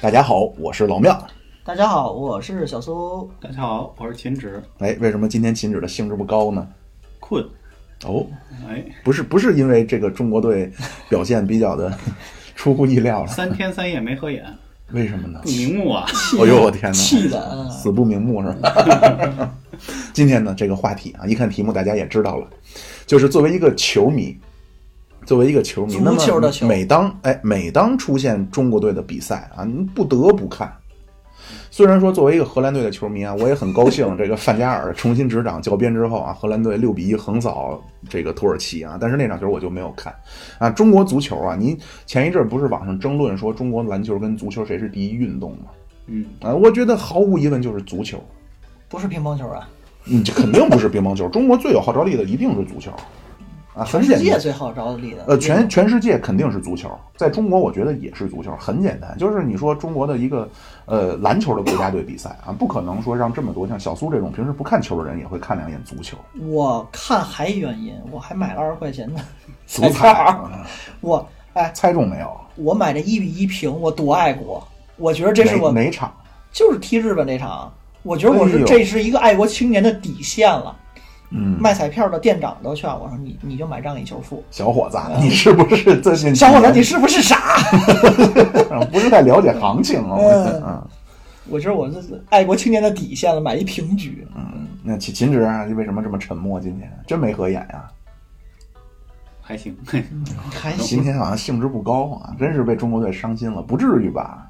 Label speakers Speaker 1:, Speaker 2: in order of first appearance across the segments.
Speaker 1: 大家好，我是老庙。
Speaker 2: 大家好，我是小苏。
Speaker 3: 大家好，我是秦直，
Speaker 1: 哎，为什么今天秦止的兴致不高呢？
Speaker 3: 困，
Speaker 1: 哦，
Speaker 3: 哎，
Speaker 1: 不是，不是因为这个中国队表现比较的 出乎意料了，
Speaker 3: 三天三夜没合眼，
Speaker 1: 为什么呢
Speaker 3: 不？瞑目 啊！
Speaker 1: 哎呦我天哪！
Speaker 2: 气的，嗯
Speaker 1: 死不瞑目是吧？ 今天呢，这个话题啊，一看题目大家也知道了，就是作为一个球迷，作为一个球迷，
Speaker 2: 足
Speaker 1: 那么
Speaker 2: 球的球
Speaker 1: 每当哎每当出现中国队的比赛啊，你不得不看。虽然说作为一个荷兰队的球迷啊，我也很高兴， 这个范加尔重新执掌教鞭之后啊，荷兰队六比一横扫这个土耳其啊，但是那场球我就没有看啊。中国足球啊，您前一阵儿不是网上争论说中国篮球跟足球谁是第一运动吗？
Speaker 3: 嗯，
Speaker 1: 啊，我觉得毫无疑问就是足球，
Speaker 2: 不是乒乓球啊，
Speaker 1: 你这肯定不是乒乓球。中国最有号召力的一定是足球，啊，很
Speaker 2: 全世
Speaker 1: 简
Speaker 2: 界
Speaker 1: 单。
Speaker 2: 最好着力的。
Speaker 1: 呃，全全世界肯定是足球，在中国我觉得也是足球，很简单。就是你说中国的一个呃篮球的国家队比赛啊，不可能说让这么多像小苏这种平时不看球的人也会看两眼足球、
Speaker 2: 我看还有原因，我还买了二十块钱的
Speaker 1: 足彩。啊
Speaker 2: 我哎，
Speaker 1: 猜中没有？
Speaker 2: 我买这一比一平，我多爱国。我觉得这是
Speaker 1: 哪
Speaker 2: 我
Speaker 1: 哪场？
Speaker 2: 就是踢日本这场，我觉得我
Speaker 1: 哎
Speaker 2: 是
Speaker 1: 呦
Speaker 2: 这是一个爱国青年的底线了。
Speaker 1: 嗯，
Speaker 2: 卖彩票的店长都劝我说：“你你就买让一球负。
Speaker 1: 小伙子，啊你是不是最近”
Speaker 2: 嗯
Speaker 1: 啊
Speaker 2: 小伙子，你是不是傻？
Speaker 1: 不是太了解行情啊？我觉得
Speaker 2: 嗯
Speaker 1: 嗯。
Speaker 2: 我觉得我这是爱国青年的底线了，买一平局。
Speaker 1: 嗯，那秦秦直啊，为什么这么沉默？今天真没合眼呀、
Speaker 3: 还行，
Speaker 1: 嗯
Speaker 2: 还
Speaker 1: 今
Speaker 2: 行，
Speaker 1: 天好像兴致不高啊，真是被中国队伤心了，不至于吧？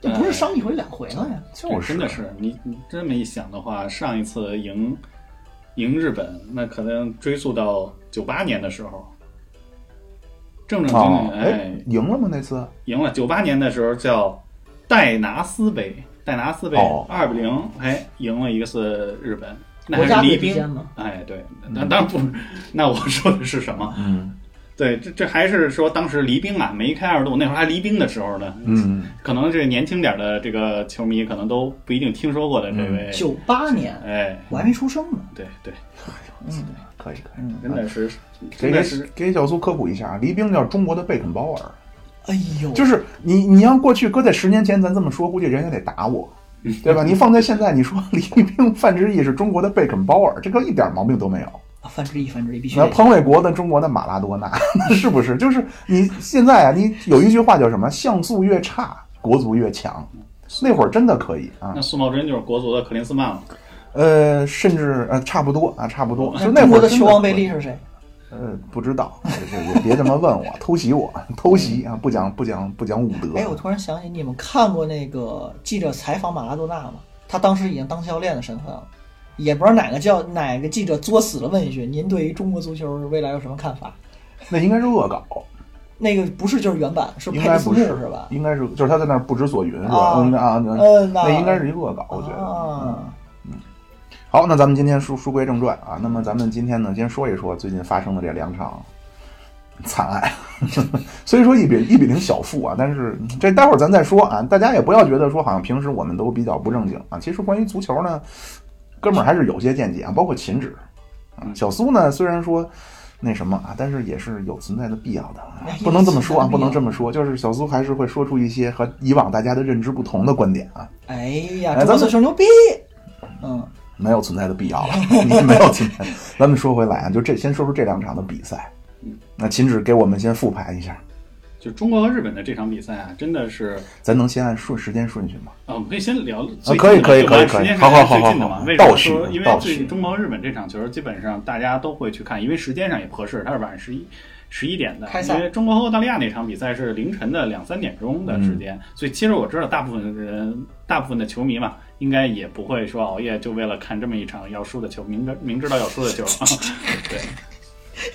Speaker 2: 这不是伤一回两回了呀？
Speaker 1: 就
Speaker 3: 真的是你，你这么一想的话，上一次赢赢日本，那可能追溯到九八年的时候，正正经
Speaker 1: 哦，
Speaker 3: 经，
Speaker 1: 哎
Speaker 3: 哎，，
Speaker 1: 赢了吗？那次
Speaker 3: 赢了。九八年的时候叫戴拿斯杯，戴拿斯杯
Speaker 1: 哦
Speaker 3: 二比零，哎，赢了一个是日本，那
Speaker 2: 国
Speaker 3: 还
Speaker 2: 家
Speaker 3: 是
Speaker 2: 队
Speaker 3: 黎
Speaker 2: 之间
Speaker 3: 兵。
Speaker 2: 嘛，
Speaker 3: 哎，对，那当然不，那我说的是什么？
Speaker 1: 嗯
Speaker 3: 对，这这还是说当时黎兵啊，梅开二度，那会儿还黎兵的时候呢，
Speaker 1: 嗯，
Speaker 3: 可能这年轻点儿的这个球迷可能都不一定听说过的这
Speaker 1: 嗯
Speaker 3: 位，
Speaker 2: 九八年
Speaker 3: 哎，
Speaker 2: 我还没出生呢。
Speaker 3: 对对，
Speaker 1: 嗯可以可以。
Speaker 2: 嗯，
Speaker 3: 真的是，
Speaker 1: 给
Speaker 3: 真的
Speaker 1: 给
Speaker 3: 是，
Speaker 1: 给小苏科普一下啊，黎兵叫中国的贝肯鲍尔，
Speaker 2: 哎呦，
Speaker 1: 就是你你要过去搁在十年前，咱这么说，估计人家得打 我，对吧？你放在现在，你说黎兵范志毅是中国的贝肯鲍尔，这个一点毛病都没有。
Speaker 2: 啊范志毅，范志毅必须
Speaker 1: 那
Speaker 2: 得
Speaker 1: 彭伟国的中国的马拉多纳 是不是？就是你现在啊，你有一句话叫什么？像素越差，国足越强。那会儿真的可以啊
Speaker 3: 那，苏茂贞就是国足的克林斯曼了，
Speaker 1: 呃，甚至呃，差不多啊，差不多。就那
Speaker 2: 嗯
Speaker 1: 会
Speaker 2: 中国
Speaker 1: 儿
Speaker 2: 的
Speaker 1: 真
Speaker 2: 球王
Speaker 1: 可
Speaker 2: 贝
Speaker 1: 以
Speaker 2: 利，是谁？
Speaker 1: 呃，不知道，这也别这么问我， 偷袭我，偷袭啊，不讲不讲不讲武德。
Speaker 2: 哎，我突然想起，你们看过那个记者采访马拉多纳吗？他当时已经当教练的身份了，也不知道哪个教哪个记者作死了问一句：“您对于中国足球未来有什么看法
Speaker 1: 那应该是恶搞，？”
Speaker 2: 那个不是就是原版，是
Speaker 1: 应
Speaker 2: 配
Speaker 1: 该
Speaker 2: 的字
Speaker 1: 不
Speaker 2: 幕
Speaker 1: 是
Speaker 2: 是吧？
Speaker 1: 应该是就是他在那儿不知所云是吧？
Speaker 2: 啊
Speaker 1: 嗯啊，那
Speaker 2: 嗯，
Speaker 1: 那应该是一个恶搞，我觉得。嗯
Speaker 2: 啊，
Speaker 1: 好，那咱们今天书书归正传啊，那么咱们今天呢，先说一说最近发生的这两场惨案。 虽说一比一比零小负啊，但是嗯这待会儿咱再说啊，大家也不要觉得说好像平时我们都比较不正经啊。其实关于足球呢，哥们儿还是有些见解啊，包括秦止啊，小苏呢虽然说。那什么啊，但是也是有存在的必要的啊，不能这么说啊，不能这么说，就是小苏还是会说出一些和以往大家的认知不同的观点啊。
Speaker 2: 哎
Speaker 1: 哎
Speaker 2: 呀，中
Speaker 1: 咱
Speaker 2: 国
Speaker 1: 们
Speaker 2: 足球牛逼！嗯，
Speaker 1: 没有存在的必要了，没有存在。咱们说回来啊，就这先说说这两场的比赛
Speaker 3: 嗯。
Speaker 1: 那秦止给我们先复盘一下，
Speaker 3: 就中国和日本的这场比赛啊，真的是，
Speaker 1: 咱能先按顺时间顺序吗？
Speaker 3: 啊，我们可以先聊最近的
Speaker 1: 可以可以
Speaker 3: 就完
Speaker 1: 可以
Speaker 3: 时间是
Speaker 1: 好好好
Speaker 3: 最近的
Speaker 1: 好
Speaker 3: 嘛
Speaker 1: 好
Speaker 3: 为什
Speaker 1: 倒
Speaker 3: 么
Speaker 1: 叙
Speaker 3: 说？因为
Speaker 1: 倒
Speaker 3: 最
Speaker 1: 叙
Speaker 3: 近中国和日本这场球，基本上大家都会去看，因为时间上也合适，它是晚上十一十一点的
Speaker 2: 开。赛
Speaker 3: 因为中国和澳大利亚那场比赛是凌晨的两三点钟的时
Speaker 2: 嗯
Speaker 3: 间，所以其实我知道大部分人，大部分的球迷嘛，应该也不会说熬夜就为了看这么一场要输的球，明知明知道要输的 球，对。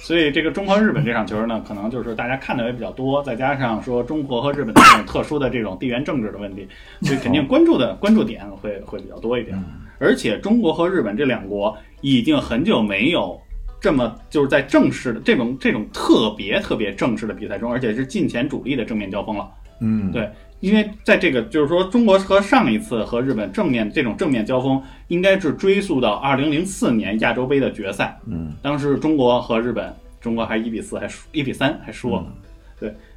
Speaker 3: 所以这个中国和日本这场球呢，可能就是大家看的也比较多，再加上说中国和日本的这种特殊的这种地缘政治的问题，所以肯定关注的关注点会会比较多一点。而且中国和日本这两国已经很久没有这么就是在正式的这种这种特别特别正式的比赛中，而且是近前主力的正面交锋了。
Speaker 1: 嗯，
Speaker 3: 对因为在这个就是说，中国和上一次和日本正面这种正面交锋，应该是追溯到二零零四年亚洲杯的决赛。
Speaker 1: 嗯，嗯
Speaker 3: 当时中国和日本，中国还一比四，还输一比三，还输了。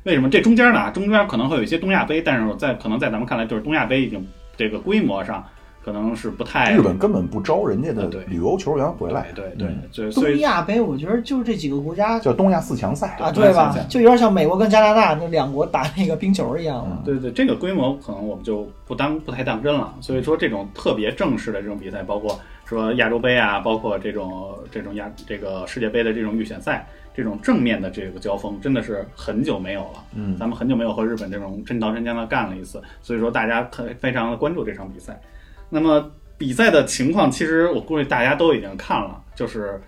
Speaker 3: 为什么？这中间呢，中间可能会有一些东亚杯，但是我在可能在咱们看来，就是东亚杯已经这个规模上可能是不太
Speaker 1: 日本根本不招人家的
Speaker 3: 啊对
Speaker 1: 旅游球员回来，
Speaker 3: 对对对
Speaker 1: 嗯，
Speaker 3: 所以所
Speaker 2: 东
Speaker 3: 以
Speaker 2: 亚杯我觉得就是这几个国家
Speaker 1: 叫东亚四强赛
Speaker 2: 啊，
Speaker 3: 对
Speaker 2: 对
Speaker 3: 东亚
Speaker 2: 吧
Speaker 3: 三？强
Speaker 2: 就有点像美国跟加拿大那两国打那个冰球一样嘛。
Speaker 3: 对对，这个规模可能我们就不当不太当真了。所以说，这种特别正式的这种比赛，包括说亚洲杯啊，包括这种这种亚这个世界杯的这种预选赛，这种正面的这个交锋，真的是很久没有了。
Speaker 1: 嗯
Speaker 3: 咱们很久没有和日本这种真刀真枪的干了一次，所以说大家很非常的关注这场比赛。那么比赛的情况，其实我估计大家都已经看了，就是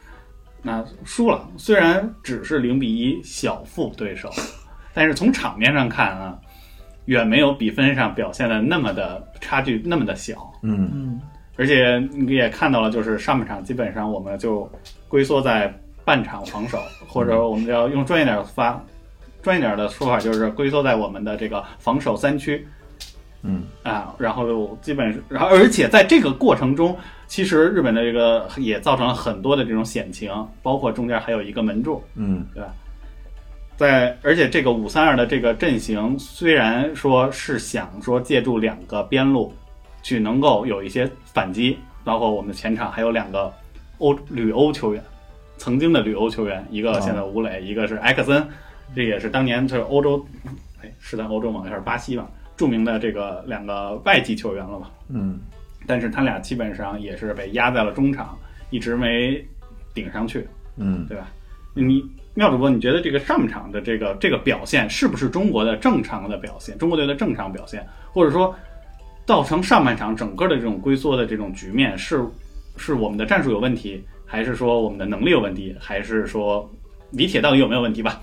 Speaker 3: 那输了，虽然只是零比一小负对手，但是从场面上看啊，远没有比分上表现的那么的差距那么的小。
Speaker 1: 嗯，
Speaker 2: 嗯，
Speaker 3: 而且你也看到了，就是上半场基本上我们就龟缩在半场防守，或者我们要用专业点儿发，专业点儿的说法就是龟缩在我们的这个防守三区。
Speaker 1: 嗯
Speaker 3: 啊，然后基本，然后而且在这个过程中，其实日本的这个也造成了很多的这种险情，包括中间还有一个门柱，
Speaker 1: 嗯
Speaker 3: 在而且这个五三二的这个阵型，虽然说是想说借助两个边路去能够有一些反击，包括我们前场还有两个欧旅欧球员，曾经的旅欧球员，一个
Speaker 1: 啊
Speaker 3: 现在吴磊，一个是埃克森，这也是当年就是欧洲，哎是在欧洲吗？还是巴西吧？著名的这个两个外籍球员了吧？
Speaker 1: 嗯
Speaker 3: 但是他俩基本上也是被压在了中场，一直没顶上去。
Speaker 1: 嗯，
Speaker 3: 对吧？你妙主播，你觉得这个上半场的这个这个表现是不是中国的正常的表现？中国队的正常表现，或者说造成上半场整个的这种龟缩的这种局面，是是我们的战术有问题，还是说我们的能力有问题，还是说李铁到底有没有问题吧？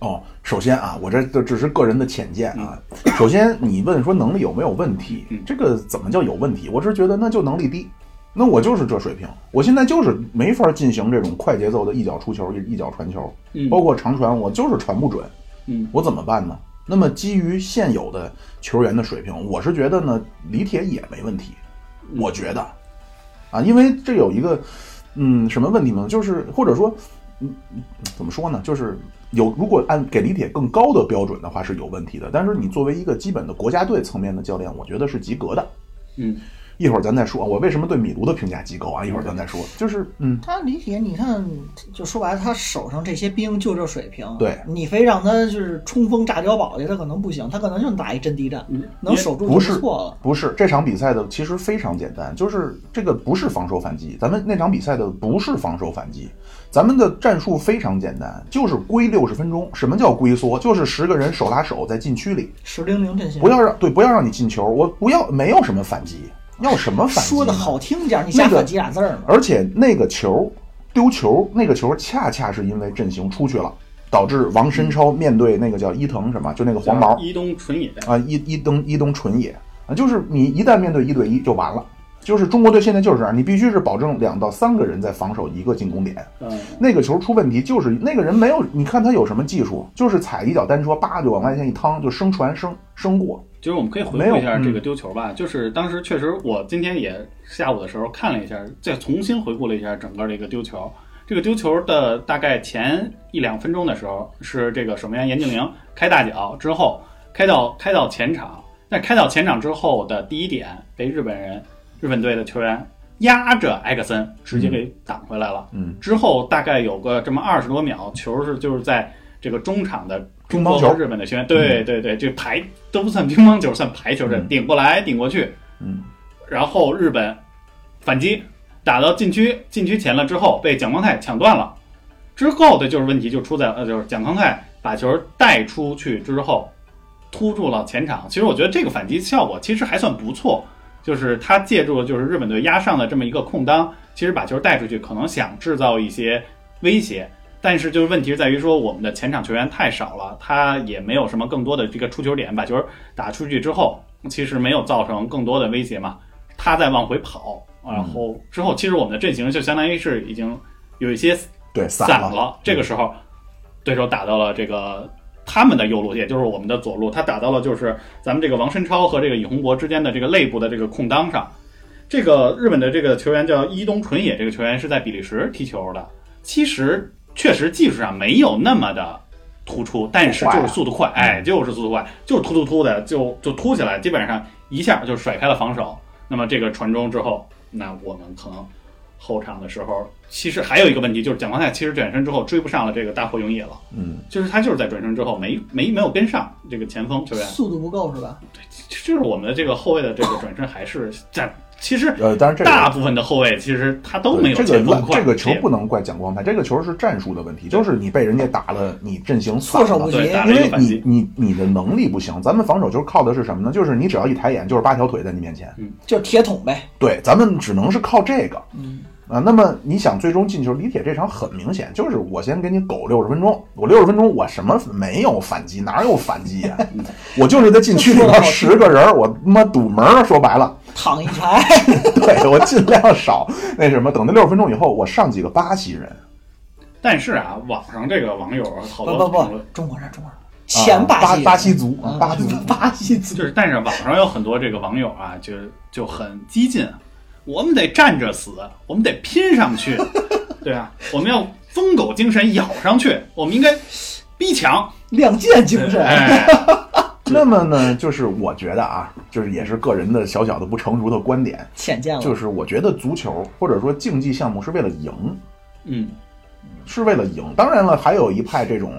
Speaker 1: 哦，首先啊，我这就只是个人的浅见啊。首先，你问说能力有没有问题
Speaker 3: 嗯，
Speaker 1: 这个怎么叫有问题？我只是觉得那就能力低，那我就是这水平，我现在就是没法进行这种快节奏的一脚出球、一一脚传球，
Speaker 3: 嗯
Speaker 1: 包括长传，我就是传不准，
Speaker 3: 嗯
Speaker 1: 我怎么办呢？那么基于现有的球员的水平，我是觉得呢，李铁也没问题，我觉得啊，因为这有一个嗯什么问题呢？就是或者说嗯嗯怎么说呢？就是有如果按给李铁更高的标准的话是有问题的，但是你作为一个基本的国家队层面的教练，我觉得是及格的。
Speaker 3: 嗯，
Speaker 1: 一会儿咱再说，我为什么对米卢的评价极高啊？一会儿咱再说，就是嗯，
Speaker 2: 他李铁，你看，就说白了，他手上这些兵就这水平，
Speaker 1: 对
Speaker 2: 你非让他就是冲锋炸碉堡去，他可能不行，他可能就打一阵地战，能守住就
Speaker 1: 不是
Speaker 2: 错了。
Speaker 1: 嗯不是这场比赛的其实非常简单，就是这个不是防守反击，咱们那场比赛的不是防守反击，咱们的战术非常简单，就是归六十分钟。什么叫龟缩？就是十个人手拉手在禁区里，
Speaker 2: 十零零阵型，
Speaker 1: 不要让对不要让你进球，我不要没有什么反击，要什么反击？
Speaker 2: 说的。好听点儿，你加
Speaker 1: 那个
Speaker 2: 反击俩字儿嘛。
Speaker 1: 而且那个球丢球，那个球恰恰是因为阵型出去了，导致王申超面对那个叫伊藤什么，就那个黄毛
Speaker 3: 伊东纯也，
Speaker 1: 啊，一一东一东纯也啊，就是你一旦面对一对一就完了。就是中国队现在就是这样，你必须是保证两到三个人在防守一个进攻点。
Speaker 3: 嗯
Speaker 1: 那个球出问题，就是那个人没有，你看他有什么技术，就是踩一脚单车，叭就往外线一趟，就生传生生过。
Speaker 3: 就是我们可以回
Speaker 1: 没有
Speaker 3: 顾一下这
Speaker 1: 嗯
Speaker 3: 个丢球吧，就是当时确实，我今天也下午的时候看了一下，再重新回顾了一下整个这个丢球。这个丢球的大概前一两分钟的时候，是这个守门员严静玲开大脚之后，开到开到前场，但开到前场之后的第一点被日本人日本队的球员压着埃克森直接给挡回来了。
Speaker 1: 嗯，
Speaker 3: 之后大概有个这么二十多秒，球是就是在这个中场的
Speaker 1: 乒乓球
Speaker 3: 日本的球员，对对对，这排都不算乒乓球，算排球，这
Speaker 1: 嗯
Speaker 3: 顶过来顶过去，
Speaker 1: 嗯，
Speaker 3: 然后日本反击打到禁区，禁区前了之后被蒋光太抢断了，之后的就是问题就出在呃就是蒋光太把球带出去之后，突住了前场。其实我觉得这个反击效果其实还算不错，就是他借助了就是日本队压上的这么一个空当，其实把球带出去，可能想制造一些威胁。但是就是问题在于说，我们的前场球员太少了，他也没有什么更多的这个出球点，把球打出去之后，其实没有造成更多的威胁嘛。他在往回跑，然后之后其实我们的阵型就相当于是已经有一些
Speaker 1: 对，散
Speaker 3: 散
Speaker 1: 了。嗯
Speaker 3: 了。这个时候，对手打到了这个他们的右路，也就是我们的左路，他打到了就是咱们这个王申超和这个尹洪博之间的这个肋部的这个空当上。这个日本的这个球员叫伊东纯也，这个球员是在比利时踢球的。其实确实技术上没有那么的突出，但是
Speaker 1: 啊
Speaker 3: 就是速度快，哎，
Speaker 1: 嗯
Speaker 3: 就是速度快，就是突突突的就就突起来，基本上一下就甩开了防守。那么这个传中之后，那我们可能后场的时候，其实还有一个问题就是蒋光太其实转身之后追不上了这个大迫勇也了，
Speaker 1: 嗯，
Speaker 3: 就是他就是在转身之后没没没有跟上这个前锋球
Speaker 1: 啊
Speaker 3: 员，
Speaker 2: 速度不够是吧？
Speaker 3: 就是我们的这个后卫的这个转身还是在其实
Speaker 1: 呃，当然这个
Speaker 3: 大部分的后卫其实他都没有
Speaker 1: 这个
Speaker 3: 前锋快，
Speaker 1: 这个球不能怪蒋光太，这个球是战术的问题，就是你被人家打了，你阵型散
Speaker 2: 措手
Speaker 1: 了
Speaker 2: 不。
Speaker 3: 对
Speaker 2: 及，
Speaker 3: 打
Speaker 1: 因
Speaker 3: 了一
Speaker 1: 为
Speaker 3: 个反
Speaker 1: 你
Speaker 3: 击，
Speaker 1: 你你的能力不行，咱们防守就是靠的是什么呢？就是你只要一抬眼，就是八条腿在你面前。
Speaker 2: 就是铁桶呗。
Speaker 1: 对，咱们只能是靠这个
Speaker 2: 嗯，
Speaker 1: 啊。那么你想最终进球，李铁这场很明显就是我先给你苟六十分钟，我六十分钟我什么没有反击，哪有反击 呀、我就是在禁区里边十个人，我他妈堵门儿，说白了。
Speaker 2: 躺一排，
Speaker 1: 对我尽量少那什么，等那六十分钟以后，我上几个巴西人。啊
Speaker 3: 但是啊，网上这个网友好
Speaker 2: 不
Speaker 3: 多
Speaker 2: 不
Speaker 3: 评
Speaker 2: 不
Speaker 3: 论，
Speaker 2: 中国人中国人，前
Speaker 1: 啊巴
Speaker 2: 西人
Speaker 1: 巴西族，啊
Speaker 2: 嗯
Speaker 1: 巴西族，
Speaker 2: 巴西族
Speaker 3: 就是，但是网上有很多这个网友啊，就就很激进，啊我们得站着死，我们得拼 上去，对啊，我们要疯狗精神咬上去，我们应该逼抢，
Speaker 2: 亮剑精 神。
Speaker 3: 哎，
Speaker 1: 那么呢，就是我觉得啊，就是也是个人的小小的不成熟的观点，
Speaker 2: 浅见了，
Speaker 1: 就是我觉得足球或者说竞技项目是为了赢，
Speaker 3: 嗯，
Speaker 1: 是为了赢。当然了，还有一派这种，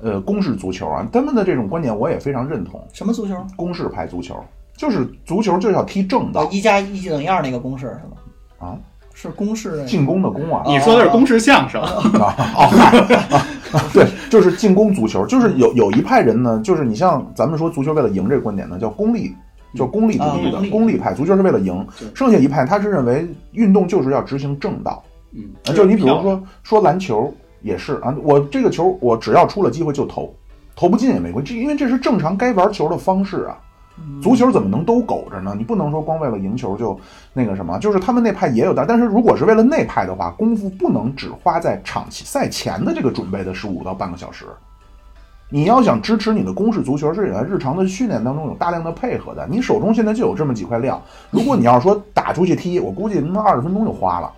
Speaker 1: 呃，公式足球啊，他们的这种观点我也非常认同。
Speaker 2: 什么足球？
Speaker 1: 公式派足球就是足球就要踢正
Speaker 2: 哦
Speaker 1: 道，
Speaker 2: 一加一等于二那个公式是吗？
Speaker 1: 啊，
Speaker 2: 是公式那个。
Speaker 1: 进攻的攻啊，
Speaker 3: 你说的是公式相声，
Speaker 1: 啊，哦，嗨啊 对，就是进攻足球，就是有有一派人呢，就是你像咱们说足球为了赢这个观点呢，叫功利，叫功利主义
Speaker 3: 啊功
Speaker 1: 的
Speaker 3: 利
Speaker 1: 功利派，足球是为了赢
Speaker 3: 对。
Speaker 1: 剩下一派他是认为运动就是要执行正道，
Speaker 3: 嗯，
Speaker 1: 啊就你比如
Speaker 3: 漂亮，
Speaker 1: 说说篮球也是啊，我这个球我只要出了机会就投，投不进也没关系，这因为这是正常该玩球的方式啊。足球怎么能都苟着呢？你不能说光为了赢球就那个什么，就是他们那派也有的，但是如果是为了那派的话，功夫不能只花在场赛前的这个准备的十五到半个小时。你要想支持你的公式足球，是得在日常的训练当中有大量的配合的。你手中现在就有这么几块料，如果你要说打出去踢，我估计他妈二十分钟就花了。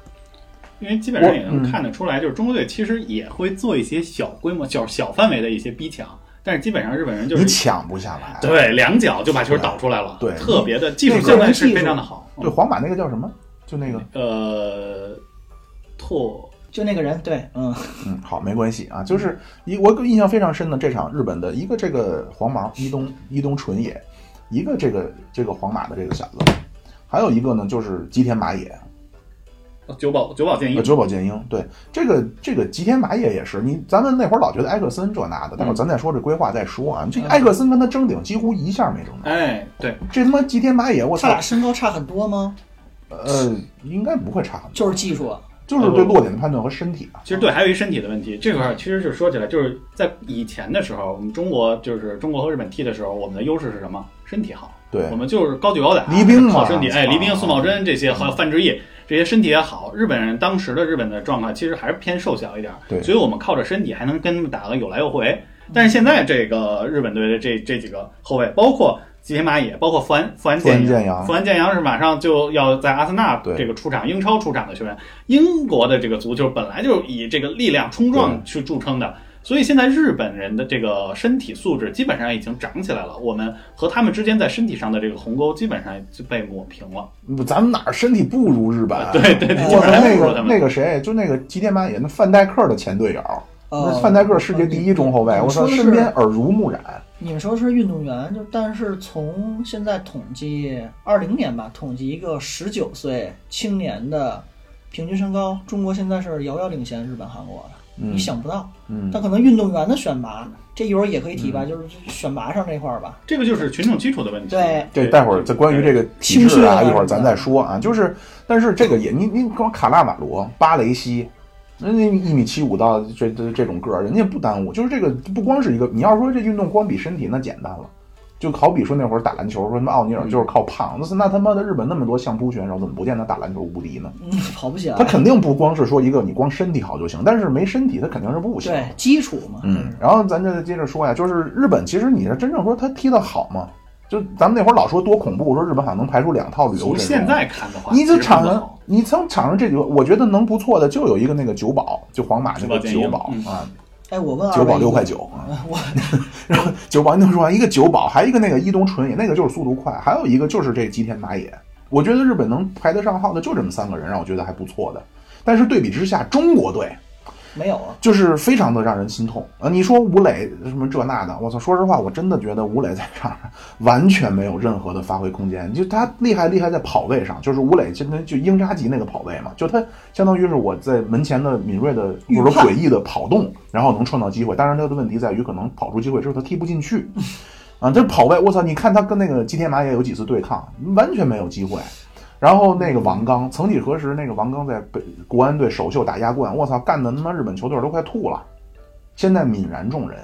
Speaker 3: 因为基本上也
Speaker 1: 我
Speaker 3: 能
Speaker 1: 嗯
Speaker 3: 看得出来，就是中国队其实也会做一些小规模、小小范围的一些逼抢，但是基本上日本人就
Speaker 1: 你
Speaker 3: 是
Speaker 1: 抢不下来。
Speaker 3: 对两脚就把球导出来了，
Speaker 1: 对
Speaker 3: 特别的技术
Speaker 2: 对
Speaker 3: 相当于是
Speaker 2: 技术
Speaker 3: 非常的好，
Speaker 1: 对，皇马那个叫什么？就那个，
Speaker 3: 呃，拓
Speaker 2: 就那个人，对，嗯，
Speaker 1: 嗯，好，没关系啊。就是一我印象非常深的这场日本的一个这个黄毛伊东伊东纯也，一个这个这个皇马的这个小子，还有一个呢就是吉田麻也，
Speaker 3: 哦久保久保建
Speaker 1: 呃，
Speaker 3: 一，
Speaker 1: 久保建英。对，这个这个吉田麻也也是，你咱们那会儿老觉得埃克森这那的，
Speaker 3: 嗯
Speaker 1: 待会儿咱再说这规划再说啊。这
Speaker 2: 嗯
Speaker 1: 埃克森跟他争顶几乎一下没争到，
Speaker 3: 哎，对，
Speaker 1: 这他妈吉田麻也，我
Speaker 2: 他
Speaker 1: 操
Speaker 2: 俩，身高差很多吗？
Speaker 1: 呃，应该不会差很多，
Speaker 2: 就是技术，啊
Speaker 3: 呃
Speaker 1: 就是对落点的判断和身体啊。
Speaker 3: 其实对，还有一身体的问题，这
Speaker 1: 嗯
Speaker 3: 块儿其实就说起来，就是在以前的时候，我们中国就是中国和日本踢的时候，我们的优势是什么？身体好，
Speaker 1: 对
Speaker 3: 我，们就是高举高打，
Speaker 1: 黎兵嘛
Speaker 3: 靠身体，哎，
Speaker 1: 啊
Speaker 3: 黎兵、宋茂珍这些，还有范志毅这些身体也好。日本人当时的日本的状况其实还是偏瘦小一点儿，
Speaker 1: 对
Speaker 3: 所以我们靠着身体还能跟他们打个有来有回。但是现在这个日本队的这这几个后卫，包括吉田麻也，包括富安富安
Speaker 1: 富安
Speaker 3: 健
Speaker 1: 健洋
Speaker 3: 富安健洋是马上就要在阿森纳
Speaker 1: 对
Speaker 3: 这个出场，英超出场的球员。英国的这个足球本来就是以这个力量冲撞去著称的，所以现在日本人的这个身体素质基本上已经长起来了。我们和他们之间在身体上的这个鸿沟基本上就被抹平了。
Speaker 1: 咱们哪儿身体不如日本？
Speaker 3: 对对对
Speaker 1: 我们
Speaker 3: 基本上
Speaker 1: 那
Speaker 3: 不如他
Speaker 1: 个
Speaker 3: 们
Speaker 1: 那个谁，就那个吉田麻也，那范戴克的前队友，
Speaker 2: 呃
Speaker 1: 那，范戴克世界第一中后卫，
Speaker 2: 你
Speaker 1: 我操，
Speaker 2: 哦你说
Speaker 1: 身边
Speaker 2: 是
Speaker 1: 耳濡目染。
Speaker 2: 你们说是运动员，就但是从现在统计二零年吧，统计一个十九岁青年的平均身高，中国现在是遥遥领先日本、韩国的，
Speaker 1: 嗯
Speaker 2: 你想不到。
Speaker 1: 嗯，
Speaker 2: 但可能运动员的选拔，这一会儿也可以提吧，就是选拔上这块 儿吧。
Speaker 3: 这个就是群众基础的问题。
Speaker 2: 对
Speaker 1: 这待会儿再关于这个体制啊，
Speaker 2: 青训啊
Speaker 1: 一会儿咱再说啊。就是，但是这个也，你你光卡纳瓦罗、巴雷西，那那一米七五到这这这种个儿，人家不耽误。就是这个不光是一个，你要说这运动光比身体那简单了。就好比说那会儿打篮球，说他妈奥
Speaker 3: 嗯
Speaker 1: 尼尔就是靠胖，那、那他妈的日本那么多相扑选手，怎么不见他打篮球无敌呢？
Speaker 2: 嗯，跑不起
Speaker 1: 他
Speaker 2: 来。
Speaker 1: 肯定不光是说一个你光身体好就行，但是没身体他肯定是不行。
Speaker 2: 对，基础嘛。
Speaker 1: 嗯，然后咱再接着说呀，就是日本，其实你是真正说他踢得好吗？就咱们那会儿老说多恐怖，我说日本好像能排出两套旅游
Speaker 3: 从
Speaker 1: 阵容
Speaker 3: 现，在看的话，
Speaker 1: 你就
Speaker 3: 其实很
Speaker 1: 场
Speaker 3: 不
Speaker 1: 上
Speaker 3: 好，
Speaker 1: 你从场上这几个，我觉得能不错的就有一个那个九保，就皇马那个
Speaker 3: 九保建英
Speaker 1: 九保
Speaker 3: 嗯
Speaker 1: 啊，
Speaker 2: 哎，我问
Speaker 1: 九
Speaker 2: 二位
Speaker 1: 保
Speaker 2: 一个
Speaker 1: 六块，九啊，
Speaker 2: 啊我
Speaker 1: 然后九保你听说完一个九保，还有一个那个伊东纯也，那个就是速度快，还有一个就是这吉田麻也。我觉得日本能排得上号的就这么三个人，让我觉得还不错的。但是对比之下，中国队
Speaker 2: 没有啊，
Speaker 1: 就是非常的让人心痛啊！你说吴磊什么这那的，我操！说实话，我真的觉得吴磊在场上完全没有任何的发挥空间。就他厉害厉害在跑位上，就是吴磊真的就英扎吉那个跑位嘛，就他相当于是我在门前的敏锐的
Speaker 2: 预
Speaker 1: 或者
Speaker 2: 判
Speaker 1: 诡异的跑动，然后能创造机会。当然，他的问题在于可能跑出机会之后他踢不进去。啊，这跑位，我操！你看他跟那个吉田麻也有几次对抗，完全没有机会。然后那个王刚，曾几何时，那个王刚在北国安队首秀打亚冠，我操，干的他妈日本球队都快吐了。现在泯然众人，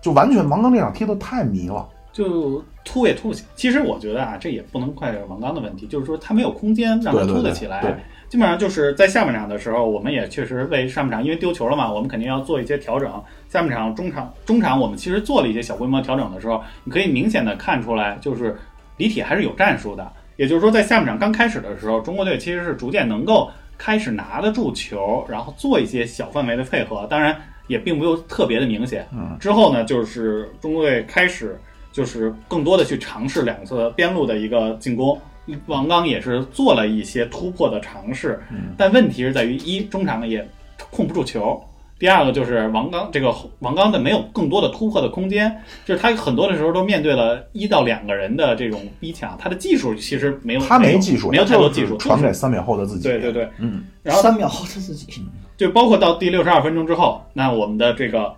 Speaker 1: 就完全王刚这场踢得太迷了。
Speaker 3: 就突也突不起。其实我觉得啊，这也不能怪王刚的问题，就是说他没有空间让他
Speaker 1: 对对
Speaker 3: 突得
Speaker 1: 对
Speaker 3: 起来。
Speaker 1: 对
Speaker 3: 基本上就是在下半场的时候，我们也确实为上半场因为丢球了嘛，我们肯定要做一些调整。下半场中场中场我们其实做了一些小规模调整的时候，你可以明显的看出来，就是李铁还是有战术的。也就是说，在下半场刚开始的时候，中国队其实是逐渐能够开始拿得住球，然后做一些小范围的配合，当然也并没有特别的明显。
Speaker 1: 嗯，
Speaker 3: 之后呢，就是中国队开始就是更多的去尝试两侧边路的一个进攻。王刚也是做了一些突破的尝试，
Speaker 1: 嗯
Speaker 3: 但问题是在于一中场也控不住球，第二个就是王刚这个王刚的没有更多的突破的空间，就是他很多的时候都面对了一到两个人的这种逼抢，他的技术其实没有
Speaker 1: 他
Speaker 3: 没
Speaker 1: 没
Speaker 3: 有
Speaker 1: 技术，
Speaker 3: 没有太
Speaker 1: 他
Speaker 3: 多
Speaker 1: 就
Speaker 3: 技
Speaker 1: 是
Speaker 3: 术，
Speaker 1: 传给三秒后的自己。
Speaker 3: 对对，对，
Speaker 1: 嗯，
Speaker 3: 然后
Speaker 2: 三秒后他自己
Speaker 3: 就包括到第六十二分钟之后，那我们的这个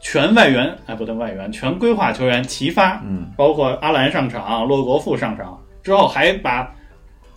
Speaker 3: 全外援，哎，不对，外援全规划球员齐发，
Speaker 1: 嗯，
Speaker 3: 包括阿兰上场，洛国富上场之后，还把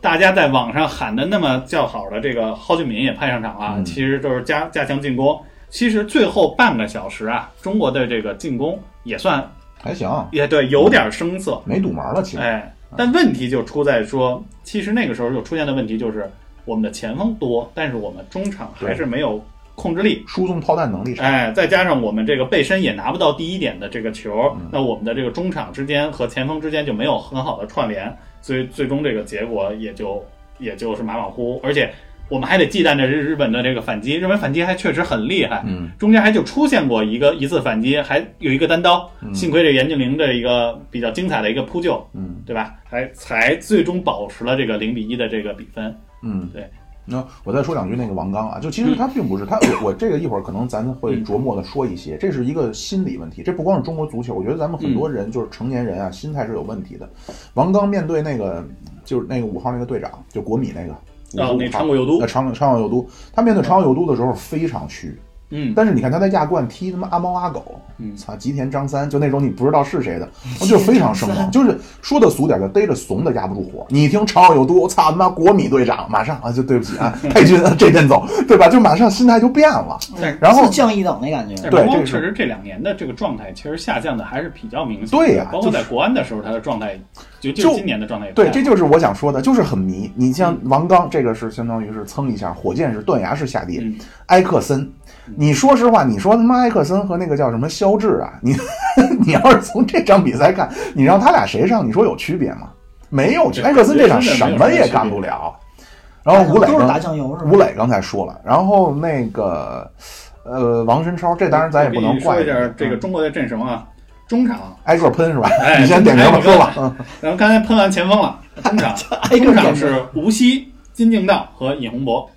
Speaker 3: 大家在网上喊的那么叫好的这个蒿俊闵也派上场了，啊
Speaker 1: 嗯
Speaker 3: 其实就是加加强进攻。其实最后半个小时啊，中国的这个进攻也算
Speaker 1: 还行，
Speaker 3: 也对，有点生涩，
Speaker 1: 没堵门了，其实。
Speaker 3: 哎，但问题就出在说，其实那个时候就出现的问题就是，我们的前锋多，但是我们中场还是没有控制力。
Speaker 1: 输送炮弹能力差，
Speaker 3: 哎，再加上我们这个背身也拿不到第一点的这个球，
Speaker 1: 嗯
Speaker 3: 那我们的这个中场之间和前锋之间就没有很好的串联，所以最终这个结果也就也就是马马虎虎。而且我们还得忌惮着日日本的这个反击，日本反击还确实很厉害，
Speaker 1: 嗯，
Speaker 3: 中间还就出现过一个一次反击，还有一个单刀，幸亏这严俊凌这一个比较精彩的一个扑救，
Speaker 1: 嗯
Speaker 3: 对吧？还才最终保持了这个零比一的这个比分。
Speaker 1: 嗯，
Speaker 3: 对。嗯
Speaker 1: 那我再说两句那个王刚啊，就其实他并不是他，我我这个一会儿可能咱会琢磨的说一些，这是一个心理问题，这不光是中国足球，我觉得咱们很
Speaker 3: 嗯
Speaker 1: 多人就是成年人啊，心态是有问题的。王刚面对那个就是那个五号那个队长，就国米那个。
Speaker 3: 啊
Speaker 1: 五
Speaker 3: 那
Speaker 1: 号
Speaker 3: 长谷佑都
Speaker 1: 呃长长谷佑都，他面对长谷佑都的时候非常虚，
Speaker 3: 嗯，
Speaker 1: 但是你看他在亚冠踢他妈阿猫阿狗，
Speaker 3: 嗯
Speaker 1: 操吉田张三，就那种你不知道是 谁的，就是非常生猛，就是说的俗点叫逮着怂的压不住火。你一听朝有都，我操他妈国米队长，马上啊就对不起 啊，太君啊这边走，对吧？就马上心态就变了。
Speaker 3: 但
Speaker 1: 然后
Speaker 2: 自降一等的感觉
Speaker 3: 但。
Speaker 1: 对
Speaker 3: 王
Speaker 1: 这
Speaker 3: 光
Speaker 1: 是
Speaker 3: 确实这两年的这个状态，其实下降的还是比较明显的。
Speaker 1: 对呀
Speaker 3: 包括
Speaker 1: 就
Speaker 3: 在
Speaker 1: 是
Speaker 3: 国安的时候，他的状态，就
Speaker 1: 就
Speaker 3: 就今年的状态也不
Speaker 1: 对，
Speaker 3: 太
Speaker 1: 这
Speaker 3: 好
Speaker 1: 就是我想说的，就是很迷。你
Speaker 3: 嗯
Speaker 1: 像王刚这个是相当于是蹭一下，火箭是断崖式下跌，
Speaker 3: 嗯
Speaker 1: 埃克森。你说实话，你说他妈埃克森和那个叫什么肖智啊，你 你要是从这场比赛看，你让他俩谁上，你说有区别吗？没有区，
Speaker 3: 对
Speaker 1: 埃克森这场
Speaker 3: 对真
Speaker 1: 什
Speaker 3: 的没有
Speaker 1: 么
Speaker 3: 什么
Speaker 1: 也
Speaker 3: 区
Speaker 1: 干
Speaker 3: 别哎
Speaker 1: 不了。然后吴磊
Speaker 2: 都是
Speaker 1: 呢
Speaker 2: 打酱油是吧？
Speaker 1: 吴磊刚才说了，然后那个呃王申超，这当然咱也不能怪
Speaker 3: 我
Speaker 1: 人家。
Speaker 3: 给你说一下这个中国的阵容啊，中场，
Speaker 1: 挨个喷是吧？
Speaker 3: 哎
Speaker 1: 你先点名吧，
Speaker 3: 哎
Speaker 1: 说吧。嗯哎
Speaker 3: 咱们刚才喷完前锋了，中场，
Speaker 2: 挨个
Speaker 3: 中
Speaker 2: 点
Speaker 3: 场是吴曦、金敬道和尹洪 博。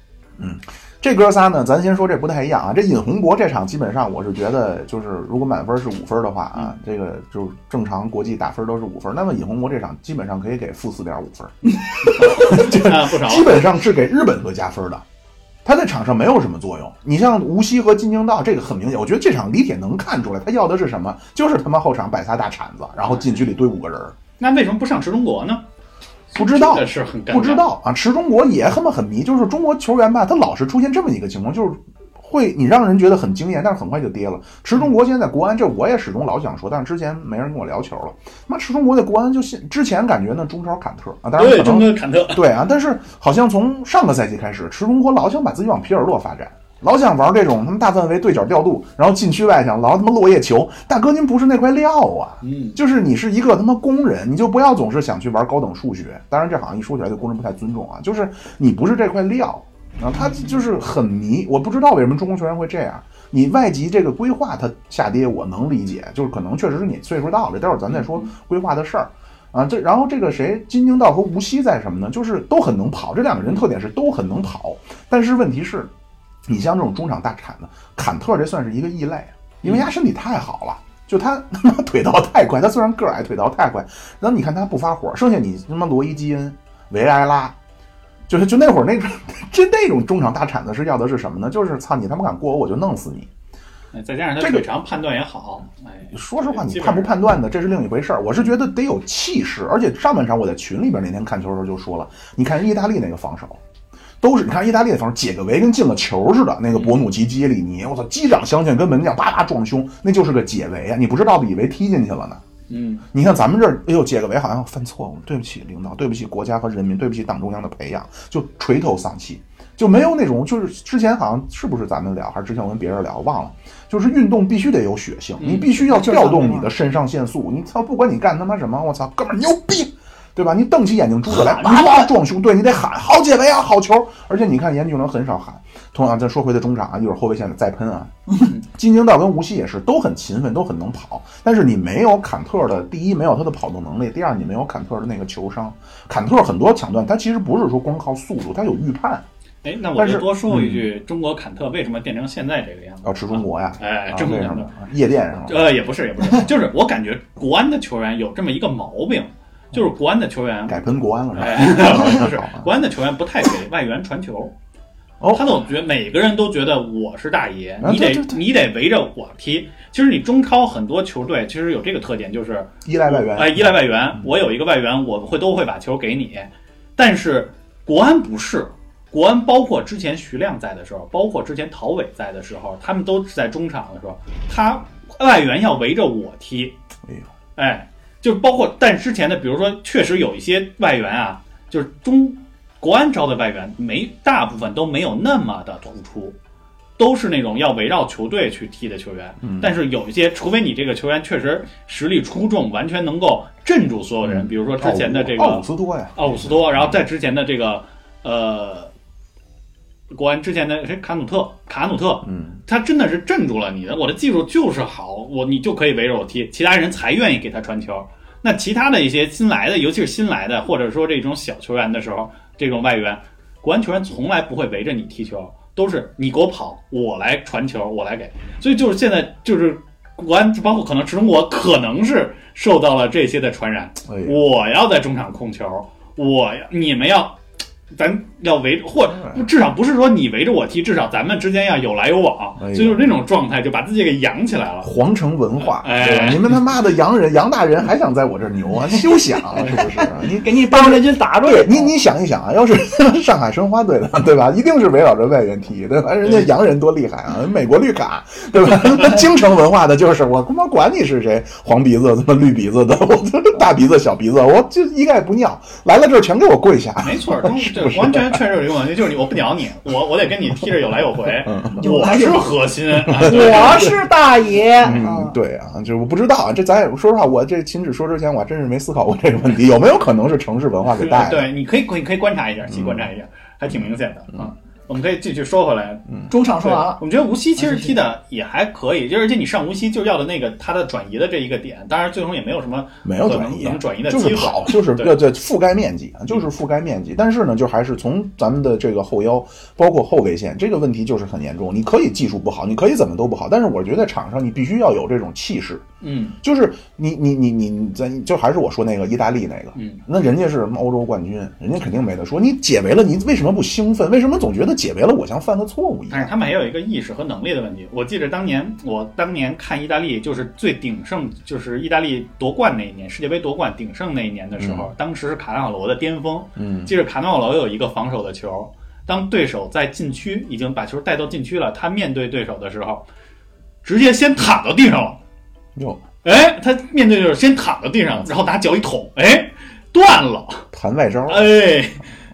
Speaker 1: 这哥仨呢，咱先说这不太一样啊。这尹洪博这场基本上我是觉得，就是如果满分是五分的话啊，这个就是正常国际打分都是五分，那么尹洪博这场基本上可以给负四点五分，
Speaker 3: 啊，不少
Speaker 1: 基本上是给日本队加分的。他在场上没有什么作用。你像吴曦和金京道，这个很明显，我觉得这场李铁能看出来，他要的是什么，就是他妈后场摆仨大铲子，然后禁区里堆五个人儿。
Speaker 3: 那为什么不上池中国呢？
Speaker 1: 不知道
Speaker 3: 这个是很尴尬
Speaker 1: 不知道啊，持中国也他妈很迷，就是中国球员吧，他老是出现这么一个情况，就是会你让人觉得很惊艳，但是很快就跌了。持中国现在在国安，这我也始终老想说，但是之前没人跟我聊球了。他妈持中国在国安就现之前感觉呢中超坎特啊，当然
Speaker 3: 对，
Speaker 1: 可
Speaker 3: 中
Speaker 1: 能
Speaker 3: 哥坎特，
Speaker 1: 对啊，但是好像从上个赛季开始，持中国老想把自己往皮尔洛发展。老想玩这种他们大范围对角调度，然后禁区外想老他妈落叶球，大哥您不是那块料啊！
Speaker 3: 嗯，
Speaker 1: 就是你是一个他妈工人，你就不要总是想去玩高等数学。当然，这好像一说起来对工人不太尊重啊。就是你不是这块料啊，他就是很迷。我不知道为什么中国球员会这样。你外籍这个规划它下跌，我能理解，就是可能确实是你岁数到了，待会儿咱再说规划的事儿啊。这然后这个谁，金京道和无锡在什么呢？就是都很能跑，这两个人特点是都很能跑，但是问题是，你像这种中场大产的坎特，这算是一个异类啊，因为他身体太好了。就他 他妈腿倒太快，他虽然个儿矮，腿倒太快。然后你看他不发火，剩下你他妈罗伊基恩、维埃拉，就是就那会儿那种这那种中场大铲子是要的是什么呢？就是操你他妈敢过我，我就弄死你！
Speaker 3: 哎再加上他
Speaker 1: 这个
Speaker 3: 腿长，判断也好。哎，
Speaker 1: 说实话，
Speaker 3: 基
Speaker 1: 你
Speaker 3: 本
Speaker 1: 判不判断的这是另一回事儿。我是觉得得有气势，而且上半场我在群里边那天看球的时候就说了，你看意大利那个防守，都是你看意大利的防守，解个围跟进了球似的。那个博努奇、基耶里尼，我操，击掌相见，跟门将叭叭撞胸，那就是个解围啊！你不知道的以为踢进去了呢。
Speaker 3: 嗯，
Speaker 1: 你看咱们这儿，哎呦，解个围好像犯错误，对不起领导，对不起国家和人民，对不起党中央的培养，就垂头丧气，就没有那种就是之前好像是不是咱们聊，还是之前我跟别人聊，忘了，就是运动必须得有血性，你必须要调动你的肾上腺素，你操，不管你干他妈什么，我操，哥们儿牛逼。对吧？你瞪起眼睛珠子来，叭叭撞胸，对你得喊好解围啊，好球！而且你看严俊良很少喊。同样，再说回到中场啊，一会儿后卫线再喷啊，
Speaker 3: 嗯
Speaker 1: 金京道跟无锡也是都很勤奋，都很能跑，但是你没有坎特的第一没有他的跑动能力，第二你没有坎特的那个球商。坎特很多抢断，他其实不是说光靠速度，他有预判。
Speaker 3: 哎，那我
Speaker 1: 但是嗯
Speaker 3: 就多说一句，中国坎特为什么变成现在这个样子？
Speaker 1: 要吃中国呀，
Speaker 3: 哎
Speaker 1: 啊，
Speaker 3: 中国
Speaker 1: 为
Speaker 3: 坎
Speaker 1: 什
Speaker 3: 特
Speaker 1: 么？夜店上了，
Speaker 3: 呃，也不是，也不是，就是我感觉国安的球员有这么一个毛病，就是国安的球员，
Speaker 1: 改喷国安了是吧？
Speaker 3: 哎， 不是国安的球员不太给外援传球。
Speaker 1: 哦
Speaker 3: 他总觉得每个人都觉得我是大爷，
Speaker 1: 啊
Speaker 3: 你得
Speaker 1: 对对对
Speaker 3: 你得围着我踢。其实你中超很多球队其实有这个特点，就是
Speaker 1: 依赖外援，
Speaker 3: 哎，依赖外援，我有一个外援，我会都会把球给你。但是国安不是，国安包括之前徐亮在的时候，包括之前陶伟在的时候，他们都是在中场的时候，他外援要围着我踢。
Speaker 1: 哎呦，
Speaker 3: 哎，就包括但之前的，比如说确实有一些外援啊，就是中国安招的外援没大部分都没有那么的突出。都是那种要围绕球队去踢的球员，
Speaker 1: 嗯
Speaker 3: 但是有一些，除非你这个球员确实实力出众，完全能够镇住所有人，比如说之前的这个
Speaker 1: 嗯奥古斯托呀，
Speaker 3: 奥古斯托，然后在之前的这个呃，国安之前的谁卡努特，卡努特，
Speaker 1: 嗯，
Speaker 3: 他真的是镇住了你的，我的技术就是好，我你就可以围着我踢，其他人才愿意给他传球。那其他的一些新来的，尤其是新来的，或者说这种小球员的时候，这种外援，国安球员从来不会围着你踢球，都是你给我跑，我来传球，我来给。所以就是现在就是国安，包括可能池中国，可能是受到了这些的传染。
Speaker 1: 哎呦，
Speaker 3: 我要在中场控球，我要你们要，咱要围或
Speaker 1: 对
Speaker 3: 至少不是说你围着我踢，至少咱们之间要有来有往，
Speaker 1: 哎呦
Speaker 3: 所以就是这种状态就把自己给养起来了。
Speaker 1: 皇城文化，
Speaker 3: 哎
Speaker 1: 对吧？你们他妈的洋人、洋大人还想在我这儿牛啊？休想，是不是？你
Speaker 2: 给你八路军 打住
Speaker 1: 啊对你，你想一想啊，要是 上海申花队的，对吧？一定是围绕着外援踢，对吧？人家洋人多厉害啊，美国绿卡，对吧？ 京城文化的就是我他妈管你是谁，黄鼻子、他妈绿鼻子的，我这大鼻子、小鼻子，我就一概不尿，来了这儿全给我跪下。
Speaker 3: 没错， 中这完全确实有这种问题，就是你我不鸟你，我我得跟你踢着有来有回，我是核 心，啊对
Speaker 2: 我是大爷
Speaker 1: 嗯
Speaker 2: 啊，！
Speaker 1: 对啊，就是我不知道啊，这咱也说实话，我这秦止说之前，我还真是没思考过这个问题，有没有可嗯能是城市文化给带的？
Speaker 3: 对，你可以你可以观察一下，细观察一下，还挺明显的啊。我们可以继续说回来，
Speaker 2: 中场说
Speaker 3: 对，
Speaker 2: 完
Speaker 1: 啊
Speaker 2: 了，
Speaker 3: 我们觉得无锡其实踢的也还可以，就而且你上无锡就要的那个他的转移的这一个点，当然最终也没有什么
Speaker 1: 没有
Speaker 3: 可
Speaker 1: 转
Speaker 3: 能
Speaker 1: 移，啊
Speaker 3: 能转移的
Speaker 1: 就
Speaker 3: 机
Speaker 1: 是
Speaker 3: 会，
Speaker 1: 跑，就是
Speaker 3: 对
Speaker 1: 对对覆盖面积，啊就是覆盖面积。但是呢，就还是从咱们的这个后腰，包括后卫线这个问题就是很严重。你可以技术不好，你可以怎么都不好，但是我觉得场上你必须要有这种气势。
Speaker 3: 嗯，
Speaker 1: 就是你你你你你咱就还是我说那个意大利那个，
Speaker 3: 嗯，
Speaker 1: 那人家是欧洲冠军，人家肯定没得说。你解围了，你为什么不兴奋？为什么总觉得解围了，我像犯个错误一
Speaker 3: 但是
Speaker 1: 样？
Speaker 3: 他们也有一个意识和能力的问题。我记得当年我当年看意大利，就是最鼎盛，就是意大利夺冠那一年，世界杯夺冠鼎盛那一年的时候，当时是卡纳瓦罗的巅峰。
Speaker 1: 嗯，
Speaker 3: 记得卡纳瓦罗有一个防守的球，当对手在禁区已经把球带到禁区了，他面对对手的时候，直接先躺到地上了。
Speaker 1: 哟，
Speaker 3: 哎，他面对就是先躺到地上，然后拿脚一捅，哎，断了。
Speaker 1: 盘外招，
Speaker 3: 哎，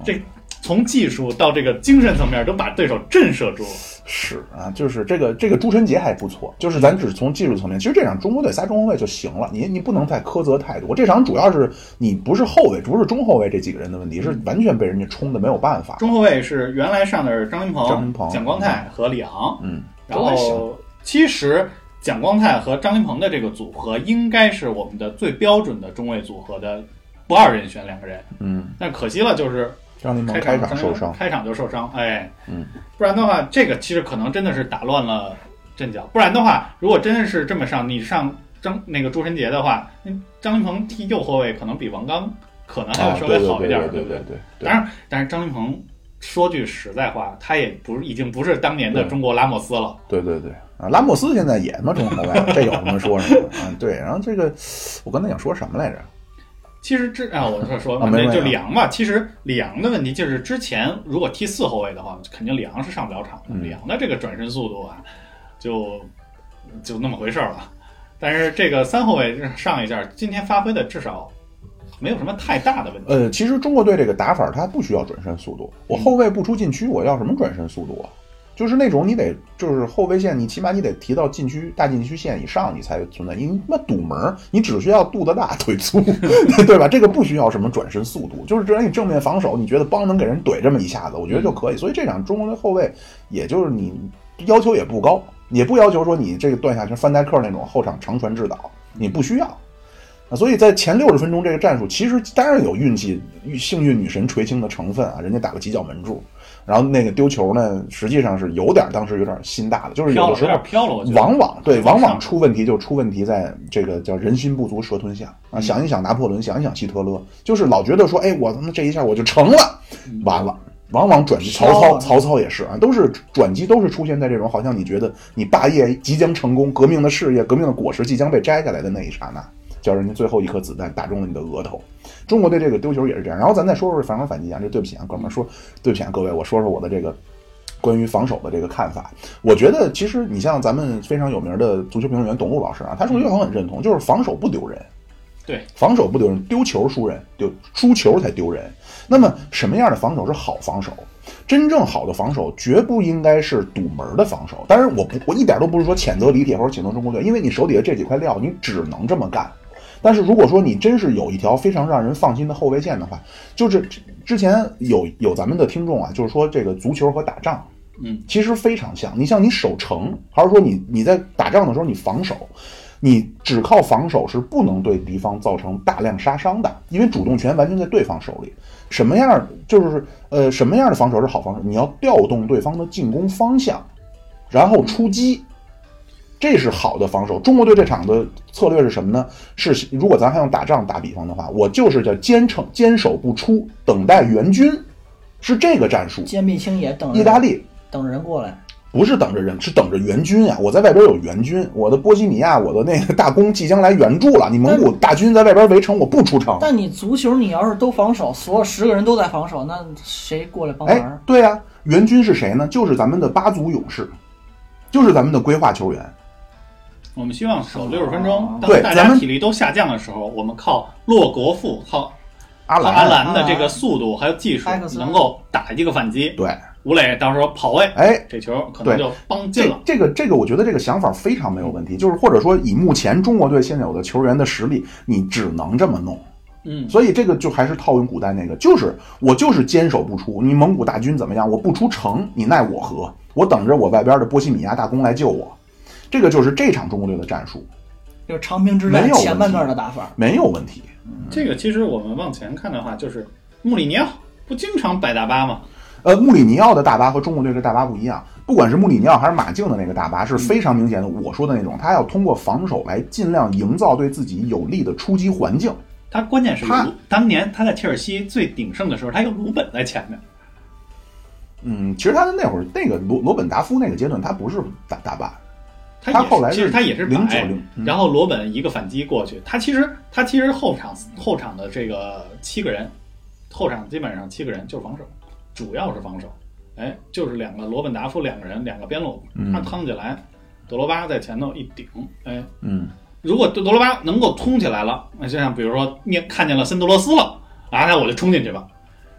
Speaker 3: 这从技术到这个精神层面都把对手震慑住了。
Speaker 1: 是啊，就是这个这个朱晨杰还不错，就是咱只从技术层面，其实这场中国队仨中后卫就行了，你你不能再苛责太多。这场主要是你不是后卫，不是中后卫这几个人的问题，
Speaker 3: 嗯
Speaker 1: 是完全被人家冲的没有办法。
Speaker 3: 中后卫是原来上的是张云鹏、
Speaker 1: 张云鹏
Speaker 3: 蒋光太和里昂，
Speaker 1: 嗯，
Speaker 3: 然
Speaker 1: 都还
Speaker 3: 后
Speaker 1: 行
Speaker 3: 其实蒋光太和张琳芃的这个组合，应该是我们的最标准的中卫组合的不二人选两个人。
Speaker 1: 嗯，
Speaker 3: 但可惜了，就是
Speaker 1: 张琳芃
Speaker 3: 开
Speaker 1: 场受伤，
Speaker 3: 开场就受伤，哎，
Speaker 1: 嗯，
Speaker 3: 不然的话，这个其实可能真的是打乱了阵脚。不然的话，如果真的是这么上，你上张那个朱晨杰的话，那张琳芃踢右后卫可能比王刚可能还
Speaker 1: 啊，
Speaker 3: 要稍
Speaker 1: 对
Speaker 3: 微
Speaker 1: 对
Speaker 3: 好
Speaker 1: 对
Speaker 3: 一点，
Speaker 1: 对对
Speaker 3: 不
Speaker 1: 对对对
Speaker 3: 当然，但是张琳芃说句实在话，他也不是已经不是当年的中国拉莫斯了。
Speaker 1: 对对对啊，拉莫斯现在也他妈中后卫了，这有什么说什么啊？对，然后这个我刚才想说什么来着？
Speaker 3: 其实之啊，我这说
Speaker 1: 啊
Speaker 3: 嘛，
Speaker 1: 没
Speaker 3: 那
Speaker 1: 问
Speaker 3: 就
Speaker 1: 题
Speaker 3: 里昂吧。其实里昂的问题就是之前如果踢四后卫的话，肯定里昂是上不了场的。
Speaker 1: 嗯
Speaker 3: 里昂的这个转身速度啊，就就那么回事儿了。但是这个三后卫上一下，今天发挥的至少没有什么太大的问题。嗯
Speaker 1: 呃，其实中国队这个打法它不需要转身速度，我后卫不出禁区，我要什么转身速度啊？就是那种你得就是后卫线，你起码你得提到禁区大禁区线以上，你才存在。你他妈堵门儿，你只需要肚子大腿粗， 对吧？这个不需要什么转身速度，就是只要你正面防守，你觉得帮能给人怼这么一下子，我觉得就可以。所以这场中国的后卫，也就是你要求也不高，也不要求说你这个段下去范戴克那种后场长传制导，你不需要。啊，所以在前六十分钟这个战术，其实当然有运气、运幸运女神垂青的成分啊，人家打个几脚门柱，然后那个丢球呢，实际上是有点当时有点心大的，就是
Speaker 3: 飘
Speaker 1: 有
Speaker 3: 了，
Speaker 1: 的时
Speaker 3: 有
Speaker 1: 候
Speaker 3: 点飘了，我觉得。
Speaker 1: 往往对
Speaker 3: 往
Speaker 1: 往
Speaker 3: 上
Speaker 1: 往出问题就出问题在这个叫人心不足蛇吞象啊，
Speaker 3: 嗯
Speaker 1: 想一想拿破仑，想一想希特勒，就是老觉得说，哎，我他妈这一下我就成了，完了。往往转机，
Speaker 2: 飘
Speaker 1: 曹操，
Speaker 2: 了
Speaker 1: 曹操也是啊，都是转机，都是出现在这种好像你觉得你霸业即将成功，革命的事业，革命的果实即将被摘下来的那一刹那，叫人家最后一颗子弹打中了你的额头。中国队这个丢球也是这样。然后咱再说说反攻反击啊，这对不起啊，哥们儿，说对不起啊，各位，我说说我的这个关于防守的这个看法。我觉得其实你像咱们非常有名的足球评论员董路老师啊，他说一
Speaker 2: 嗯
Speaker 1: 句话我很认同，就是防守不丢人，
Speaker 3: 对，
Speaker 1: 防守不丢人，丢球输人，丢输球才丢人。那么什么样的防守是好防守？真正好的防守绝不应该是堵门的防守。当然，我不，我一点都不是说谴责李铁或者谴责中国队，因为你手底下这几块料，你只能这么干。但是如果说你真是有一条非常让人放心的后卫线的话，就是之之前有有咱们的听众啊，就是说这个足球和打仗，
Speaker 3: 嗯，
Speaker 1: 其实非常像。你像你守城，还是说你你在打仗的时候你防守，你只靠防守是不能对敌方造成大量杀伤的，因为主动权完全在对方手里。什么样儿就是呃什么样的防守是好防守？你要调动对方的进攻方向，然后出击，这是好的防守。中国队这场的策略是什么呢？是如果咱还用打仗打比方的话，我就是叫坚守坚守不出，等待援军，是这个战术。
Speaker 2: 坚壁清野等人
Speaker 1: 意大利
Speaker 2: 等着人过来，
Speaker 1: 不是等着人，是等着援军啊！我在外边有援军，我的波西米亚，我的那个大公即将来援助了。你蒙古大军在外边围城，我不出城。
Speaker 2: 但你足球你要是都防守，所有十个人都在防守，那谁过来帮忙
Speaker 1: 哎
Speaker 2: 啊？，
Speaker 1: 对呀、援军是谁呢？就是咱们的八足勇士，就是咱们的规划球员。
Speaker 3: 我们希望守六十分钟，
Speaker 1: 啊对
Speaker 3: 当大
Speaker 1: 咱
Speaker 3: 家
Speaker 1: 们
Speaker 3: 体力都下降的时候，我们靠洛国富，靠
Speaker 1: 阿
Speaker 3: 靠
Speaker 1: 兰，啊
Speaker 3: 阿兰的这个速度还有技术
Speaker 2: 埃克，森
Speaker 3: 能够打一个反击。
Speaker 1: 对，
Speaker 3: 吴磊到时候跑位，
Speaker 1: 哎，
Speaker 3: 这球可能就帮进
Speaker 1: 这
Speaker 3: 了。
Speaker 1: 这个这个，我觉得这个想法非常没有问题。就是或者说，以目前中国队现有的球员的实力，你只能这么弄。
Speaker 3: 嗯，
Speaker 1: 所以这个就还是套用古代那个，就是我就是坚守不出，你蒙古大军怎么样，我不出城，你奈我何？我等着我外边的波西米亚大公来救我。这个就是这场中国队的战术，
Speaker 2: 就是长平之
Speaker 1: 没
Speaker 2: 战
Speaker 1: 有问题
Speaker 2: 前半段的打法，
Speaker 1: 没有问题。
Speaker 3: 这个其实我们往前看的话，就是穆里尼奥不经常摆大巴吗？
Speaker 1: 呃，穆里尼奥的大巴和中国队的大巴不一样，不管是穆里尼奥还是马竞的那个大巴，
Speaker 3: 嗯
Speaker 1: 是非常明显的。我说的那种，他要通过防守来尽量营造对自己有利的出击环境。
Speaker 3: 他关键是有
Speaker 1: 他
Speaker 3: 当年他在切尔西最鼎盛的时候，他有鲁本在前面。
Speaker 1: 嗯，其实他的那会儿那个罗罗本达夫那个阶段，他不是打大巴，
Speaker 3: 他
Speaker 1: 他
Speaker 3: 也是
Speaker 1: 后来
Speaker 3: 其实
Speaker 1: 是
Speaker 3: 他也是摆
Speaker 1: 090嗯
Speaker 3: 然后罗本一个反击过去，他其实他其实后场后场的这个七个人，后场基本上七个人就是防守，主要是防守，哎，就是两个罗本达夫两个人，两个边路，
Speaker 1: 嗯
Speaker 3: 他趟起来，德罗巴在前头一顶，哎，
Speaker 1: 嗯，
Speaker 3: 如果德罗巴能够冲起来了，那就像比如说面看见了森德罗斯了啊，那我就冲进去吧。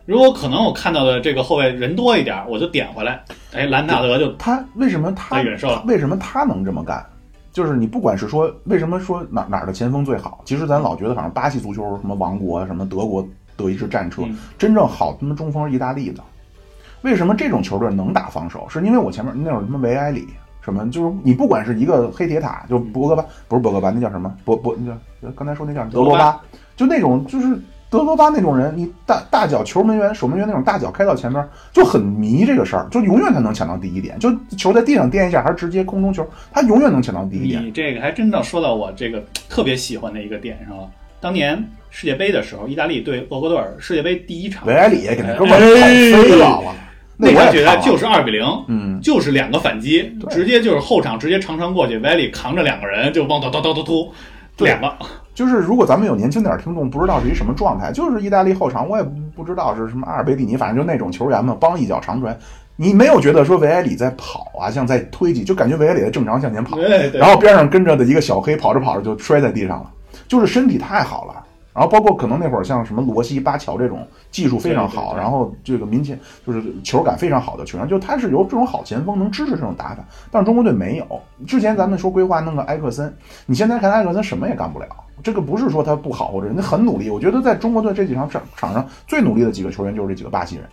Speaker 3: 如果可能，我看到的这个后卫人多一点，我就点回来，哎，兰纳德就
Speaker 1: 他为什么他
Speaker 3: 在远射了
Speaker 1: 为什么他能这么干？就是你不管是说为什么说哪哪儿的前锋最好，其实咱老觉得好像巴西足球什么王国啊，什么德国德意志战车，
Speaker 3: 嗯
Speaker 1: 真正好他妈中锋是意大利的。为什么这种球队能打防守？是因为我前面那会儿他妈维埃里什么就是你不管是一个黑铁塔，就博格巴不是博格巴，那叫什么博博那叫刚才说那叫德
Speaker 3: 罗
Speaker 1: 罗
Speaker 3: 巴
Speaker 1: 巴，就那种就是德罗巴那种人，你大大脚球门员、守门员那种大脚开到前面就很迷这个事儿，就永远他能抢到第一点，就球在地上颠一下还是直接空中球，他永远能抢到第一点。
Speaker 3: 你这个还真的说到我这个特别喜欢的一个点上了。当年世界杯的时候，意大利对厄瓜多尔世界杯第一场，
Speaker 1: 维埃里也给那哥们儿跑飞了，我操
Speaker 3: 哎那
Speaker 1: 我
Speaker 3: 场
Speaker 1: 也
Speaker 3: 决
Speaker 1: 看
Speaker 3: 赛
Speaker 1: 了
Speaker 3: 就是二比零，
Speaker 1: 嗯，
Speaker 3: 就是两个反击，
Speaker 1: 对
Speaker 3: 直接就是后场直接长传过去，维埃里扛着两个人就往突突突突突，
Speaker 1: 对
Speaker 3: 两个
Speaker 1: 就是如果咱们有年轻点儿听众不知道是一什么状态，就是意大利后场，我也不知道是什么阿尔贝蒂尼，反正就那种球员嘛，帮一脚长传，你没有觉得说维埃里在跑啊，像在推挤，就感觉维埃里在正常向前跑，
Speaker 3: 对对
Speaker 1: 然后边上跟着的一个小黑跑着跑着就摔在地上了，就是身体太好了。然后包括可能那会儿像什么罗西、巴乔这种技术非常好，
Speaker 3: 对对对
Speaker 1: 然后这个民前就是球感非常好的球员，就他是有这种好前锋能支持这种打法，但是中国队没有。之前咱们说规划弄个埃克森，你现在看埃克森什么也干不了。这个不是说他不好或者人家很努力，我觉得在中国队这几场场场上最努力的几个球员就是这几个巴西人。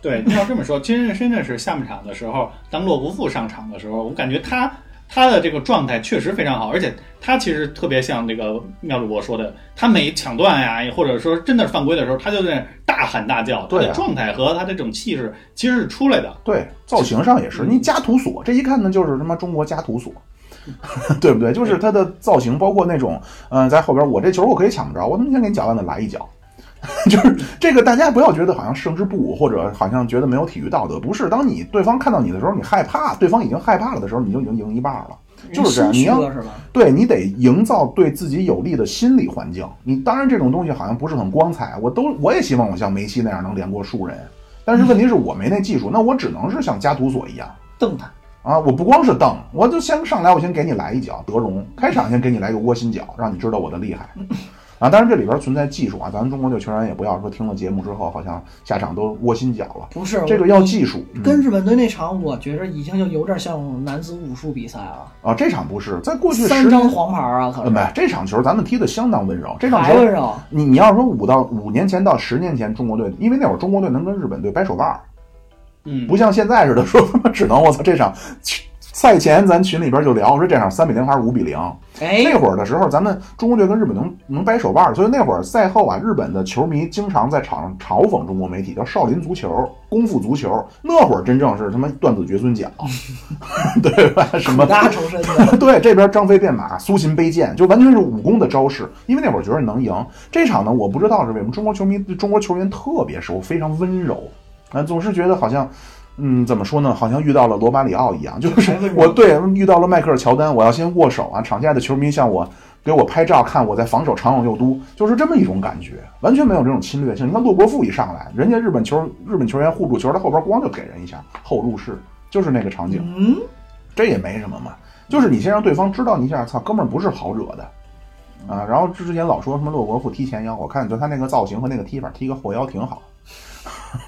Speaker 3: 对， 要这么说，其实真的是下半场的时候，当洛国富上场的时候，我感觉他他的这个状态确实非常好，而且他其实特别像这个妙主播说的，他每抢断呀、或者说真的是犯规的时候，他就在那大喊大叫，
Speaker 1: 对啊
Speaker 3: 他的状态和他的这种气势其实是出来的。
Speaker 1: 对，造型上也是，你加图索这一看呢，就是他妈中国加图索， 对不对？就是他的造型，包括那种，嗯、在后边我这球我可以抢不着，我他妈先给你脚腕子来一脚， 就是这个大家不要觉得好像胜之不武，或者好像觉得没有体育道德，不是。当你对方看到你的时候，你害怕，对方已经害怕了的时候，你就已经赢一半了。就是这样，你
Speaker 2: 心虚
Speaker 1: 要
Speaker 2: 了是吧？
Speaker 1: 对你得营造对自己有利的心理环境。你当然这种东西好像不是很光彩，我都我也希望我像梅西那样能连过数人，但是问题是我没那技术，那我只能是像加图索一样
Speaker 2: 瞪他，
Speaker 1: 啊！我不光是蹬，我就先上来我先给你来一脚德容，开场先给你来个窝心脚，让你知道我的厉害。啊，当然这里边存在技术啊，咱们中国队球员也不要说听了节目之后好像下场都窝心脚了，
Speaker 2: 不是
Speaker 1: 这个要技术。嗯
Speaker 2: 跟日本队那场，我觉着已经就有点像男子武术比赛了，
Speaker 1: 啊，这场不是在过去
Speaker 2: 三
Speaker 1: 十
Speaker 2: 张
Speaker 1: 年，
Speaker 2: 黄牌啊，可
Speaker 1: 呃，
Speaker 2: 是
Speaker 1: 没这场球咱们踢的相当温柔，这场
Speaker 2: 还
Speaker 1: 球
Speaker 2: 温柔，
Speaker 1: 你你要说五到五年前到十年前，中国队因为那会儿中国队能跟日本队掰手腕儿，
Speaker 3: 嗯，
Speaker 1: 不像现在似的说他妈只能我操这场赛前咱群里边就聊说这场三比零还是五比零。
Speaker 2: 哎，
Speaker 1: 那会儿的时候，咱们中国队跟日本能能掰手腕儿，所以那会儿赛后啊，日本的球迷经常在场上嘲讽中国媒体叫少林足球、功夫足球。那会儿真正是他妈断子绝孙脚， 对吧？什么
Speaker 2: 苦大仇 深的，
Speaker 1: 对，这边张飞变马，苏秦背剑，就完全是武功的招式。因为那会儿觉得能赢这场呢，我不知道是为什么中国球迷、中国球员特别熟，非常温柔，啊、总是觉得好像，嗯，怎么说呢，好像遇到了罗马里奥一样，就是
Speaker 2: 还温柔
Speaker 1: 我对遇到了迈克尔乔丹，我要先握手啊，场下的球迷向我。给我拍照看我在防守长网右都，就是这么一种感觉，完全没有这种侵略性。你看洛国富一上来，人家日本球日本球员护住球，他后边咣就给人一下后入式，就是那个场景。
Speaker 2: 嗯，
Speaker 1: 这也没什么嘛，就是你先让对方知道你一下，操，哥们儿不是好惹的，啊，然后之前老说什么洛国富踢前腰，我看就他那个造型和那个踢法，踢个后腰挺好。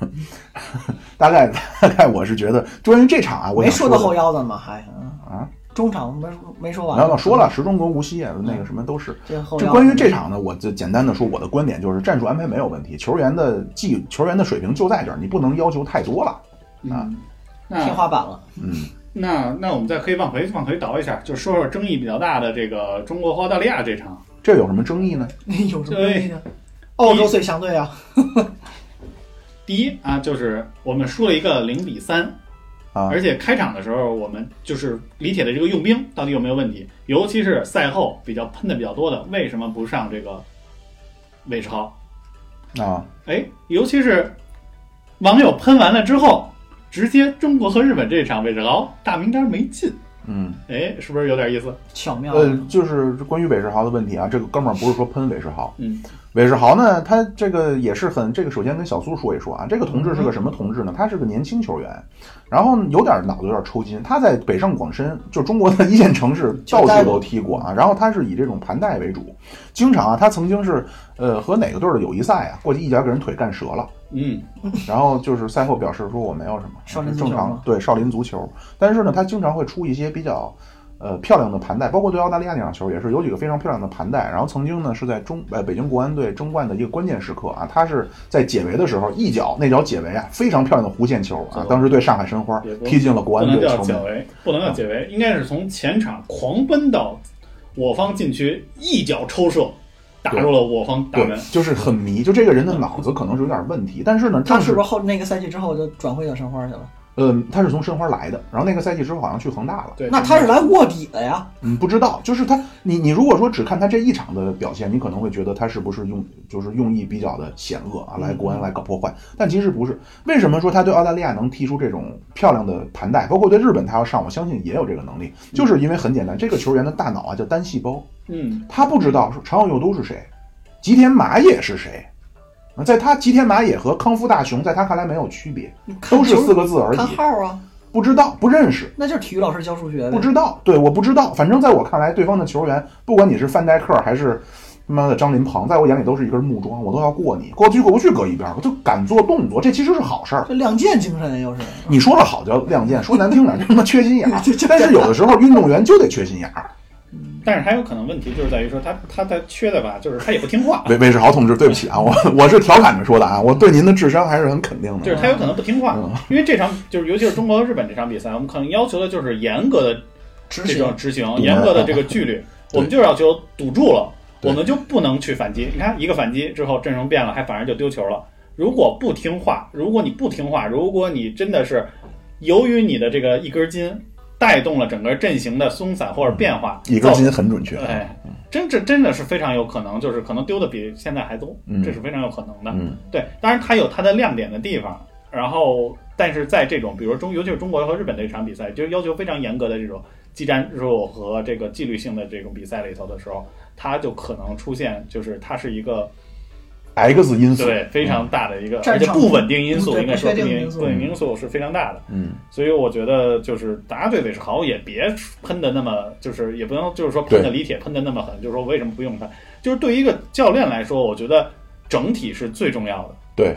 Speaker 1: 大概大概我是觉得，关于这场啊，我
Speaker 2: 没
Speaker 1: 想说
Speaker 2: 到
Speaker 1: 的
Speaker 2: 后腰的吗？还啊
Speaker 1: 啊，
Speaker 2: 中场没没说完，
Speaker 1: 然后说了，石中国无锡啊那个什么都是。
Speaker 2: 这嗯后
Speaker 1: 就
Speaker 2: 腰嗯
Speaker 1: 关于这场呢，我就简单的说我的观点就是，战术安排没有问题，球员的技球员的水平就在这儿，你不能要求太多了。啊
Speaker 3: 嗯，那
Speaker 2: 天花板了，
Speaker 1: 嗯，
Speaker 3: 那那我们再可以往回往回倒一下，就说说争议比较大的这个中国和澳大利亚这场。
Speaker 1: 这有什么争议呢？
Speaker 2: 有什么东西呢？澳洲最强队啊，
Speaker 3: 第一啊，就是我们输了一个零比三，
Speaker 1: 啊
Speaker 3: 而且开场的时候我们就是李铁的这个用兵到底有没有问题？尤其是赛后比较喷的比较多的，为什么不上这个魏超？
Speaker 1: 啊，
Speaker 3: 哎，尤其是网友喷完了之后，直接中国和日本这场魏志豪大名单没进，
Speaker 1: 嗯，
Speaker 3: 哎，是不是有点意思？
Speaker 2: 巧妙
Speaker 1: 呃，就是关于韦世豪的问题啊，这个哥们儿不是说喷韦世豪，
Speaker 3: 嗯，
Speaker 1: 韦世豪呢，他这个也是很这个，首先跟小苏说一说啊，这个同志是个什么同志呢？他是个年轻球员，然后有点脑子有点抽筋，他在北上广深，就中国的一线城市到处都踢过啊，然后他是以这种盘带为主，经常啊，他曾经是呃和哪个队儿的友谊赛啊，过去一脚给人腿干折了。
Speaker 3: 嗯，
Speaker 1: 然后就是赛后表示说我没有什么
Speaker 2: 少林足球
Speaker 1: 正
Speaker 2: 吗
Speaker 1: 常对少林足球，但是呢，他经常会出一些比较呃漂亮的盘带，包括对澳大利亚那场球也是有几个非常漂亮的盘带。然后曾经呢是在中呃北京国安队争冠的一个关键时刻啊，他是在解围的时候一脚那脚解围啊，非常漂亮的弧线球啊，当时对上海申花
Speaker 3: 也不
Speaker 1: 踢进了国安
Speaker 3: 不能
Speaker 1: 队
Speaker 3: 叫
Speaker 1: 球
Speaker 3: 解
Speaker 1: 门。
Speaker 3: 围，不能叫解围，应该是从前场狂奔到我方禁区，一脚抽射，打入了我方大
Speaker 1: 对
Speaker 3: 门。，
Speaker 1: 就是很迷，就这个人的脑子可能是有点问题，但是呢，
Speaker 2: 他
Speaker 1: 正
Speaker 2: 是不是后那个赛季之后就转会到申花去了？
Speaker 1: 嗯，他是从申花来的，然后那个赛季之后好像去恒大了。
Speaker 3: 对，
Speaker 2: 那他是来卧底的呀？
Speaker 1: 嗯，不知道，就是他，你你如果说只看他这一场的表现，你可能会觉得他是不是用就是用意比较的险恶啊，来国
Speaker 2: 嗯
Speaker 1: 安来搞破坏，但其实不是。为什么说他对澳大利亚能踢出这种漂亮的盘带，包括对日本他要上，我相信也有这个能力，
Speaker 2: 嗯
Speaker 1: 就是因为很简单，这个球员的大脑啊叫单细胞，
Speaker 3: 嗯，
Speaker 1: 他不知道长友佑都是谁，吉田麻也是谁，啊在他吉田麻也和康夫大雄在他看来没有区别，
Speaker 2: 你看
Speaker 1: 都是
Speaker 2: 球
Speaker 1: 四个字而
Speaker 2: 看
Speaker 1: 已，
Speaker 2: 号啊，不
Speaker 1: 不知道不认识。
Speaker 2: 那就是体育老师教数学呗。
Speaker 1: 不知道，对，我不知道。反正在我看来，对方的球员，不管你是范戴克还是他妈的张琳芃，在我眼里都是一根木桩，我都要过你，过不去过不去搁一边儿，我就敢做动作，这其实是好事儿。
Speaker 2: 这亮剑精神又是
Speaker 1: 你说了好叫亮剑，说难听点儿就他妈缺心眼 儿。但是有的时候运动员就得缺心眼儿。
Speaker 3: 但是他有可能问题就是在于说他他的缺的吧，就是他也不听话，
Speaker 1: 魏魏世豪同志，对不起啊， 我我是调侃着说的啊，我对您的智商还是很肯定
Speaker 3: 就是
Speaker 1: 的。
Speaker 3: 他有可能不听话，
Speaker 1: 嗯
Speaker 3: 因为这场就是尤其是中国和日本这场比赛，我们可能要求的就是严格的
Speaker 2: 执
Speaker 3: 这种
Speaker 2: 行，
Speaker 3: 执行
Speaker 1: 对
Speaker 3: 严格 的这个纪律，
Speaker 1: 对
Speaker 3: 我们就是要求堵住了，
Speaker 1: 对
Speaker 3: 我们就不能去反击。你看，一个反击之后阵容变了，还反而就丢球了。如果不听话，如果你不听话，如果你真的是由于你的这个一根筋带动了整个阵型的松散或者变化，
Speaker 1: 一根
Speaker 3: 造
Speaker 1: 筋很准确。
Speaker 3: 哎，真这真的是非常有可能，就是可能丢的比现在还多，
Speaker 1: 嗯
Speaker 3: 这是非常有可能的。
Speaker 1: 嗯
Speaker 3: 对，当然它有它的亮点的地方，然后但是在这种比如中，尤其是中国和日本这场比赛，就是要求非常严格的这种技战术和这个纪律性的这种比赛里头的时候，它就可能出现就是它是一个
Speaker 1: ，X 因素。嗯
Speaker 3: 对非常大的一个，
Speaker 2: 战
Speaker 3: 而且
Speaker 2: 场
Speaker 3: 不稳定因素，
Speaker 2: 对
Speaker 3: 应该说
Speaker 2: 不确定因
Speaker 3: 因
Speaker 2: 素
Speaker 3: 不稳定因素是非常大的。
Speaker 1: 嗯，
Speaker 3: 所以我觉得就是大家对韦世豪也别喷的那么，就是也不能就是说喷的李铁喷的那么狠，就是说为什么不用他？就是对于一个教练来说，我觉得整体是最重要的，
Speaker 1: 对，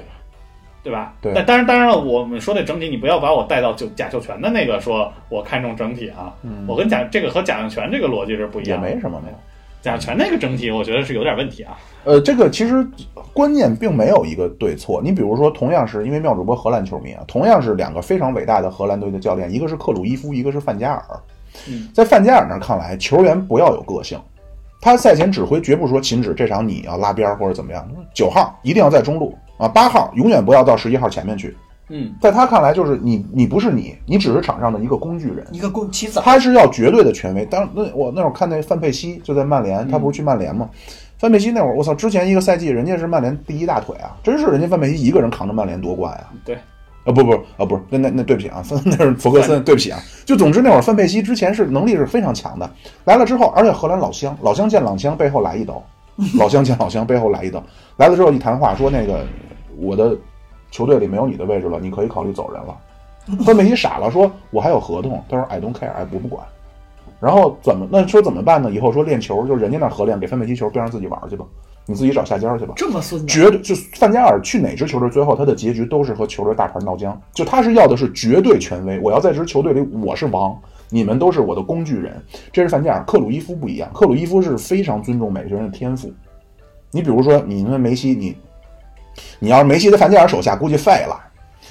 Speaker 3: 对吧？
Speaker 1: 对
Speaker 3: 但当然，当然了，我们说的整体，你不要把我带到就贾秀全的那个说我看重整体啊，我跟贾这个和贾秀全这个逻辑是不一
Speaker 1: 也
Speaker 3: 样的。
Speaker 1: 嗯没什么没有。
Speaker 3: 贾秀全那个整体，我觉得是有点问题啊。
Speaker 1: 呃，这个其实观念并没有一个对错。你比如说，同样是因为妙主播荷兰球迷啊，同样是两个非常伟大的荷兰队的教练，一个是克鲁伊夫，一个是范加尔。
Speaker 3: 嗯
Speaker 1: 在范加尔那儿看来，球员不要有个性。他赛前指挥绝不说秦止这场你要拉边儿或者怎么样，九号一定要在中路啊，八号永远不要到十一号前面去。
Speaker 3: 嗯，
Speaker 1: 在他看来，就是你你不是你，你只是场上的一个工具人。
Speaker 2: 一个共棋子儿。
Speaker 1: 他是要绝对的权威。当那我那会儿看那范佩西就在曼联，他不是去曼联吗？范佩西那会儿，我操，之前一个赛季人家是曼联第一大腿啊，真是人家范佩西一个人扛着曼联夺冠啊。
Speaker 3: 对，
Speaker 1: 啊不不啊不是那那那对不起啊，范那是弗格森，对不起啊。就总之那会儿范佩西之前是能力是非常强的，来了之后，而且荷兰老乡，老乡见老乡背后来一刀，老乡见老乡背后来一刀，来了之后一谈话说那个我的球队里没有你的位置了，你可以考虑走人了。范佩西傻了，说我还有合同，他说 I don't care，哎我不管。然后怎么那说怎么办呢？以后说练球，就人家那合练，给范佩西球，别让自己玩去吧，你自己找下家去吧。
Speaker 2: 这么孙子，
Speaker 1: 绝对就是范加尔去哪支球队，最后他的结局都是和球队大牌闹僵。就他是要的是绝对权威，我要在这支球队里我是王，你们都是我的工具人。这是范加尔。克鲁伊夫不一样，克鲁伊夫是非常尊重每个人的天赋。你比如说，你们梅西，你你要是梅西在范加尔手下，估计废了。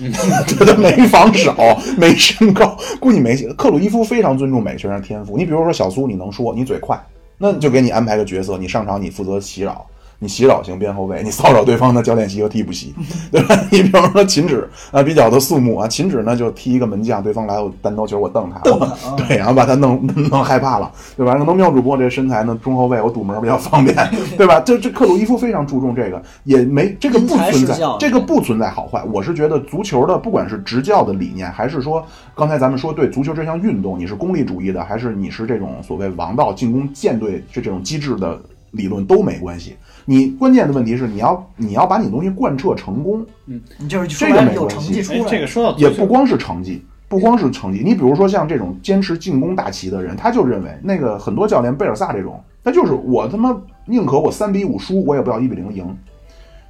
Speaker 1: 他都没防守，没身高，估计没戏。克鲁伊夫非常尊重每个球员的天赋。你比如说小苏，你能说，你嘴快，那就给你安排个角色，你上场你负责袭扰，你袭扰型边后卫，你骚扰对方的教练席和替补席，对吧？ 你比如说秦止啊，比较的肃穆啊，秦止呢就踢一个门将，对方来我单刀球，我瞪他，
Speaker 2: 瞪他
Speaker 1: 我
Speaker 2: 啊
Speaker 1: 对，然后把他弄弄害怕了，对吧？可能妙主播这身材呢，中后卫我堵门比较方 便，对吧？这这克鲁伊夫非常注重这个，也没这个不
Speaker 2: 因材
Speaker 1: 存
Speaker 2: 施
Speaker 1: 在
Speaker 2: 教，
Speaker 1: 这个不存在好坏。我是觉得足球的不管是执教的理念，还是说刚才咱们说对足球这项运动，你是功利主义的，还是你是这种所谓王道进攻舰队这这种机制的理论都没关系。你关键的问题是你要你要把你东西贯彻成功，
Speaker 2: 你就是说
Speaker 1: 这个
Speaker 2: 白
Speaker 1: 没
Speaker 2: 了有
Speaker 1: 关
Speaker 2: 成
Speaker 1: 系
Speaker 2: 绩出
Speaker 3: 哎
Speaker 2: 来，，
Speaker 3: 这个说到足
Speaker 1: 也
Speaker 3: 球
Speaker 1: 不光是成绩，不光是成绩。你比如说像这种坚持进攻大旗的人，他就认为那个很多教练贝尔萨这种，他就是我他妈宁可我三比五输，我也不要一比零赢。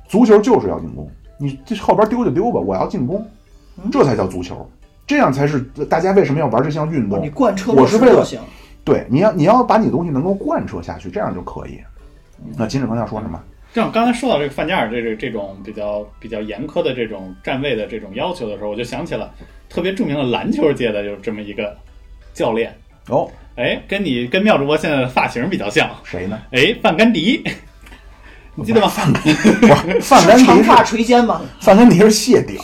Speaker 1: 足球就是要进攻，你这后边丢就丢吧，我要进攻，
Speaker 2: 嗯
Speaker 1: 这才叫足球，这样才是大家为什么要玩这项运
Speaker 2: 不是
Speaker 1: 动
Speaker 2: 哦你。贯彻
Speaker 1: 我
Speaker 2: 落
Speaker 1: 是
Speaker 2: 实
Speaker 1: 为了
Speaker 2: 就行。
Speaker 1: 对，你要你要把你的东西能够贯彻下去，这样就可以。
Speaker 2: 嗯
Speaker 1: 那金志鹏要说什么？
Speaker 3: 正好刚才说到这个范加尔这这这种比较比较严苛的这种站位的这种要求的时候，我就想起了特别著名的篮球界的有这么一个教练，
Speaker 1: 哦，
Speaker 3: 哎，跟你跟妙主播现在的发型比较像，
Speaker 1: 谁 呢？
Speaker 3: 哎，范甘迪，你记得吗？
Speaker 1: 不是范甘
Speaker 2: 是长
Speaker 1: 迪
Speaker 2: 发
Speaker 1: 是
Speaker 2: 垂肩嘛，
Speaker 1: 范甘迪是谢顶，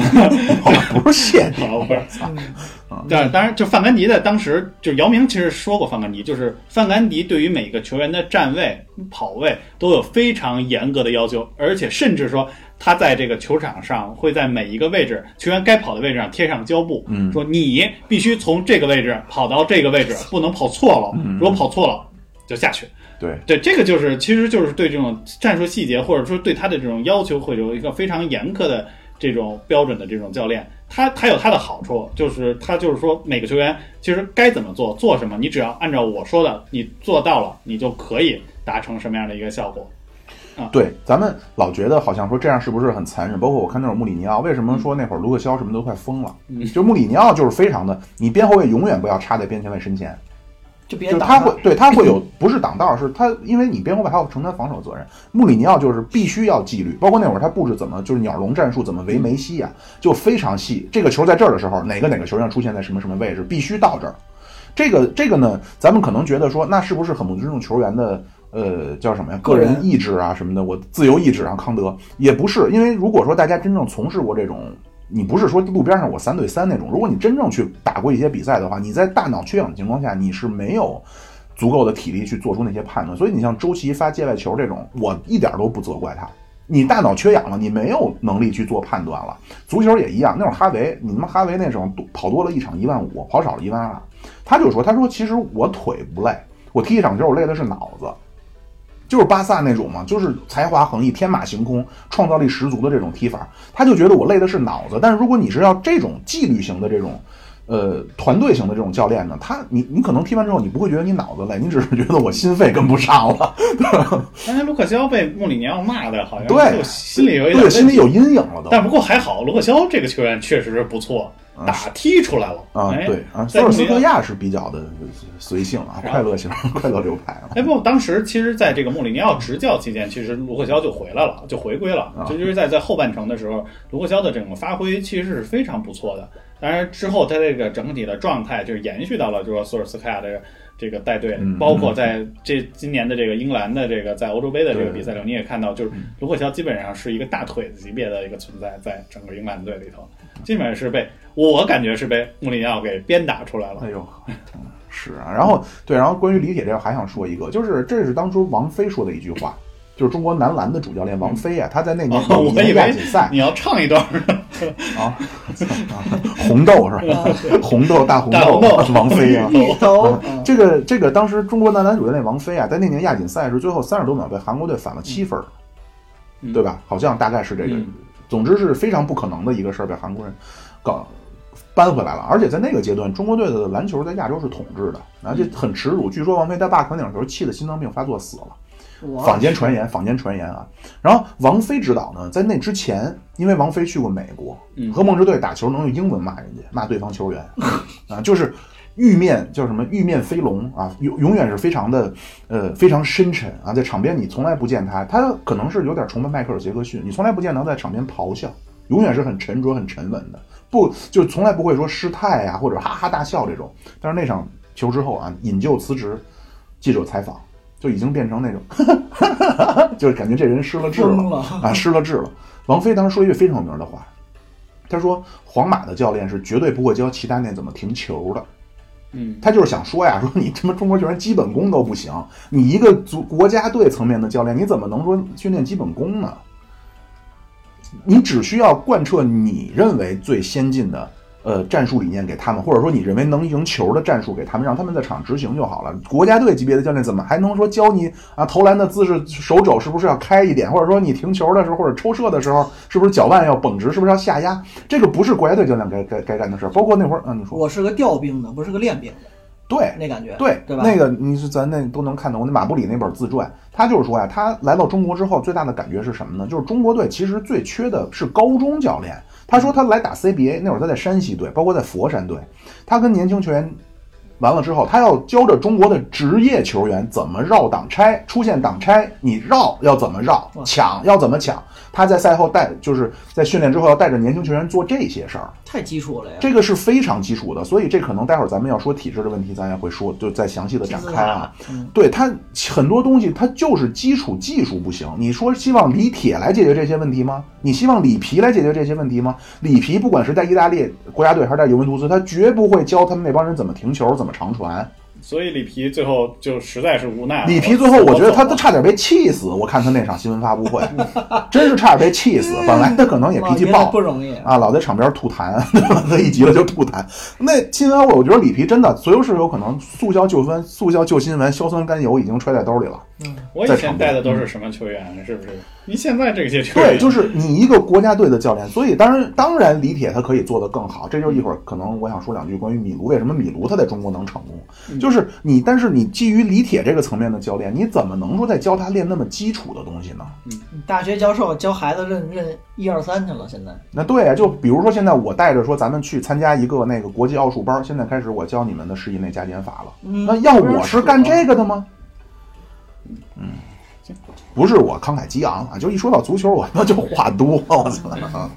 Speaker 1: 好吧
Speaker 2: 哦
Speaker 1: 不是谢顶。
Speaker 3: 好，我对，当然，就范甘迪在当时，就是姚明其实说过范甘迪，就是范甘迪对于每个球员的站位、跑位都有非常严格的要求，而且甚至说他在这个球场上会在每一个位置，球员该跑的位置上贴上胶布，
Speaker 1: 嗯
Speaker 3: 说你必须从这个位置跑到这个位置，不能跑错了，如果跑错了就下去。
Speaker 1: 对，
Speaker 3: 对，这个就是其实就是对这种战术细节，或者说对他的这种要求，会有一个非常严苛的这种标准的这种教练。他他有他的好处，就是他就是说每个球员其实该怎么做，做什么，你只要按照我说的，你做到了，你就可以达成什么样的一个效果。
Speaker 1: 对，咱们老觉得好像说这样是不是很残忍？包括我看那会儿穆里尼奥，为什么说那会儿卢克肖什么都快疯了？
Speaker 3: 嗯
Speaker 1: 就穆里尼奥就是非常的，你边后卫永远不要插在边前卫身前，
Speaker 2: 就
Speaker 1: 就
Speaker 2: 别
Speaker 1: 是
Speaker 2: 打
Speaker 1: 他会 对他会有不是挡道，是他因为你边后卫还要承担防守责任。穆里尼奥就是必须要纪律，包括那会儿他布置怎么就是鸟笼战术怎么围梅西啊，就非常细。这个球在这儿的时候，哪个哪个球员出现在什么什么位置，必须到这儿。这个这个呢，咱们可能觉得说，那是不是很不尊重球员的呃叫什么呀？个
Speaker 2: 个人
Speaker 1: 人意志啊什么的，我自由意志啊，康德也不是，因为如果说大家真正从事过这种。你不是说路边上我三对三那种，如果你真正去打过一些比赛的话，你在大脑缺氧的情况下，你是没有足够的体力去做出那些判断。所以你像周琦发界外球这种，我一点都不责怪他。你大脑缺氧了，你没有能力去做判断了。足球也一样，那会儿哈维，你他妈哈维那时候多跑多了一场一万五，跑少了一万二，他就说，他说其实我腿不累，我踢一场球我累的是脑子。就是巴萨那种嘛，就是才华横溢、天马行空、创造力十足的这种踢法，他就觉得我累的是脑子。但是如果你是要这种纪律型的这种，呃，团队型的这种教练呢，他你你可能踢完之后，你不会觉得你脑子累，你只是觉得我心肺跟不上了，
Speaker 3: 刚才卢克肖被穆里尼奥骂的，好像
Speaker 1: 对
Speaker 3: 哎就心里有一点
Speaker 1: 对，心里
Speaker 3: 问题
Speaker 1: 有阴影了都
Speaker 3: 但不过还好，卢克肖这个球员确实不错，打踢出来了
Speaker 1: 啊
Speaker 3: 哎，
Speaker 1: 对啊，
Speaker 3: 在
Speaker 1: 索尔斯
Speaker 3: 穆里尼奥
Speaker 1: 克亚是比较的随性啊，快乐型、 快乐流派啊。
Speaker 3: 哎，不过当时其实在这个穆里尼奥执教期间，其实卢克肖就回来了，就回归了
Speaker 1: 啊，
Speaker 3: 就就是在在后半程的时候，卢克肖的整个发挥其实是非常不错的。当然之后他这个整体的状态就延续到了，就是说索尔斯克亚的这个带队，
Speaker 1: 嗯
Speaker 3: 包括在这今年的这个英格兰的这个在欧洲杯的这
Speaker 1: 对
Speaker 3: 个
Speaker 1: 嗯
Speaker 3: 比赛中，你也看到，就是卢克肖基本上是一个大腿子级别的一个存在，在整个英格兰队里头，基本上是被我感觉是被穆里尼奥给鞭打出来了。
Speaker 1: 哎呦，嗯是啊。然后对，然后关于李铁这个还想说一个，就是这是当初王菲说的一句话，就是中国男篮的主教练王菲啊，她在那年
Speaker 3: 哦，
Speaker 1: 某
Speaker 3: 我
Speaker 1: 一
Speaker 3: 以
Speaker 1: 年亚
Speaker 3: 为
Speaker 1: 锦赛
Speaker 3: 你要唱一段，
Speaker 1: 啊，红豆是吧？红豆大红
Speaker 3: 啊大
Speaker 1: 豆
Speaker 3: 红豆，
Speaker 1: 王菲 啊。
Speaker 2: 一头
Speaker 1: 嗯这个这个，当时中国男篮主教练王菲啊，在那年亚锦赛是最后三十多秒被韩国队反了七分儿，
Speaker 3: 嗯
Speaker 1: 对吧？好像大概是这个，
Speaker 3: 嗯
Speaker 1: 总之是非常不可能的一个事儿，被韩国人搞扳回来了。而且在那个阶段，中国队的篮球在亚洲是统治的，而
Speaker 3: 嗯
Speaker 1: 且很耻辱。据说王菲在爸头顶球气得心脏病发作死了。
Speaker 2: 哇
Speaker 1: 坊间传言，坊间传言啊。然后王菲指导呢，在那之前，因为王菲去过美国，
Speaker 3: 嗯
Speaker 1: 和梦之队打球能用英文骂人家，骂对方球员啊，就是玉面叫什么玉面飞龙啊，永永远是非常的呃非常深沉啊，在场边你从来不见他，他可能是有点崇拜迈克尔杰克逊，你从来不见他在场边咆哮，永远是很沉着很沉稳的，不就从来不会说失态啊或者哈哈大笑这种。但是那场球之后啊，引咎辞职，记者采访。就已经变成那种， 就是感觉这人失了智
Speaker 2: 疯
Speaker 1: 了
Speaker 2: 了
Speaker 1: 啊，失了智了。王菲当时说一句非常有名的话，他说：“皇马的教练是绝对不会教齐达内怎么停球的。”
Speaker 3: 嗯，
Speaker 1: 他就是想说呀， 说你他妈中国球员基本功都不行，你一个足国家队层面的教练，你怎么能说训练基本功呢？你只需要贯彻你认为最先进的呃战术理念给他们，或者说你认为能赢球的战术给他们，让他们在场执行就好了。国家队级别的教练怎么还能说教你啊投篮的姿势手肘是不是要开一点，或者说你停球的时候或者抽射的时候是不是脚腕要绷直，是不是要下压？这个不是国家队教练该该该干的事儿。包括那会儿啊，你说
Speaker 2: 我是个调兵的，不是个练兵的，
Speaker 1: 对，
Speaker 2: 那感觉
Speaker 1: 对，
Speaker 2: 对吧？
Speaker 1: 那个你是咱那都能看到，我那马布里那本自传，他就是说呀、他来到中国之后最大的感觉是什么呢？就是中国队其实最缺的是高中教练。他说他来打 CBA 那会儿，他在山西队，包括在佛山队，他跟年轻球员完了之后，他要教着中国的职业球员怎么绕挡拆，出现挡拆，你绕要怎么绕，抢要怎么抢。他在赛后带，就是在训练之后要带着年轻球员做这些事儿，
Speaker 2: 太基础了呀。
Speaker 1: 这个是非常基础的。所以这可能待会儿咱们要说体制的问题，咱也会说，就再详细的展开啊。
Speaker 2: 嗯
Speaker 1: 对他很多东西，他就是基础技术不行。你说希望李铁来解决这些问题吗？你希望里皮来解决这些问题吗？里皮不管是在意大利国家队还是在尤文图斯，他绝不会教他们那帮人怎么停球、怎么长传。
Speaker 3: 所以里皮最后就实在是无奈了。
Speaker 1: 里皮最后，哎我觉得他都
Speaker 3: 都
Speaker 1: 差点被气死。我看他那场新闻发布 会，真是差点被气死。本哎来他可能也脾气
Speaker 2: 哇原来
Speaker 1: 暴
Speaker 2: 不，容易。
Speaker 1: 啊，老在场边吐痰， 对吧？他一急了就吐痰。那新闻我我觉得里皮真的，所有是有可能速效救分、速效救新闻、硝酸甘油已经揣在兜里了。
Speaker 3: 我以前带的都是什么球员？是不是？你现在这些球员
Speaker 1: 对，就是你一个国家队的教练，所以当然当然李铁他可以做得更好。这就是一会儿可能我想说两句关于米卢，为什么米卢他在中国能成功，就是你，但是你基于李铁这个层面的教练，你怎么能说在教他练那么基础的东西呢？
Speaker 2: 你大学教授教孩子认认一二三去了，现在
Speaker 1: 那对啊，就比如说现在我带着说咱们去参加一个那个国际奥数班儿，现在开始我教你们的是以内加减法了。
Speaker 2: 嗯
Speaker 1: 那要我是干这个的吗？嗯，不是我慷慨激昂啊，就一说到足球，我他妈就话多，我操啊！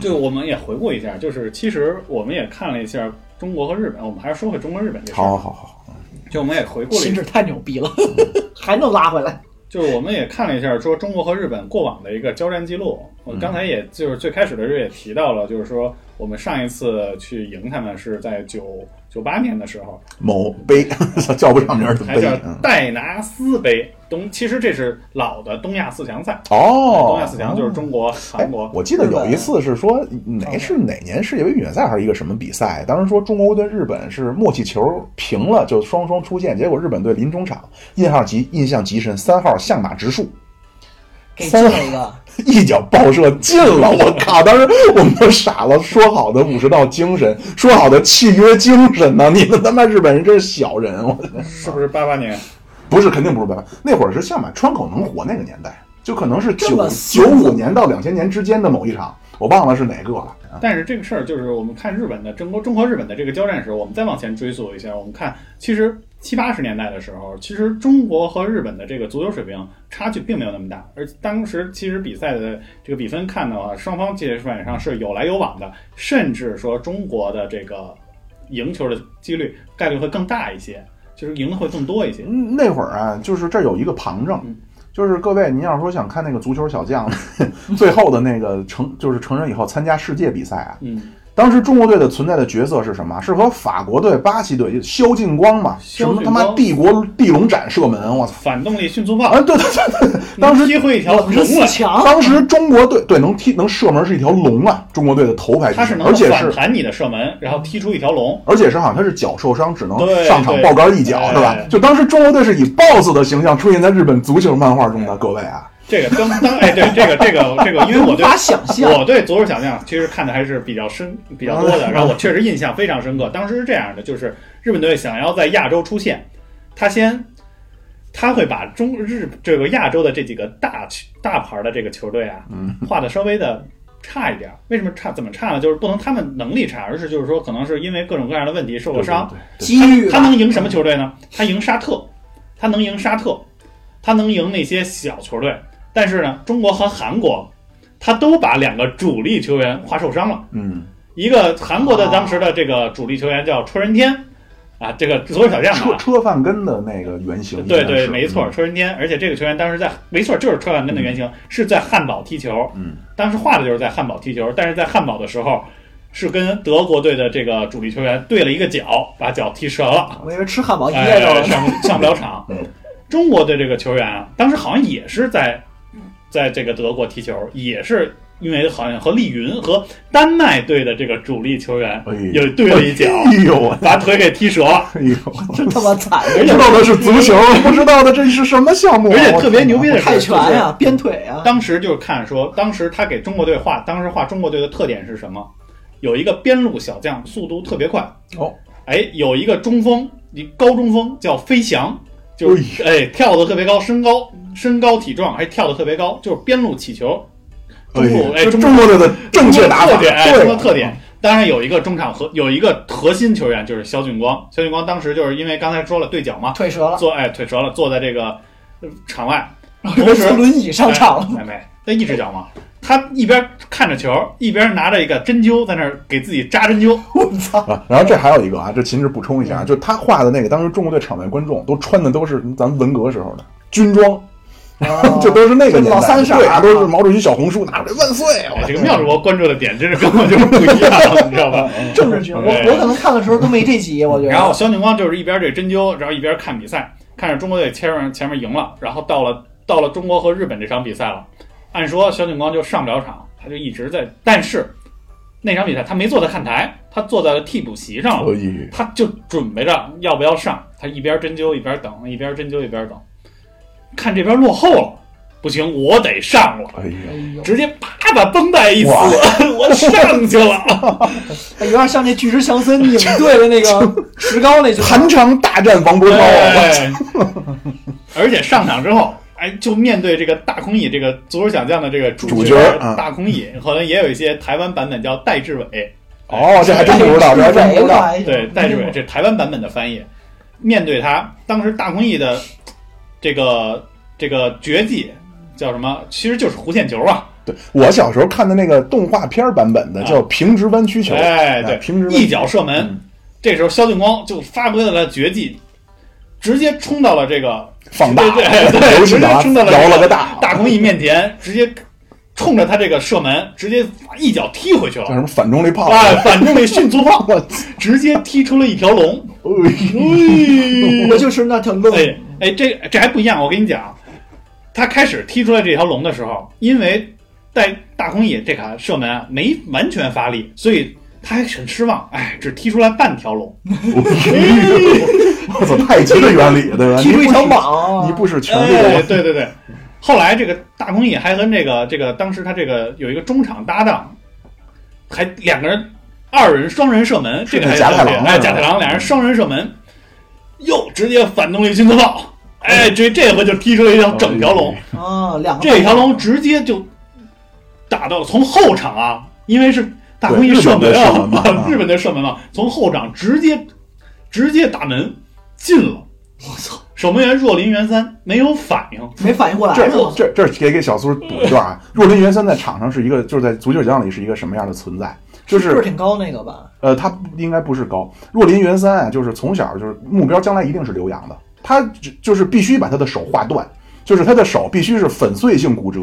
Speaker 3: 对，我们也回顾一下，就是其实我们也看了一下中国和日本，我们还是说回中国日本这事 儿。
Speaker 1: 好好好，
Speaker 3: 就我们也回顾了一
Speaker 2: 心
Speaker 3: 下，
Speaker 2: 智太牛逼了，
Speaker 1: 嗯
Speaker 2: 还能拉回来。
Speaker 3: 就是我们也看了一下说中国和日本过往的一个交战记录。
Speaker 1: 嗯
Speaker 3: 我刚才也就是最开始的时候也提到了，就是说我们上一次去赢他们是在九九八年的时候，
Speaker 1: 某杯 叫不上名儿的
Speaker 3: 还
Speaker 1: 杯
Speaker 3: 叫，
Speaker 1: 嗯，
Speaker 3: 戴拿斯杯东，其实这是老的东亚四强赛。东
Speaker 1: 哦
Speaker 3: 亚，四强就是中国、韩国
Speaker 1: 哎。我记得有一次是说哪是哪年世界杯预选赛还是一个什么比赛，当时说中国对日本是默契球平了，就双双出线，结果日本队临中场印象极印象极深，三号相马直树
Speaker 2: 给这个，
Speaker 1: 一脚爆射进了，我靠！当时我们都傻了，说好的武士道精神，说好的契约精神呢？你们他妈日本人真是小人！我
Speaker 3: 是不是八八年？
Speaker 1: 不是肯定不是白那会儿是相马川口能火那个年代，就可能是
Speaker 2: 这
Speaker 1: 九
Speaker 2: 么
Speaker 1: 九五年到两千年之间的某一场，我忘了是哪个了。
Speaker 3: 但是这个事儿就是我们看日本的中国中国日本的这个交战时，我们再往前追溯一下，我们看其实七八十年代的时候，其实中国和日本的这个足球水平差距并没有那么大，而当时其实比赛的这个比分看的话，双方基本上是有来有往的，甚至说中国的这个赢球的几率概率会更大一些，就是赢的会更多一些。
Speaker 1: 嗯，那会儿啊，就是这儿有一个旁证
Speaker 3: 嗯，
Speaker 1: 就是各位，您要说想看那个足球小将最后的那个成，就是成人以后参加世界比赛啊，
Speaker 3: 嗯，
Speaker 1: 当时中国队的存在的角色是什么？是和法国队、巴西队，萧敬光嘛，什
Speaker 3: 萧敬
Speaker 1: 么
Speaker 3: 光
Speaker 1: 他妈帝国地龙斩射门，我操！
Speaker 3: 反动力迅速炮，
Speaker 1: 啊，对对对
Speaker 3: 嗯
Speaker 1: 对，当时
Speaker 3: 能踢会一条
Speaker 2: 我们
Speaker 3: 龙
Speaker 2: 是四
Speaker 1: 啊
Speaker 3: 了，
Speaker 2: 强，
Speaker 1: 当时中国队对能踢能射门是一条龙啊，中国队的头牌
Speaker 3: 它
Speaker 1: 球
Speaker 3: 是
Speaker 1: 星，
Speaker 3: 能
Speaker 1: 而且
Speaker 3: 反
Speaker 1: 是
Speaker 3: 弹你的射门，然后踢出一条龙。
Speaker 1: 而且是好像他是脚受伤，只能
Speaker 3: 对
Speaker 1: 上场
Speaker 3: 对
Speaker 1: 爆杆一脚，
Speaker 3: 哎
Speaker 1: 是吧？就当时中国队是以 BOSS 的形象出现在日本足球漫画中的，各位啊，
Speaker 3: 这个当当哎，对这个这个这个，因为我
Speaker 2: 无
Speaker 3: 对
Speaker 2: 法想象。
Speaker 3: 我对足球小将其实看的还是比较深、比较多
Speaker 1: 啊
Speaker 3: 的，然后我确实印象非常深刻。当时是这样的，就是日本队想要在亚洲出现，他先他会把中日这个亚洲的这几个大球大牌的这个球队啊，
Speaker 1: 嗯
Speaker 3: 画的稍微的差一点。为什么差？怎么差呢？就是不能他们能力差，而是就是说可能是因为各种各样的问题受过伤，
Speaker 1: 对，
Speaker 2: 机遇啊
Speaker 3: 他
Speaker 2: 吧，
Speaker 3: 能赢什么球队呢？他赢沙特，他能赢沙特，他能赢那些小球队。但是呢，中国和韩国，他都把两个主力球员划受伤了。
Speaker 1: 嗯，
Speaker 3: 一个韩国的当时的这个主力球员叫车仁天，啊，这个足球小将
Speaker 1: 车
Speaker 3: 啊，
Speaker 1: 车范根的那个原型，
Speaker 3: 对
Speaker 1: 应该
Speaker 3: 对，
Speaker 1: 是
Speaker 3: 没错，，车仁天。嗯而且这个球员当时在，没错，就是车范根的原型，是在汉堡踢球。
Speaker 1: 嗯，
Speaker 3: 当时画的就是在汉堡踢球，但是在汉堡的时候。是跟德国队的这个主力球员对了一个脚，把脚踢折了。
Speaker 2: 我以为吃哦汉堡一夜到
Speaker 3: 哎，
Speaker 2: 了。
Speaker 3: 上上不了场。
Speaker 1: 嗯
Speaker 3: 中国的这个球员啊，当时好像也是在
Speaker 2: 嗯
Speaker 3: 在这个德国踢球，也是因为好像和丽云和丹麦队的这个主力球员
Speaker 1: 哎呦
Speaker 3: 有对了一脚，
Speaker 1: 哎呦，
Speaker 3: 把腿给踢折了。
Speaker 1: 哎呦，
Speaker 2: 真他妈惨！
Speaker 3: 而且
Speaker 1: 知道的是足 球，不知道的这是什么项目啊，
Speaker 3: 而且
Speaker 1: 我
Speaker 3: 特别牛逼的是，
Speaker 2: 泰拳
Speaker 3: 就是
Speaker 2: 呀，鞭啊腿呀，
Speaker 3: 当时就是看说，当时他给中国队画，当时画中国队的特点是什么？有一个边路小将，速度特别快。
Speaker 1: 哦，
Speaker 3: 哎，有一个中锋，一高中锋叫飞翔，就是哎跳得特别高，身高身高体壮，还跳得特别高，就是边路起球。中
Speaker 1: 哎
Speaker 3: 路
Speaker 1: 呦，
Speaker 3: 哎
Speaker 1: 这
Speaker 3: 中
Speaker 1: 中国队的正确打法，
Speaker 3: 特点，哎中
Speaker 1: 对
Speaker 3: 国特点。当然有一个中场核有一个核心球员就是肖俊光，肖俊光当时就是因为刚才说了对角嘛，
Speaker 2: 退折了，
Speaker 3: 坐哎腿折了，坐在这个呃场外，同时
Speaker 2: 坐轮椅上场了。
Speaker 3: 哎没，那一只脚嘛，他一边看着球，一边拿着一个针灸在那儿给自己扎针灸，
Speaker 2: 我操！
Speaker 1: 啊，然后这还有一个啊，这秦志补充
Speaker 3: 嗯
Speaker 1: 一下，就他画的那个，当时中国队场外观众都穿的都是咱们文革时候的军装，
Speaker 2: 啊
Speaker 1: 就都是那个年代
Speaker 2: 老三傻
Speaker 1: 对啊，都是毛主席小红书拿出来万岁，啊
Speaker 3: 哎这个妙主播关注的点真是跟我就是不一样，你知道吧？
Speaker 2: 政治局，我
Speaker 1: 哎
Speaker 3: 对
Speaker 2: 我可能看的时候都没这集，我觉得。
Speaker 3: 然后肖俊光就是一边这针灸，然后一边看比赛，看着中国队前面前面赢了，然后到了到了中国和日本这场比赛了，按说肖俊光就上不了场，他就一直在，但是那场比赛他没坐在看台，他坐在了替补席上了，
Speaker 1: 所以
Speaker 3: 他就准备着要不要上，他一边针灸一边等，一边针灸一边等，看这边落后了，不行，我得上了。
Speaker 1: 哎
Speaker 2: 哎
Speaker 1: 呀，
Speaker 2: 呦，
Speaker 3: 直接啪把绷带一撕
Speaker 1: 哇，
Speaker 3: 我上去了。
Speaker 2: 哎有点像那巨石强森你们队的那个石膏那球。
Speaker 1: 韩场大战王国
Speaker 3: 对，
Speaker 1: 高啊，
Speaker 3: 而且上场之后，哎，就面对这个大空翼这个足球小将的这个主
Speaker 1: 主角
Speaker 3: 角
Speaker 1: 啊
Speaker 3: 大空翼，可能也有一些台湾版本叫戴志伟。
Speaker 1: 哦， 这还真不知道，这还真不知道，
Speaker 2: 哎呦
Speaker 3: 对，戴志伟，这台湾版本的翻译。面对他，当时大空翼的这个这个绝技叫什么？其实就是弧线球啊。
Speaker 1: 对我小时候看的那个动画片版本的叫平直弯曲球，
Speaker 3: 哎，
Speaker 1: 哎
Speaker 3: 对，
Speaker 1: 平直弯
Speaker 3: 一脚射门。
Speaker 1: 嗯
Speaker 3: 这时候肖俊光就发挥了他的绝技，直接冲到了这个
Speaker 1: 放大，
Speaker 3: 对对对
Speaker 1: 游戏
Speaker 3: 直接
Speaker 1: 打
Speaker 3: 冲到了
Speaker 1: 摇
Speaker 3: 这
Speaker 1: 了
Speaker 3: 个
Speaker 1: 个大，啊
Speaker 3: 大空翼面前，直接冲着他这个射门，直接一脚踢回去
Speaker 1: 叫
Speaker 3: 了。
Speaker 1: 什么反重力炮，
Speaker 3: 哎，反正那迅速炮，
Speaker 1: 我操，
Speaker 3: 直接踢出了一条龙。
Speaker 1: 哎
Speaker 2: 我就是那条路。
Speaker 3: 哎哎，这这还不一样，我跟你讲，他开始踢出来这条龙的时候，因为在大空翼这卡射门啊没完全发力，所以他还很失望，哎，只踢出来半条龙。
Speaker 1: 我操，太极的原理对吧？
Speaker 2: 踢出一条啊
Speaker 1: 马，
Speaker 2: 蟒，
Speaker 1: 啊你不使全啊力
Speaker 3: 哎，
Speaker 1: 的
Speaker 3: 对对对。后来这个大空翼还跟这个这个当时他这个有一个中场搭档，还两个人二人双人射门，这个还
Speaker 1: 是那嗯
Speaker 3: 有
Speaker 1: 贾太
Speaker 3: 点
Speaker 1: 郎
Speaker 3: 哎
Speaker 1: 是吧
Speaker 3: 贾太郎俩人双人射门，又直接反动力迅速炮，哎这这回就踢出了一条整条
Speaker 1: 哎
Speaker 3: 龙，
Speaker 2: 啊，两个
Speaker 3: 这条龙直接就打到从后场啊，因为是大空翼
Speaker 1: 对日
Speaker 3: 射
Speaker 1: 本的
Speaker 3: 门
Speaker 1: 射 门嘛
Speaker 3: 啊
Speaker 1: 啊，
Speaker 3: 日本的射门嘛，从后场直接直接打门进了，
Speaker 2: 我操，
Speaker 3: 守门员若林元三没有反应。
Speaker 2: 没反应过来
Speaker 1: 这
Speaker 2: 是吗？
Speaker 1: 这这给给小苏补一段啊，若林元三在场上是一个，就是在足球奖里是一个什么样的存在？就
Speaker 2: 个儿
Speaker 1: 是
Speaker 2: 挺高那个吧？
Speaker 1: 呃，他应该不是高。若林元三啊，就是从小就是目标将来一定是留洋的，他只就是必须把他的手划断，就是他的手必须是粉碎性骨折，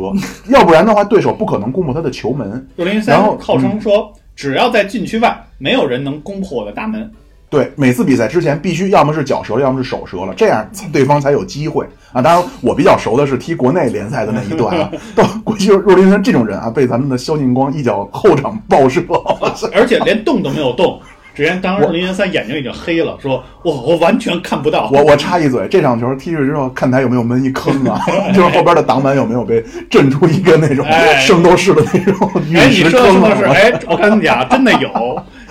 Speaker 1: 要不然的话对手不可能攻破他的球门。
Speaker 3: 若林
Speaker 1: 然后嗯
Speaker 3: 三号称说，只要在禁区外，没有人能攻破我的大门。
Speaker 1: 对，每次比赛之前必须要么是脚折，要么是手折了，这样对方才有机会啊。当然，我比较熟的是踢国内联赛的那一段啊。到过去若林山这种人啊，被咱们的萧劲光一脚后场爆射，呃
Speaker 3: 而且连动都没 有动。只见当时林元三眼睛已经黑了，说：“我我完全看不 到。
Speaker 1: 我我插一嘴，这场球踢出去之后，看台有没有闷一坑 啊？就是后边的挡板有没有被震出一个那种
Speaker 3: 哎
Speaker 1: 圣斗士的那种
Speaker 3: 哎，
Speaker 1: 陨
Speaker 3: 你
Speaker 1: 石
Speaker 3: 说的
Speaker 1: 坑
Speaker 3: 说的是，
Speaker 1: 啊？
Speaker 3: 哎，我跟你讲，真的 有。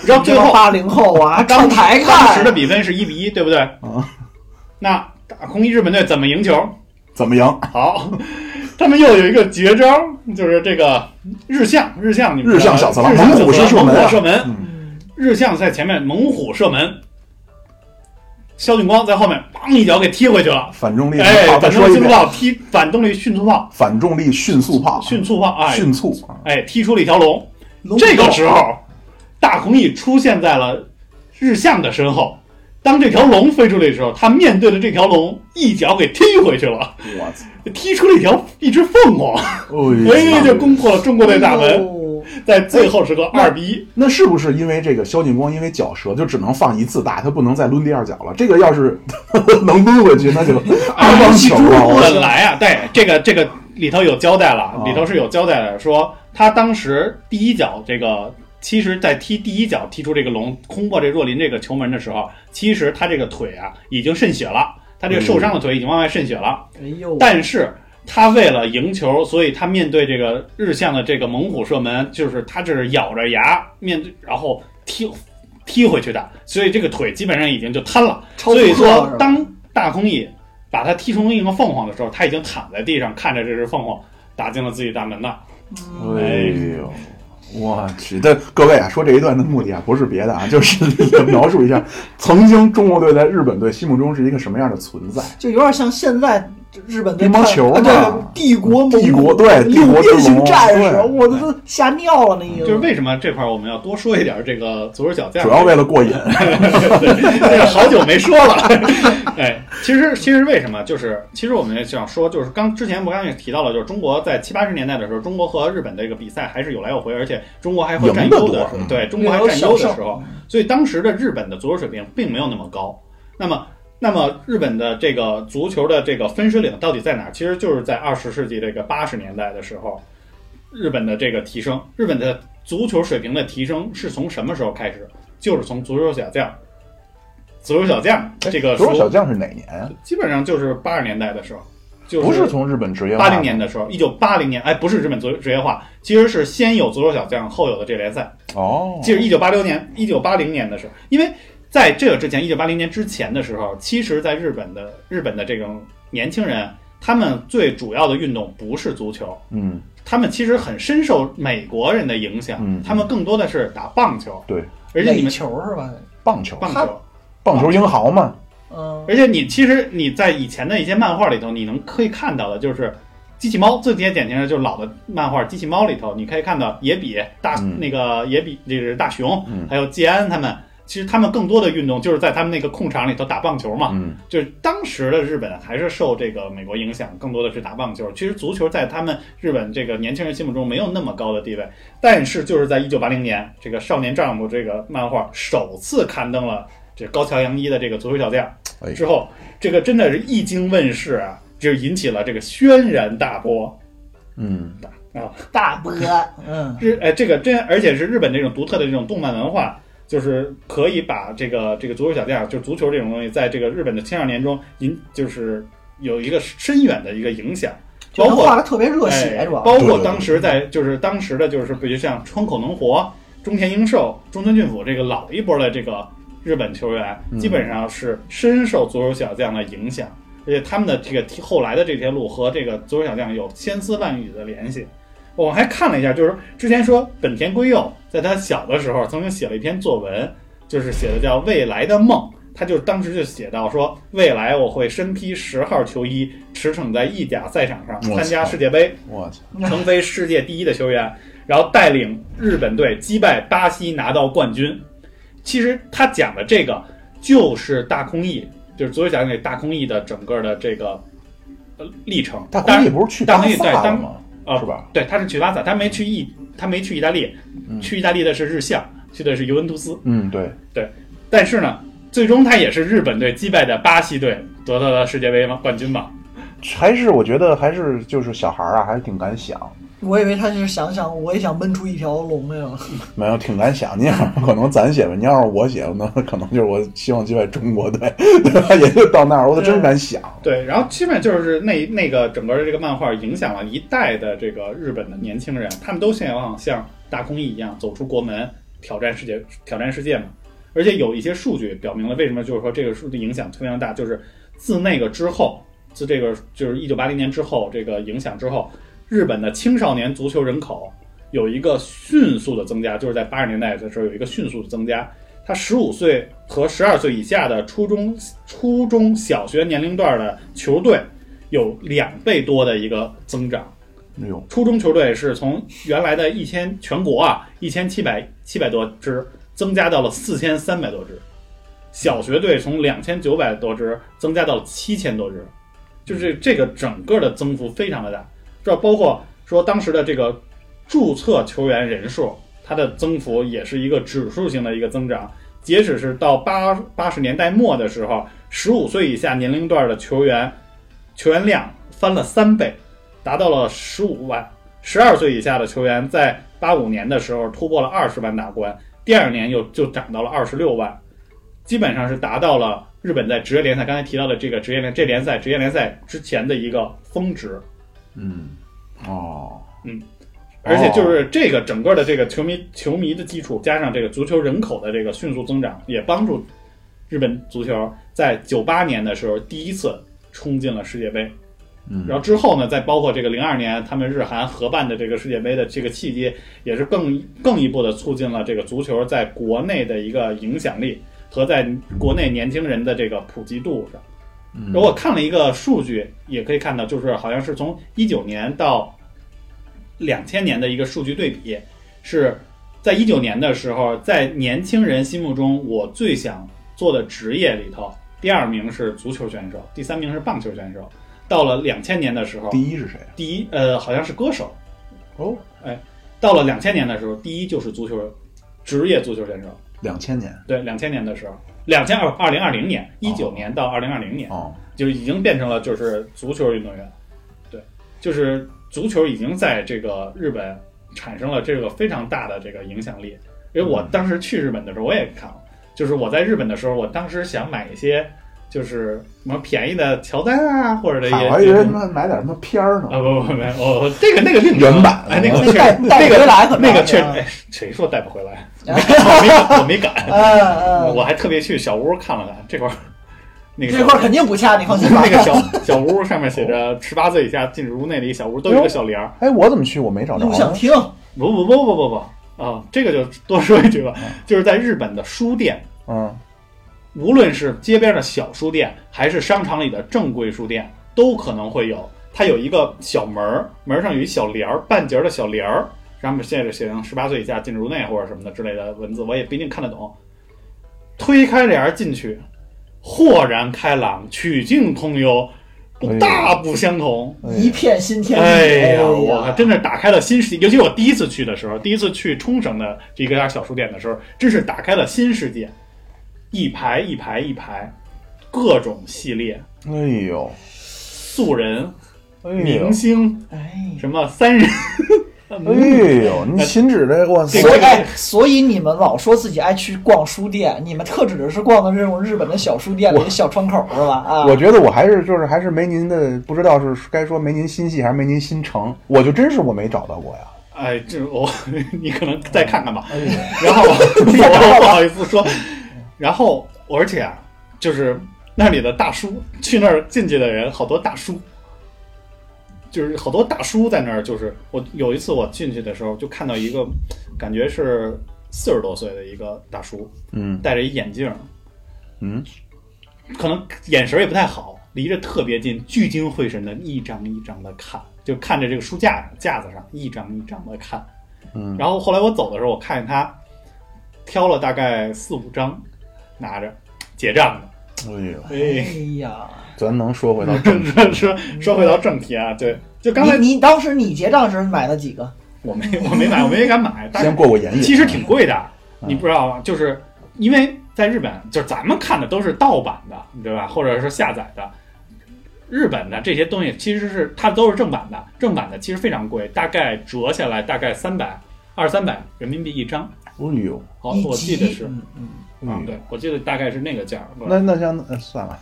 Speaker 3: 然后最后
Speaker 2: 八零后啊，
Speaker 3: 当
Speaker 2: 上台
Speaker 3: 当时
Speaker 2: 看
Speaker 3: 的比分是一比一，对不对？
Speaker 1: 啊
Speaker 3: 那打空日本队怎么赢球？
Speaker 1: 怎么赢？
Speaker 3: 好，他们又有一个绝招，就是这个日向，日向你们
Speaker 1: 日向
Speaker 3: 知道
Speaker 1: 小次郎
Speaker 3: 日向
Speaker 1: 猛虎
Speaker 3: 小
Speaker 1: 式
Speaker 3: 次郎
Speaker 1: 射门啊
Speaker 3: 猛虎射门，
Speaker 2: 嗯
Speaker 3: 日向在前面猛虎射门，肖俊光在后面砰一脚给踢回去了。
Speaker 1: 反重力，
Speaker 3: 哎，
Speaker 1: 好
Speaker 3: 反
Speaker 1: 再
Speaker 3: 动
Speaker 1: 说一
Speaker 3: 力迅速
Speaker 1: 遍，
Speaker 3: 炮踢反动力迅速炮，
Speaker 1: 反重力迅速炮，
Speaker 3: 迅速炮，哎
Speaker 1: 迅速啊
Speaker 3: 哎，踢出了一条龙。
Speaker 2: 龙
Speaker 3: 这个时候，大空翼出现在了日向的身后。当这条龙飞出来的时候，他面对着这条龙，一脚给踢回去了，
Speaker 1: 我操！
Speaker 3: 踢出了一条一只凤凰，
Speaker 1: 哎呀
Speaker 3: 哎，就攻破了中国队大
Speaker 2: 哎
Speaker 3: 门，
Speaker 2: 呦
Speaker 3: 在最后时刻二比一。
Speaker 1: 那是不是因为这个萧劲光因为脚折就只能放一次大，他不能再抡第二脚了？这个要是 能抡回去，那 就
Speaker 3: 哎
Speaker 1: 二棒球了。我
Speaker 3: 本来啊，对这个这个里头有交代了，里头是有交代的，说他当时第一脚这个，其实在踢第一脚踢出这个龙，空过这若林这个球门的时候，其实他这个腿啊已经渗血了，他这个受伤的腿已经往外渗血了，
Speaker 2: 哎呦，
Speaker 3: 但是。他为了赢球，所以他面对这个日向的这个猛虎射门，就是他这是咬着牙面对，然后踢踢回去的，所以这个腿基本上已经就瘫了。
Speaker 2: 超
Speaker 3: 所以
Speaker 2: 速了
Speaker 3: 说
Speaker 2: 是吧，
Speaker 3: 当大空翼把他踢成一个凤凰的时候，他已经躺在地上看着这只凤凰打进了自己大门了。
Speaker 1: 哎呦，我去，这各位啊，说这一段的目的啊，不是别的啊，就是 描述一下曾经中国队在日本队心目中是一个什么样的存 在。
Speaker 2: 就有点像现在日本队
Speaker 1: 乒乓球
Speaker 2: 啊对
Speaker 1: 嘛
Speaker 2: 帝国
Speaker 1: 帝国对帝
Speaker 2: 六
Speaker 1: 国之
Speaker 2: 边形
Speaker 1: 盟
Speaker 2: 战士，
Speaker 1: 对
Speaker 2: 我都吓尿了那意思。
Speaker 3: 就是为什么这块儿我们要多说一点这个足球小将？
Speaker 1: 主要为了过瘾，
Speaker 3: 这个好久没说了。哎，其实其实为什么？就是其实我们也想说，就是刚之前我刚也提到了，就是中国在七八十年代的时候，中国和日本这个比赛还是有来有回，而且中国还会占优
Speaker 1: 赢得多
Speaker 3: 的时候，
Speaker 1: 嗯
Speaker 3: 对中国还占优的时候，所以当时的日本的足球水平并没有那么高。那么。那么日本的这个足球的这个分水岭到底在哪儿？其实就是在二十世纪这个八十年代的时候，日本的这个提升，日本的足球水平的提升是从什么时候开始？就是从足球小将，足球小将这个
Speaker 1: 哎足球小
Speaker 3: 说，
Speaker 1: 将是哪年？啊
Speaker 3: 基本上就是八十年代的时候，就
Speaker 1: 不是从日本职业化
Speaker 3: 八零年的时候，一九八零年，哎，不是日本足职业化，其实是先有足球小将，后有的这联赛。
Speaker 1: 哦，
Speaker 3: 记是一九八六年、一九八零年的时候，因为在这个之前，一九八零年之前的时候，其实在日本的日本的这种年轻人，他们最主要的运动不是足球，
Speaker 1: 嗯，
Speaker 3: 他们其实很深受美国人的影响，
Speaker 1: 嗯
Speaker 3: 他们更多的是打棒球，
Speaker 1: 对，
Speaker 3: 而且你
Speaker 2: 垒
Speaker 3: 们
Speaker 2: 球是吧？
Speaker 1: 棒球，
Speaker 3: 棒
Speaker 2: 他
Speaker 3: 球，
Speaker 1: 棒球英豪嘛，
Speaker 2: 嗯，
Speaker 3: 而且你其实你在以前的一些漫画里头，你能可以看到的就是。机器猫最典型的就是老的漫画《机器猫》里头，你可以看到野比大、
Speaker 1: 嗯
Speaker 3: 那个野比就是大雄，
Speaker 1: 嗯
Speaker 3: 还有季安他们，其实他们更多的运动就是在他们那个空场里头打棒球嘛。
Speaker 1: 嗯，
Speaker 3: 就是当时的日本还是受这个美国影响，更多的是打棒球。其实足球在他们日本这个年轻人心目中没有那么高的地位，但是就是在一九八零年，这个《少年丈夫》这个漫画首次刊登了这高桥洋一的这个足球小将
Speaker 1: 哎
Speaker 3: 之后，这个真的是一经问世啊，就引起了这个轩然大波。
Speaker 1: 嗯，
Speaker 2: 大波，嗯，
Speaker 3: 日呃，这个真而且是日本这种独特的这种动漫文化，就是可以把这个这个足球小将，就是足球这种东西，在这个日本的青少年中引，就是有一个深远的一个影响，
Speaker 2: 就
Speaker 3: 包
Speaker 2: 他
Speaker 3: 括
Speaker 2: 画的特别热血，
Speaker 3: 哎
Speaker 2: 主要
Speaker 3: 包
Speaker 1: 对对
Speaker 3: 括
Speaker 1: 对
Speaker 3: 当时在就是当时的就是比如像川口能活、中田英寿、中村俊辅这个老一波的这个日本球员，
Speaker 1: 嗯
Speaker 3: 基本上是深受足球小将的影响，而且他们的这个后来的这条路和这个足球小将有千丝万缕的联系。我还看了一下，就是说之前说本田圭佑在他小的时候曾经写了一篇作文，就是写的叫《未来的梦》。他就当时就写到说，未来我会身披十号球衣，驰骋在意甲赛场上，
Speaker 1: 我
Speaker 3: 参加
Speaker 1: 操
Speaker 3: 世界杯。
Speaker 1: 我操，
Speaker 3: 成为世界第一的球员，然后带领日本队击败巴西拿到冠军。其实他讲的这个就是大空翼，就是足球小将给大空翼的整个的这个呃历程。
Speaker 1: 大空
Speaker 3: 当然
Speaker 1: 翼不是去
Speaker 3: 大
Speaker 1: 巴
Speaker 3: 空翼
Speaker 1: 萨
Speaker 3: 对
Speaker 1: 了
Speaker 3: 当
Speaker 1: 吗？
Speaker 3: 啊
Speaker 1: 是吧？
Speaker 3: 对，他是去巴萨，他没去意，他没去意大利，
Speaker 1: 嗯
Speaker 3: 去意大利的是日向，去的是尤文图斯。
Speaker 1: 嗯，对，
Speaker 3: 但是呢，最终他也是日本队击败的巴西队，得到了世界杯冠军嘛。
Speaker 1: 还是我觉得还是就是小孩儿啊，还是挺敢想，
Speaker 2: 我以为他就是想想，我也想闷出一条龙来 了。
Speaker 1: 没有挺敢想。你要 是可能咱写吧，你要是我写，那 可能就是我希望击败中国队， 对吧？也就到那儿，我都真敢想。
Speaker 3: 对，然后基本就是那那个整个的这个漫画影响了一代的这个日本的年轻人，他们都想要像大空翼一样走出国门，挑战世界，挑战世界嘛。而且有一些数据表明了为什么就是说这个数据影响非常大，就是自那个之后，自这个就是一九八零年之后这个影响之后，日本的青少年足球人口有一个迅速的增加，就是在八十年代的时候有一个迅速的增加。他十五岁和十二岁以下的初中、初中小学年龄段的球队有两倍多的一个增长。
Speaker 1: 哎呦，
Speaker 3: 初中球队是从原来的一千全国啊一千七百七百多支增加到了四千三百多支，小学队从两千九百多支增加到了七千多支，就是这个整个的增幅非常的大。这包括说当时的这个注册球员人数，它的增幅也是一个指数性的一个增长。截止是到八八十年代末的时候，十五岁以下年龄段的球员球员量翻了三倍。达到了十五万。十二岁以下的球员在八五年的时候突破了二十万大关，第二年又就涨到了二十六万，基本上是达到了日本在职业联赛刚才提到的这个职业联这联赛职业联赛之前的一个峰值。
Speaker 1: 嗯，哦，
Speaker 3: 嗯而且就是这个整个的这个球迷球迷的基础，加上这个足球人口的这个迅速增长，也帮助日本足球在九八年的时候第一次冲进了世界杯。
Speaker 1: 嗯
Speaker 3: 然后之后呢，再包括这个零二年他们日韩合办的这个世界杯的这个契机，也是更更一步的促进了这个足球在国内的一个影响力和在国内年轻人的这个普及度上。
Speaker 1: 哦嗯
Speaker 3: 如果看了一个数据，也可以看到，就是好像是从一九年到两千年的一个数据对比，是在一九年的时候，在年轻人心目中，我最想做的职业里头，第二名是足球选手，第三名是棒球选手。到了两千年的时候，
Speaker 1: 第一是谁？啊
Speaker 3: 第一呃好像是歌手，
Speaker 1: 哦，
Speaker 3: 到了两千年的时候，第一就是足球职业足球选手。
Speaker 1: 两千年
Speaker 3: 对，两千年的时候，两千二二零二零年，一九年到二零二零年。
Speaker 1: 哦，
Speaker 3: 就已经变成了就是足球运动员，对，就是足球已经在这个日本产生了这个非常大的这个影响力。因为我
Speaker 2: 嗯
Speaker 3: 当时去日本的时候，我也看了，就是我在日本的时候，我当时想买一些就是什么便宜的乔丹啊，或者这
Speaker 1: 嗨
Speaker 3: 些
Speaker 1: 我还以为
Speaker 3: 这
Speaker 1: 他
Speaker 3: 种
Speaker 1: 妈买点什么片儿
Speaker 3: 啊
Speaker 1: 呢，
Speaker 3: 不不不，没有我这个那个另说
Speaker 1: 原版哦
Speaker 3: 哎，那个
Speaker 2: 那
Speaker 3: 确
Speaker 2: 带 哦带
Speaker 3: 实那个
Speaker 2: 回来很
Speaker 3: 那个
Speaker 2: 难
Speaker 3: 确实，
Speaker 2: 啊
Speaker 3: 哎，谁说带不回来？
Speaker 2: 哎
Speaker 3: 我没敢我 没敢，
Speaker 2: 嗯嗯，
Speaker 3: 我还特别去小屋看了看这块儿，那个小
Speaker 2: 这块儿肯定不恰，你放心吧
Speaker 3: 那。个小小屋上面写着十八岁以下禁止入内的一小屋，都有一个小帘儿。
Speaker 1: 哎，我怎么去我没找着
Speaker 2: 录像
Speaker 1: 呢？
Speaker 3: 哎
Speaker 2: 厅，
Speaker 3: 不不不不不不啊，这个就多说一句吧，就是在日本的书店，
Speaker 1: 嗯，
Speaker 3: 无论是街边的小书店，还是商场里的正规书店，都可能会有。它有一个小门儿，门儿上有一小帘儿，半截儿的小帘儿，上面写着写上十八岁以下禁止入内或者什么的之类的文字，我也不一定看得懂。推开帘儿进去，豁然开朗，曲径通幽
Speaker 1: 哎呦，
Speaker 3: 大不相同。
Speaker 1: 哎
Speaker 2: 一片新天地。
Speaker 3: 哎呀，
Speaker 2: 呀，
Speaker 3: 我可真是打开了新世界。尤其我第一次去的时候，第一次去冲绳的这个家小书店的时候，真是打开了新世界。一排一排一排，各种系列，
Speaker 1: 哎呦，
Speaker 3: 素人、
Speaker 1: 哎呦
Speaker 3: 明，星，
Speaker 2: 哎呀，
Speaker 3: 什么三人，
Speaker 1: 哎呦，你秦指这我
Speaker 3: 这
Speaker 1: 塞
Speaker 3: 个
Speaker 2: 所以哎，所以你们老说自己爱去逛书店，你们特指的是逛的这种日本的小书店里的小窗口是吧？啊，
Speaker 1: 我觉得我还是就是还是没您的，不知道是该说没您心细还是没您心诚，我就真是我没找到过呀。
Speaker 3: 哎，这我 你可能再看看吧。
Speaker 1: 哎呦，
Speaker 3: 然后我不好意思说，然后我而且啊，就是那里的大叔，去那儿进去的人好多大叔，就是好多大叔在那儿，就是我有一次我进去的时候就看到一个，感觉是四十多岁的一个大叔，
Speaker 1: 嗯
Speaker 3: 戴着一眼镜，
Speaker 1: 嗯，
Speaker 3: 可能眼神也不太好，离着特别近，聚精会神的一张一张的看，就看着这个书架上架子上一张一张的看。
Speaker 1: 嗯，
Speaker 3: 然后后来我走的时候，我看见他挑了大概四五张，拿着结账的。
Speaker 1: 哎呦，
Speaker 3: 哎，
Speaker 2: 哎呀，
Speaker 1: 咱能说回到 正题，
Speaker 3: 说 说说回到正题啊，对，就刚才
Speaker 2: 你你当时你结账时买了几个？
Speaker 3: 我没我没买，我没敢买，但
Speaker 1: 先
Speaker 3: 是
Speaker 1: 过过眼瘾。
Speaker 3: 其实挺贵的，
Speaker 1: 嗯
Speaker 3: 你不知道吗？就是因为在日本，就是咱们看的都是盗版的，对吧？或者说下载的。日本的这些东西其实是它都是正版的，正版的其实非常贵，大概折下来大概三百二三百人民币一张。
Speaker 1: 哎呦，
Speaker 3: 好，
Speaker 2: 一
Speaker 3: 哦我记
Speaker 2: 集
Speaker 3: 得是，
Speaker 2: 嗯嗯，
Speaker 3: 啊，
Speaker 1: 嗯，
Speaker 3: 对，我记得大概是那个价儿。
Speaker 1: 那那像呃算 了，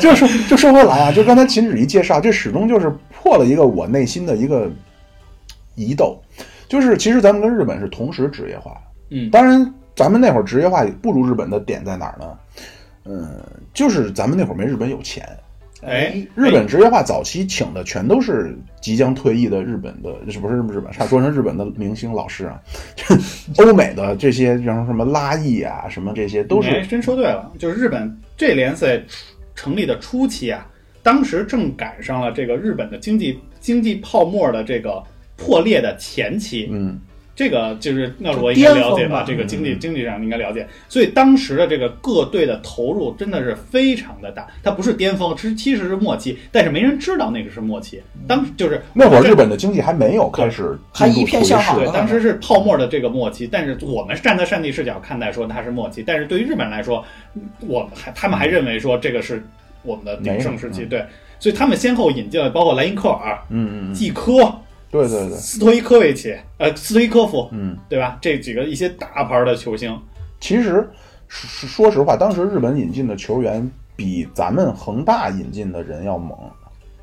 Speaker 1: 就说就说回来啊，就刚才秦止一介绍，这始终就是破了一个我内心的一个疑窦，就是其实咱们跟日本是同时职业化，
Speaker 3: 嗯
Speaker 1: 当然咱们那会儿职业化不如日本的点在哪儿呢？嗯，就是咱们那会儿没日本有钱，
Speaker 3: 哎，
Speaker 1: 日本职业化早期请的全都是即将退役的日本的，是不是日本？差说成日本的明星老师啊， 欧美的这些，然后什么拉艺啊，什么这些都
Speaker 3: 你还
Speaker 1: 是
Speaker 3: 真说对了，就是日本这联赛成立的初期啊，当时正赶上了这个日本的经济经济泡沫的这个破裂的前期，
Speaker 1: 嗯
Speaker 3: 这个就是那我应该了
Speaker 2: 就
Speaker 3: 解
Speaker 2: 巅峰吧
Speaker 3: 吧，这个经济经济上应该了解，所以当时的这个各队的投入真的是非常的大，它不是巅峰，是其实是末期，但是没人知道那个是末期，当时就是
Speaker 1: 那会儿日本的经济还没有开始
Speaker 2: 还
Speaker 1: 进入
Speaker 2: 一片向好
Speaker 1: 颓势
Speaker 2: 呢
Speaker 3: 对，当时是泡沫的这个末期，但是我们站在上帝视角看待说它是末期，但是对于日本人来说，我们还他们还认为说这个是我们的鼎盛
Speaker 1: 嗯
Speaker 3: 时期，对，所以他们先后引进了包括莱因克尔、
Speaker 1: 嗯嗯嗯，
Speaker 3: 季科、
Speaker 1: 对对对，
Speaker 3: 斯托伊科维奇、呃斯托伊科夫，
Speaker 1: 嗯，
Speaker 3: 对吧？这几个一些大牌的球星，
Speaker 1: 其实说说实话，当时日本引进的球员比咱们恒大引进的人要猛。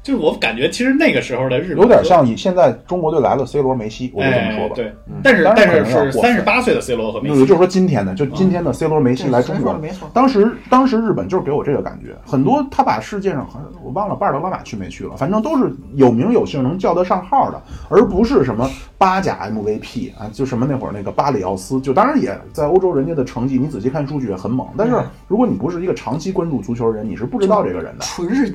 Speaker 3: 就是我感觉其实那个时候的日本
Speaker 1: 有点像以现在中国队来了 C 罗、梅西，我就这么说吧。
Speaker 3: 哎、对，
Speaker 1: 嗯
Speaker 3: 但是
Speaker 1: 当然
Speaker 3: 但
Speaker 1: 可
Speaker 3: 是
Speaker 1: 能有
Speaker 3: 是
Speaker 1: 点过
Speaker 3: 三
Speaker 1: 分
Speaker 3: 十八岁的 C 罗和梅
Speaker 1: 那
Speaker 3: 西
Speaker 1: 也，就是说今天的，就今
Speaker 3: 嗯
Speaker 1: 天的 C 罗、梅西来中
Speaker 2: 谁说
Speaker 1: 国
Speaker 2: 的，没错，
Speaker 1: 当时当时日本就是给我这个感觉，很多他把世界上好像我忘了巴尔德拉马去没去了，反正都是有名有姓能叫得上号的，而不是什么八甲 MVP 啊，就什么那会儿那个巴里奥斯，就当然也在欧洲人家的成绩，你仔细看数据也很猛，但是
Speaker 2: 嗯
Speaker 1: 如果你不是一个长期关注足球的人，你是不知道这个人的。
Speaker 2: 纯是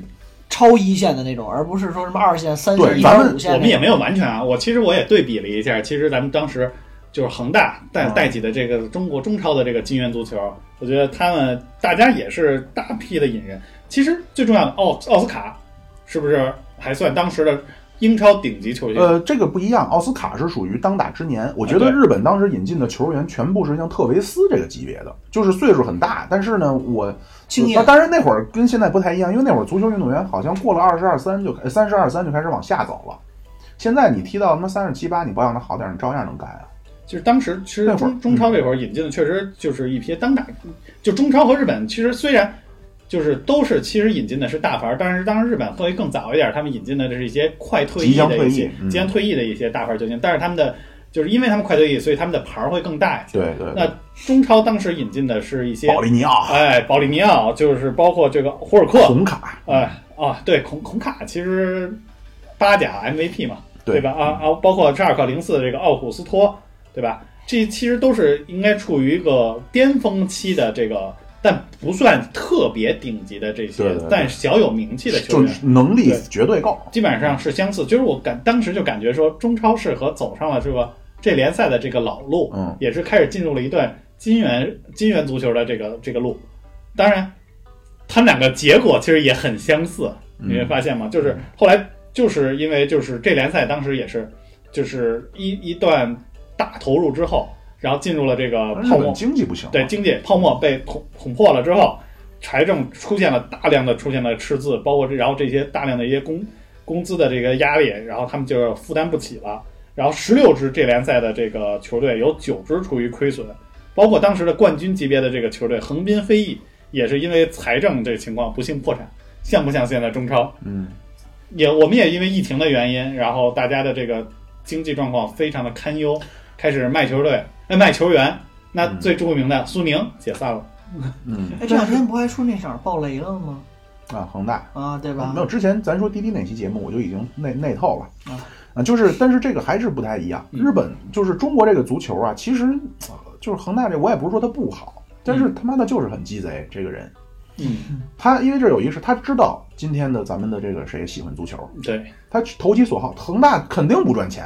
Speaker 2: 超一线的那种，而不是说什么二线、三线、
Speaker 1: 对
Speaker 2: 一
Speaker 1: 咱
Speaker 2: 点
Speaker 1: 们
Speaker 2: 五线那种。
Speaker 3: 我们也没有完全啊。我其实我也对比了一下，其实咱们当时就是恒大带
Speaker 1: 嗯
Speaker 3: 带起的这个中国中超的这个金元足球，我觉得他们大家也是大批的引人。其实最重要的奥奥斯卡是不是还算当时的英超顶级球星？
Speaker 1: 呃，这个不一样，奥斯卡是属于当打之年。我觉
Speaker 3: 啊
Speaker 1: 得
Speaker 3: 对
Speaker 1: 日本当时引进的球员全部是像特维斯这个级别的，就是岁数很大，但是呢，我
Speaker 2: 经
Speaker 1: 那
Speaker 2: 验，
Speaker 1: 呃当然那会儿跟现在不太一样，因为那会儿足球运动员好像过了二十二三就三十二三就开始往下走了。现在你踢到他妈三十七八，你保养的好点儿，你照样能干啊。
Speaker 3: 就是当时其实
Speaker 1: 那会儿嗯
Speaker 3: 中中超这会儿引进的确实就是一批当打，就中超和日本其实虽然就是都是其实引进的是大牌儿，但是当时日本会更早一点，他们引进的这是一些快退
Speaker 1: 即
Speaker 3: 役
Speaker 1: 将
Speaker 3: 的
Speaker 1: 退
Speaker 3: 一
Speaker 1: 役
Speaker 3: 些
Speaker 1: 嗯
Speaker 3: 即将退役的一些大牌儿球星，但是他们的就是因为他们快退役，所以他们的牌儿会更大一些。
Speaker 1: 对对
Speaker 3: 那中超当时引进的是一些
Speaker 1: 保利尼奥、
Speaker 3: 哎保利尼奥，就是包括这个胡尔克，
Speaker 1: 红卡，
Speaker 3: 哎啊对孔孔卡其实八甲 MVP 嘛，对吧？啊啊，包括扎尔克零四的这个奥古斯托，对吧？这其实都是应该处于一个巅峰期的这个，但不算特别顶级的这些，
Speaker 1: 对对对
Speaker 3: 但小有名气的球
Speaker 1: 就
Speaker 3: 员，
Speaker 1: 能力
Speaker 3: 对
Speaker 1: 绝对够。
Speaker 3: 基本上是相似。就是我感当时就感觉说，中超适合走上了这个这联赛的这个老路，
Speaker 1: 嗯，
Speaker 3: 也是开始进入了一段金元金元足球的这个这个路。当然，他们两个结果其实也很相似，
Speaker 1: 嗯
Speaker 3: 你会发现吗？就是后来就是因为就是这联赛当时也是就是一一段大投入之后，然后进入了这个
Speaker 1: 日
Speaker 3: 呃泡沫
Speaker 1: 本经济不行，
Speaker 3: 对，经济泡沫被捅捅破了之后，财政出现了大量的出现了赤字，包括这然后这些大量的一些工工资的这个压力，然后他们就负担不起了。然后十六支这联赛的这个球队有九支处于亏损，包括当时的冠军级别的这个球队横滨飞翼也是因为财政这情况不幸破产，像不像现在中超？
Speaker 1: 嗯，
Speaker 3: 也我们也因为疫情的原因，然后大家的这个经济状况非常的堪忧，开始卖球队，哎卖球员。那
Speaker 1: 嗯
Speaker 3: 最著名的苏宁解散了，
Speaker 1: 嗯
Speaker 2: 哎，这两天不还出那场爆雷了吗？
Speaker 1: 啊，恒大
Speaker 2: 啊，对吧
Speaker 1: 没？有，之前咱说滴滴那期节目，我就已经内内透了
Speaker 2: 啊。
Speaker 1: 啊，就是，但是这个还是不太一样。
Speaker 3: 嗯
Speaker 1: 日本就是中国这个足球啊，其实呃就是恒大这，我也不是说他不好，但是他妈的就是很鸡贼这个人。
Speaker 3: 嗯，
Speaker 1: 他因为这有一个是他知道今天的咱们的这个谁喜欢足球，
Speaker 3: 嗯对，
Speaker 1: 他投其所好。恒大肯定不赚钱，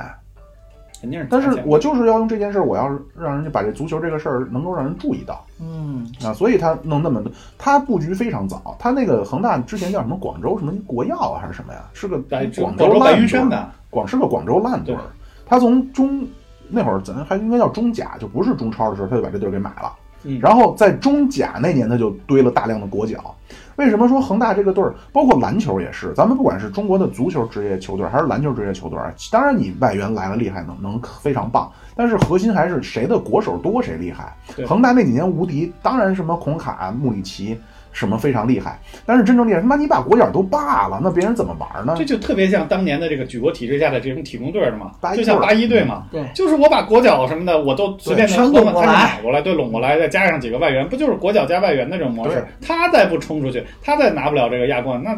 Speaker 3: 肯定是砸
Speaker 1: 但
Speaker 3: 钱。
Speaker 1: 是我就是要用这件事儿，我要让人家把这足球这个事儿能够让人注意到
Speaker 2: 嗯，
Speaker 1: 啊，所以他弄那么多。他布局非常早，他那个恒大之前叫什么广州什么国药啊还是什么呀？是个
Speaker 3: 白
Speaker 1: 广
Speaker 3: 哎州白
Speaker 1: 烂
Speaker 3: 云
Speaker 1: 队
Speaker 3: 山
Speaker 1: 儿
Speaker 3: 吧，
Speaker 1: 广是个广州烂队儿，他从中那会儿咱还应该叫中甲，就不是中超的时候，他就把这队儿给买了。
Speaker 3: 嗯
Speaker 1: 然后在中甲那年，他就堆了大量的国脚。为什么说恒大这个队儿，包括篮球也是？咱们不管是中国的足球职业球队，还是篮球职业球队，啊当然你外援来了厉害能能非常棒，但是核心还是谁的国手多谁厉害
Speaker 3: 对。
Speaker 1: 恒大那几年无敌，当然什么孔卡、穆里奇什么非常厉害，但是真正厉害，他妈你把国脚都罢了，那别人怎么玩呢
Speaker 3: 这？就特别像当年的这个举国体制下的这种体工队儿嘛
Speaker 1: 八，一
Speaker 3: 就像
Speaker 1: 队儿
Speaker 3: 八一队嘛，
Speaker 2: 对，
Speaker 3: 就是我把国脚什么的我都随便
Speaker 2: 对
Speaker 3: 能
Speaker 2: 全拢
Speaker 3: 他
Speaker 2: 过
Speaker 3: 给
Speaker 2: 来
Speaker 3: 买过来，对，拢过来，再加上几个外援，不就是国脚加外援的这种模式
Speaker 1: 对？
Speaker 3: 他再不冲出去，他再拿不了这个亚冠，那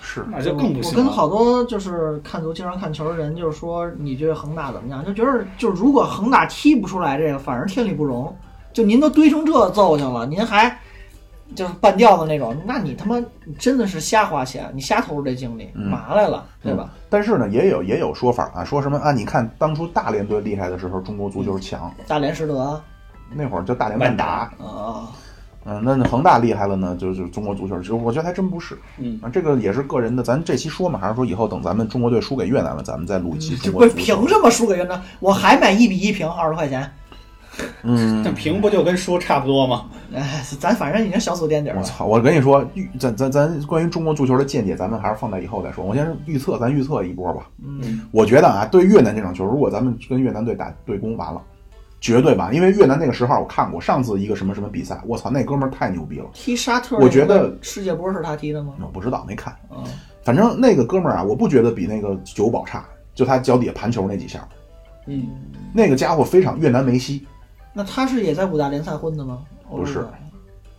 Speaker 1: 是
Speaker 3: 那就啊更不
Speaker 2: 我
Speaker 3: 行
Speaker 2: 跟
Speaker 3: 了。
Speaker 2: 好多就是看足经常看球的人，就是说你觉得恒大怎么样？就觉得就是如果恒大踢不出来这个，反而天理不容。就您都堆成这揍性了，您还就是半吊子那种，那你他妈你真的是瞎花钱，你瞎投入这精力，
Speaker 1: 嗯
Speaker 2: 麻来了，对吧？
Speaker 1: 但是呢，也有也有说法啊，说什么啊？你看当初大连队厉害的时候，中国足球强，
Speaker 2: 大连实德啊
Speaker 1: 那会儿叫大连万达。
Speaker 2: 啊，
Speaker 1: 嗯，那恒大厉害了呢，就是中国足球。其实我觉得还真不是
Speaker 3: 嗯，
Speaker 1: 啊，这个也是个人的。咱这期说嘛，还是说以后等咱们中国队输给越南了，咱们再录一期
Speaker 2: 嗯这
Speaker 1: 中
Speaker 2: 不
Speaker 1: 国
Speaker 2: 是
Speaker 1: 足球
Speaker 2: 凭？什么输给人呢？我还买一比一平二十块钱，
Speaker 1: 嗯
Speaker 3: 那，平不就跟输差不多吗？
Speaker 2: 哎，咱反正已经小组垫底
Speaker 1: 我
Speaker 2: 了。
Speaker 1: 操！我跟你说，预咱咱咱关于中国足球的见解，咱们还是放在以后再说。我先预测，咱预测一波吧。
Speaker 2: 嗯，
Speaker 1: 我觉得啊，对越南这场球，如果咱们跟越南队打对攻，完了，绝对完。因为越南那个十号我看过，上次一个什么什么比赛，我操，那哥们儿太牛逼了。
Speaker 2: 踢沙特，
Speaker 1: 我觉得
Speaker 2: 世界波是他踢的吗？
Speaker 1: 我不知道，没看。
Speaker 2: 嗯，
Speaker 1: 反正那个哥们儿啊，我不觉得比那个久保差，就他脚底下盘球那几下，
Speaker 2: 嗯，
Speaker 1: 那个家伙非常越南梅西，
Speaker 2: 那他是也在五大联赛混的吗？欧洲
Speaker 1: 不是嗯
Speaker 2: 的，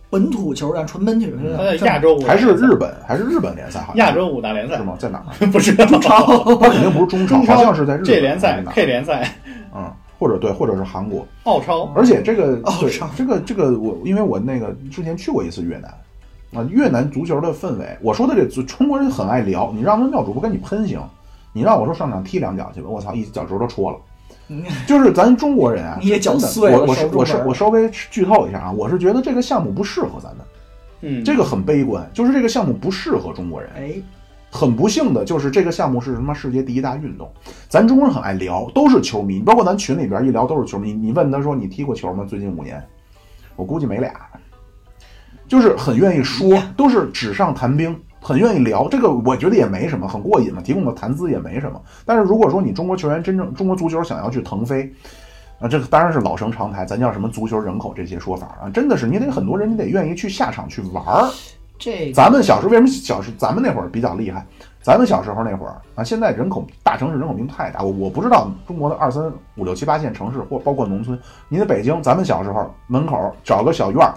Speaker 2: 本土球员，纯本土球员，
Speaker 3: 他在亚洲五大
Speaker 1: 还是
Speaker 3: 联赛
Speaker 1: 日本还是日本联赛好像
Speaker 3: 啊亚洲五大联赛
Speaker 1: 是吗？在哪儿？
Speaker 3: 不知道。
Speaker 1: 他肯定不是中超，
Speaker 3: 中超
Speaker 1: 好像是在日本
Speaker 3: 这联赛哦
Speaker 1: 还、是哪儿
Speaker 3: K 联赛、
Speaker 1: 嗯，或者对，或者是韩国。
Speaker 3: 澳超，
Speaker 1: 而且这个
Speaker 2: 哦
Speaker 1: 对
Speaker 2: 上
Speaker 1: 这个这个我，因为我那个之前去过一次越南，啊，越南足球的氛围，我说的这足中国人很爱聊，你让那妙主播跟你喷行，你让我说上场踢两脚去吧，我操，一脚趾头都戳了。
Speaker 2: 嗯
Speaker 1: 就是咱中国人啊，
Speaker 2: 你也脚
Speaker 1: 真的
Speaker 2: 碎了
Speaker 1: 我我
Speaker 2: 手
Speaker 1: 是
Speaker 2: 指头
Speaker 1: 我是
Speaker 2: 儿
Speaker 1: 我稍微剧透一下啊，我是觉得这个项目不适合咱们，
Speaker 3: 嗯，
Speaker 1: 这个很悲观，就是这个项目不适合中国人。
Speaker 2: 哎，
Speaker 1: 很不幸的就是这个项目是什么世界第一大运动，咱中国人很爱聊，都是球迷，包括咱群里边一聊都是球迷。你问他说你踢过球吗？最近五年，我估计没俩，就是很愿意说，都是纸上谈兵，很愿意聊。这个我觉得也没什么，很过瘾嘛，提供的谈资也没什么。但是如果说你中国球员真正中国足球想要去腾飞，啊，这个当然是老生常谈，咱叫什么足球人口这些说法啊，真的是你得很多人你得愿意去下场去玩儿。
Speaker 2: 这个
Speaker 1: 咱们小时候为什么小时咱们那会儿比较厉害？咱们小时候那会儿啊，现在人口大城市人口密度太大，我我不知道中国的二三五六七八线城市或包括农村，你在北京，咱们小时候门口找个小院儿，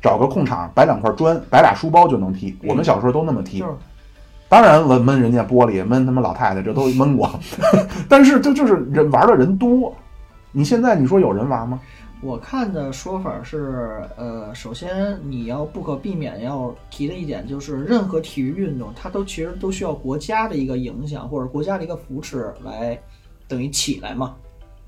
Speaker 1: 找个空场摆两块砖，摆俩书包就能踢。我们小时候都那么踢，
Speaker 3: 嗯
Speaker 2: 就是
Speaker 1: 当然了，闷人家玻璃，闷他妈老太太，这都闷过。 但是这就是人玩的人多，你现在你说有人玩吗？
Speaker 2: 我看的说法是，呃，首先你要不可避免要提的一点就是，任何体育运动它都其实都需要国家的一个影响或者国家的一个扶持来，等于起来嘛，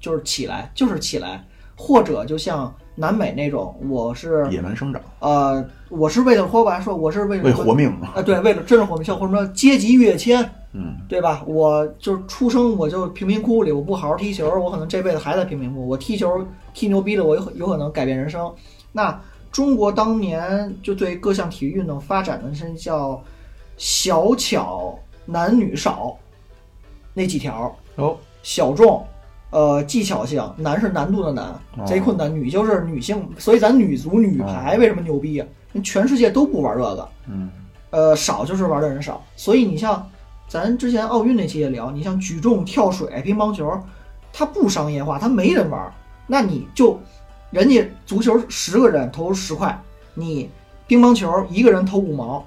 Speaker 2: 就是起来，就是起来，或者就像南美那种，我是
Speaker 1: 野蛮生长，
Speaker 2: 呃，我是为了活吧，说我是为了
Speaker 1: 为活命。
Speaker 2: 啊、对，为了真是活命，像或者说阶级跃迁，
Speaker 1: 嗯，
Speaker 2: 对吧？我就是出生我就贫民窟里，我不好好踢球，我可能这辈子还在贫民窟。我踢球踢牛逼了，我有有可能改变人生。那中国当年就对各项体育运动发展的是叫小巧男女少那几条，
Speaker 1: 哦，
Speaker 2: 小众，呃，技巧性，难是难度的难，贼困难。女就是女性，所以咱女足女排为什么牛逼啊？人全世界都不玩这个，
Speaker 1: 嗯，
Speaker 2: 呃，少就是玩的人少。所以你像咱之前奥运那期也聊，你像举重、跳水、乒乓球，它不商业化，它没人玩儿，那你就人家足球十个人投十块，你乒乓球一个人投五毛，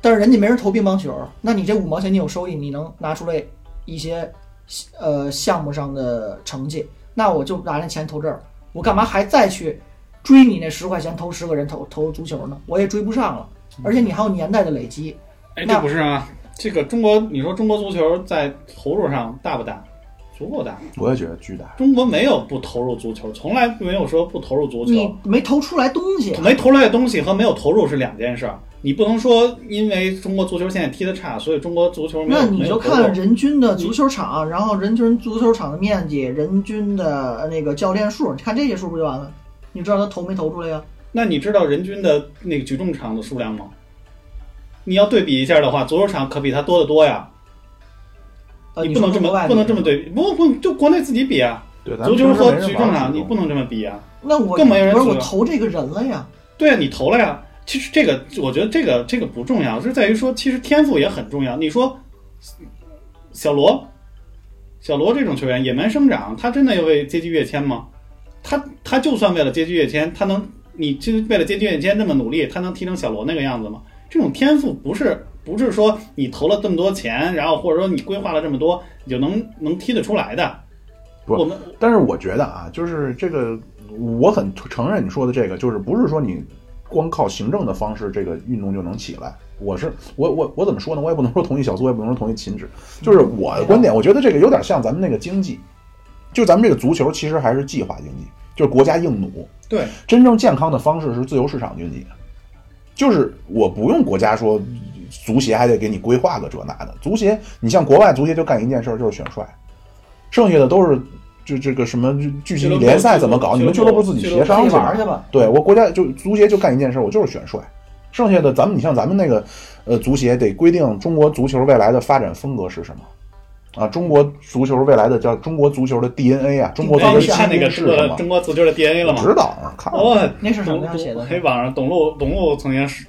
Speaker 2: 但是人家没人投乒乓球，那你这五毛钱你有收益，你能拿出来一些呃项目上的成绩，那我就拿那钱投这儿，我干嘛还再去追你那十块钱投十个人投投足球呢？我也追不上了，而且你还有年代的累积，
Speaker 3: 哎，
Speaker 2: 那
Speaker 3: 这不是啊，这个中国，你说中国足球在投入上大不大？足够大。
Speaker 1: 我也觉得巨大。
Speaker 3: 中国没有不投入足球，从来没有说不投入足球
Speaker 2: 你。没投出来东西啊，
Speaker 3: 没投入的东西和没有投入是两件事儿，你不能说因为中国足球现在踢得差，所以中国足球没有
Speaker 2: 那你
Speaker 3: 没
Speaker 2: 就
Speaker 3: 有投入
Speaker 2: 看人均的足球场，然后人均足球场的面积、人均的那个教练数，你看这些数不就完了？你知道他投没投出来呀、
Speaker 3: 那你知道人均的那个举重场的数量吗？你要对比一下的话，足球场可比它多得多呀。
Speaker 2: 呃，
Speaker 3: 不能这
Speaker 2: 说国
Speaker 3: 么
Speaker 2: 外
Speaker 3: 不能这么
Speaker 2: 那
Speaker 3: 对比，不不就国内自己比啊，
Speaker 1: 对，咱
Speaker 3: 足
Speaker 1: 们
Speaker 3: 球
Speaker 1: 平时
Speaker 3: 和
Speaker 1: 没人
Speaker 3: 举
Speaker 1: 玩
Speaker 3: 重场
Speaker 1: 足
Speaker 3: 你
Speaker 1: 球
Speaker 3: 不能这么比啊。
Speaker 2: 那我
Speaker 3: 更没人
Speaker 2: 不是
Speaker 3: 做
Speaker 2: 我
Speaker 3: 了
Speaker 2: 投这个人了呀，
Speaker 3: 对啊，你投了呀。其实这个我觉得这个这个不重要，是在于说其实天赋也很重要。你说小罗，小罗这种球员野蛮生长，他真的要为阶级跃迁吗？他他就算为了阶级跃迁，他能你就为了阶级跃迁那么努力，他能踢成小罗那个样子吗？这种天赋不是不是说你投了这么多钱，然后或者说你规划了这么多，你就能能踢得出来的。
Speaker 1: 不
Speaker 3: 我们
Speaker 1: 但是我觉得啊，就是这个，我很承认你说的这个，就是不是说你光靠行政的方式，这个运动就能起来。我是我我我怎么说呢？我也不能说同意小苏，我也不能说同意秦止，就是我的观点，我觉得这个有点像咱们那个经济，就咱们这个足球其实还是计划经济，就是国家硬弩。
Speaker 3: 对
Speaker 1: 真正健康的方式是自由市场经济，就是我不用国家说足协还得给你规划个这那的。足协，你像国外足协就干一件事儿，就是选帅，剩下的都是这这个什么具体
Speaker 3: 俱乐部
Speaker 1: 联赛怎么搞，
Speaker 3: 俱
Speaker 1: 你
Speaker 3: 乐
Speaker 1: 们
Speaker 3: 部
Speaker 1: 俱乐部自己协商
Speaker 2: 自
Speaker 1: 去
Speaker 2: 己玩
Speaker 1: 吧
Speaker 2: 去。吧。
Speaker 1: 对我国家就足协就干一件事儿，我就是选帅，剩下的咱们你像咱们那个呃足协得规定啊中国呃足球未来的发展风格是什么。啊，中国足球未来的叫中国足球的 DNA 啊，中国足
Speaker 3: 哎，
Speaker 1: 球
Speaker 3: 你看那
Speaker 1: 基因
Speaker 3: 个中
Speaker 1: 是什
Speaker 3: 国
Speaker 1: 么？
Speaker 3: 中国足球的 DNA 了吗？
Speaker 1: 知道啊，看了
Speaker 3: 哦，
Speaker 2: 那是什么
Speaker 3: 董
Speaker 2: 样写的
Speaker 3: 嘿，网上董路董路曾经是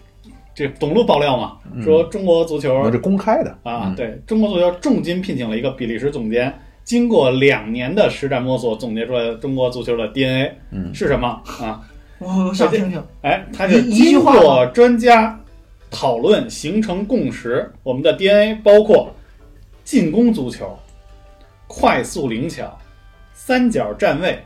Speaker 3: 这董路爆料嘛，说中国足球
Speaker 1: 那是公开的，
Speaker 3: 啊，对中国足球重金聘请了一个比利时总监，经过两年的实战摸索，总结出来中国足球的 DNA，
Speaker 1: 嗯
Speaker 3: 是什么啊？
Speaker 2: 我我想听听，
Speaker 3: 哎，他是
Speaker 2: 一一句
Speaker 3: 经
Speaker 2: 话
Speaker 3: 过专家讨论形成共识，我们的 DNA 包括进攻足球、快速灵巧、三角站位，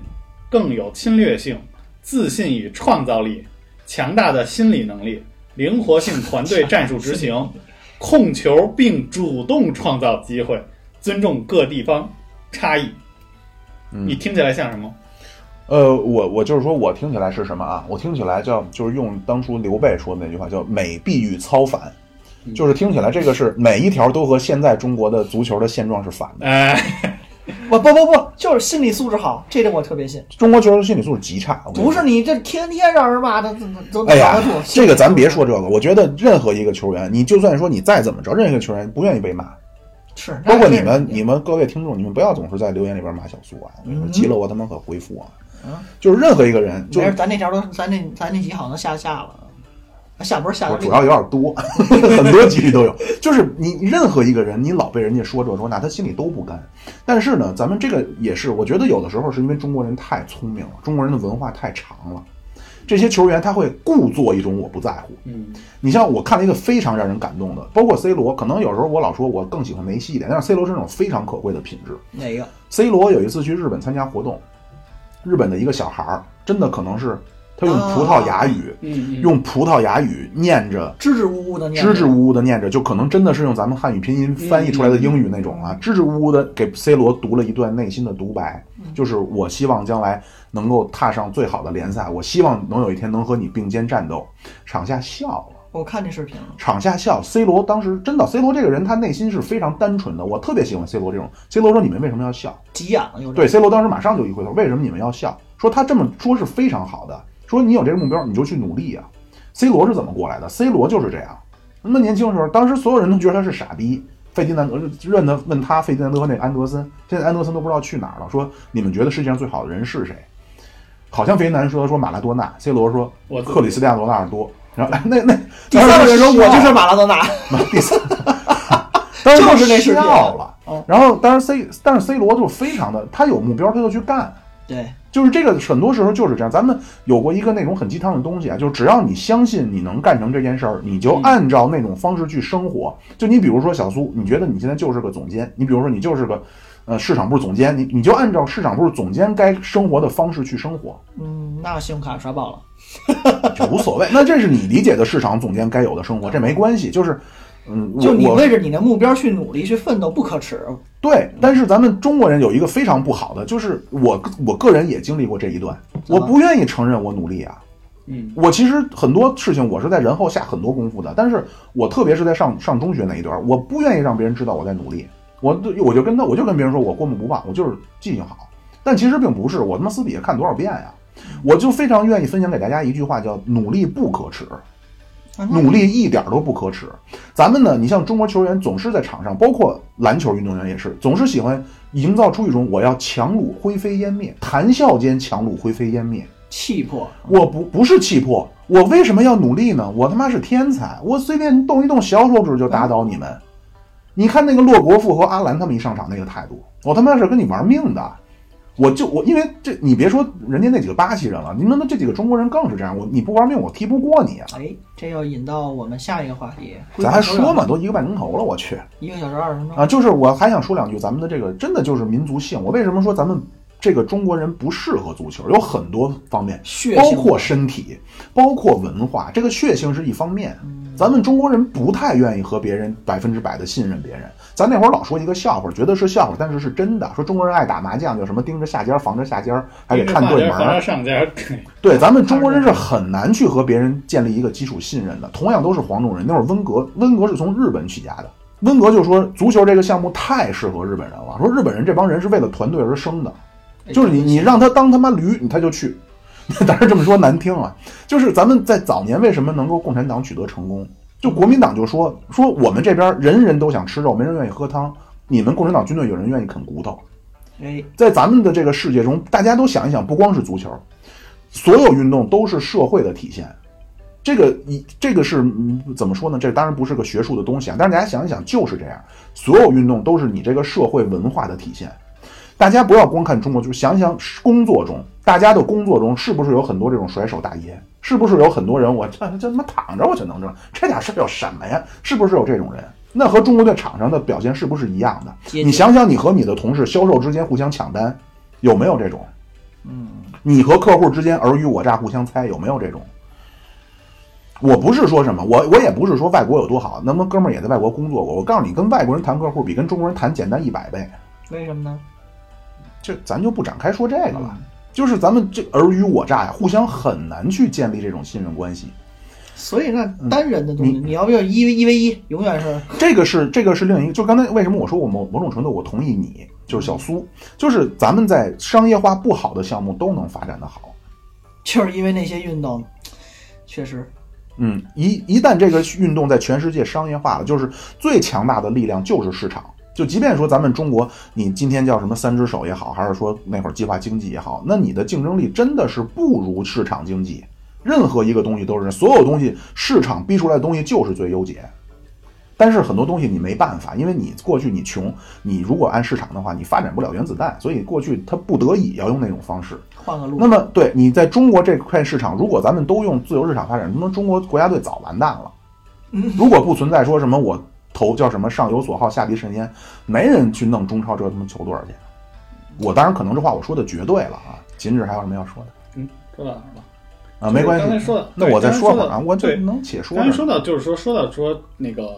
Speaker 3: 更有侵略性、自信与创造力、强大的心理能力、灵活性团队战术执行、控球并主动创造机会，尊重各地方差异。
Speaker 1: 嗯
Speaker 3: 你听起来像什么？
Speaker 1: 呃，我我就是说我听起来是什么啊？我听起来叫就是用当初刘备说的那句话叫“美必欲操反”，
Speaker 2: 嗯
Speaker 1: 就是听起来这个是每一条都和现在中国的足球的现状是反的。
Speaker 3: 哎，
Speaker 2: 我不不不，就是心理素质好，这点我特别信。
Speaker 3: 嗯
Speaker 1: 中国足球的心理素质极差，我跟你
Speaker 2: 不
Speaker 1: 说
Speaker 2: 是你这天天让人骂的，怎么都
Speaker 1: 哎
Speaker 2: 打
Speaker 1: 呀
Speaker 2: 得住。，
Speaker 1: 这个咱别说这个，我觉得任何一个球员，你就算说你再怎么着，任何一个球员不愿意被骂，
Speaker 2: 是，那
Speaker 1: 包括
Speaker 2: 这
Speaker 1: 你
Speaker 2: 是
Speaker 1: 们，你们各位听众，你们不要总是在留言里边骂小苏啊，
Speaker 2: 嗯
Speaker 1: 急了我他妈可回复啊
Speaker 2: 嗯，
Speaker 1: 就是任何一个人，就
Speaker 2: 没事，
Speaker 1: 是
Speaker 2: 咱那条都咱那咱那集好像下下了，啊下不是下
Speaker 1: 我
Speaker 2: 了
Speaker 1: 主要有点多，很多集里都有，就是你你任何一个人，你老被人家说这说那，他心里都不甘。但是呢，咱们这个也是，我觉得有的时候是因为中国人太聪明了，中国人的文化太长了，这些球员他会故作一种我不在乎。
Speaker 3: 嗯
Speaker 1: 你像我看了一个非常让人感动的，包括 C 罗，可能有时候我老说我更喜欢梅西一点，但是 C 罗是那种非常可贵的品质。
Speaker 2: 哪个？
Speaker 1: C 罗有一次去日本参加活动，日本的一个小孩儿，真的可能是他用葡萄牙语，
Speaker 3: 嗯嗯，
Speaker 1: 用葡萄牙语念着。
Speaker 2: 支支吾吾的念着，
Speaker 1: 支支吾吾的念着，就可能真的是用咱们汉语拼音翻译出来的英语那种啊，支支吾吾的给 C 罗读了一段内心的独白，就是我希望将来能够踏上最好的联赛，我希望能有一天能和你并肩战斗。场下笑了。
Speaker 2: 我看那视频了，
Speaker 1: 场下笑，C 罗当时真的，C 罗这个人他内心是非常单纯的，我特别喜欢 C 罗这种。C 罗说：“你们为什么要笑
Speaker 2: 急眼了有？”点。
Speaker 1: 对，C 罗当时马上就一回头，为什么你们要笑？说他这么说是非常好的，说你有这个目标你就去努力啊。C 罗是怎么过来的？C 罗就是这样。那么年轻的时候，当时所有人都觉得他是傻逼。费迪南德认他问他费迪南德和那个安德森，现在安德森都不知道去哪儿了。说你们觉得世界上最好的人是谁？好像费迪南说说马拉多纳，C 罗说
Speaker 3: 我自己
Speaker 1: 克里斯蒂亚罗纳尔多。然后哎那那
Speaker 2: 第三个
Speaker 1: 人
Speaker 2: 人
Speaker 1: 说
Speaker 2: 说
Speaker 1: 我
Speaker 2: 我
Speaker 1: 就
Speaker 2: 就是是马拉多纳，
Speaker 1: 第三，当时
Speaker 2: 就是那视频
Speaker 1: 笑了
Speaker 2: 嗯。
Speaker 1: 然后，当时 C，但是 C 罗就非常的，他有目标，他就去干。
Speaker 2: 对，
Speaker 1: 就是这个，很多时候就是这样。咱们有过一个那种很鸡汤的东西啊，就是只要你相信你能干成这件事儿，你就按照那种方式去生活。就你比如说小苏，你觉得你现在就是个总监，你比如说你就是个呃市场部总监，你你就按照市场部总监该生活的方式去生活，
Speaker 2: 嗯，那信用卡刷爆了，
Speaker 1: 就无 所谓。那这是你理解的市场总监该有的生活，这没关系。就是，嗯，我
Speaker 2: 就你
Speaker 1: 我
Speaker 2: 为着你的目标去努力去奋斗不可耻，啊
Speaker 1: 对，但是咱们中国人有一个非常不好的，就是我我个人也经历过这一段，
Speaker 2: 怎
Speaker 1: 我
Speaker 2: 么
Speaker 1: 不愿意承认我努力啊。
Speaker 3: 嗯
Speaker 1: 我其实很多事情我是在人后下很多功夫的，但是我特别是在上上中学那一段，我不愿意让别人知道我在努力，我我就跟他我就跟别人说我过目不忘，我就是记性好，但其实并不是，我他妈私底下看多少遍呀、我就非常愿意分享给大家一句话，叫努力不可耻。
Speaker 2: 啊那
Speaker 1: 努力一点都不可耻。咱们呢，你像中国球员总是在场上，包括篮球运动员也是，总是喜欢营造出一种我要强弩灰飞烟灭，谈笑间强弩灰飞烟灭。
Speaker 2: 气魄，
Speaker 1: 我不不是气魄，我为什么要努力呢？我他妈是天才，我随便动一动小手指就打倒你们。你看那个洛国富和阿兰他们一上场那个态度，我他妈是跟你玩命的。我就我因为这，你别说人家那几个巴西人了，你们这几个中国人更是这样。我你不玩命，我踢不过你啊！
Speaker 2: 哎，这要引到我们下一个话题，
Speaker 1: 咱还说嘛，都一个半钟头了，我去
Speaker 2: 一个小时二十分钟，
Speaker 1: 啊！就是我还想说两句，咱们的这个真的就是民族性。我为什么说咱们这个中国人不适合足球？有很多方面，
Speaker 2: 血
Speaker 1: 包
Speaker 2: 性
Speaker 1: 括身体，包括文化，这个血性是一方面。咱们中国人不太愿意和别人百分之百的信任别人。咱那会儿老说一个笑话，觉得是笑话，但是是真的。说中国人爱打麻将，叫什么盯着下家防着下家，还得看对门
Speaker 3: 防
Speaker 1: 儿
Speaker 3: 着。上家，对
Speaker 1: 对，咱们中国人是很难去和别人建立一个基础信任的。同样都是黄种人，那会儿温格，温格是从日本起家的。温格就说，足球这个项目太适合日本人了。说日本人这帮人是为了团队而生的，
Speaker 2: 哎
Speaker 1: 就是你你让他当他妈驴，你他就去。 当然这么说难听啊，就是咱们在早年为什么能够共产党取得成功？就国民党就说说我们这边人人都想吃肉，没人愿意喝汤，你们共产党军队有人愿意啃骨头。
Speaker 2: 哎，
Speaker 1: 在咱们的这个世界中，大家都想一想，不光是足球，所有运动都是社会的体现。这个你这个是嗯怎么说呢？这当然不是个学术的东西啊，但是大家想一想，就是这样，所有运动都是你这个社会文化的体现。大家不要光看中国，就想想工作中，大家的工作中是不是有很多这种甩手大爷？是不是有很多人我这这他妈躺着我就能挣？这俩事儿有什么呀？是不是有这种人？那和中国队场上的表现是不是一样的？
Speaker 2: 接近
Speaker 1: 你想想，你和你的同事、销售之间互相抢单，有没有这种？嗯，你和客户之间尔虞我诈、互相猜，有没有这种？我不是说什么，我我也不是说外国有多好，那么哥们儿也在外国工作过。我告诉你，跟外国人谈客户比跟中国人谈简单一百倍。
Speaker 2: 为什么呢？啊
Speaker 1: 这咱就不展开说这个
Speaker 2: 嗯
Speaker 1: 了。就是咱们这尔虞我诈呀，互相很难去建立这种信任关系。
Speaker 2: 所以那
Speaker 1: 嗯
Speaker 2: 单人的东西，你要不要一 v 一 v 一，永远是
Speaker 1: 这个是这个是另一个，就刚才为什么我说我某某种程度我同意你，就是小苏，就是咱们在商业化不好的项目都能发展的好。
Speaker 2: 就是因为那些运动，确实
Speaker 1: 嗯，一一旦这个运动在全世界商业化了，就是最强大的力量就是市场。就即便说咱们中国，你今天叫什么三只手也好，还是说那会儿计划经济也好，那你的竞争力真的是不如市场经济。任何一个东西都是，所有东西市场逼出来的东西就是最优解。但是很多东西你没办法，因为你过去你穷，你如果按市场的话，你发展不了原子弹，所以过去它不得已要用那种方式。
Speaker 2: 换个
Speaker 1: 那
Speaker 2: 路。
Speaker 1: 么，对你在中国这块市场，如果咱们都用自由市场发展，那么中国国家队早完蛋了。
Speaker 3: 嗯
Speaker 1: 如果不存在说什么我投叫什么上有所好下必甚焉，没人去弄中超这他妈球队去。我当然可能这话我说的绝对了啊，秦指还有什么要说的
Speaker 3: 嗯，说到哪儿了？
Speaker 1: 啊？没关
Speaker 3: 刚才
Speaker 1: 系，
Speaker 3: 说的，
Speaker 1: 那
Speaker 3: 对
Speaker 1: 我再
Speaker 3: 刚才说
Speaker 1: 会儿
Speaker 3: 到
Speaker 1: 啊，我就
Speaker 3: 对
Speaker 1: 能且说
Speaker 3: 刚才
Speaker 1: 着。
Speaker 3: 说到就是说说到说那个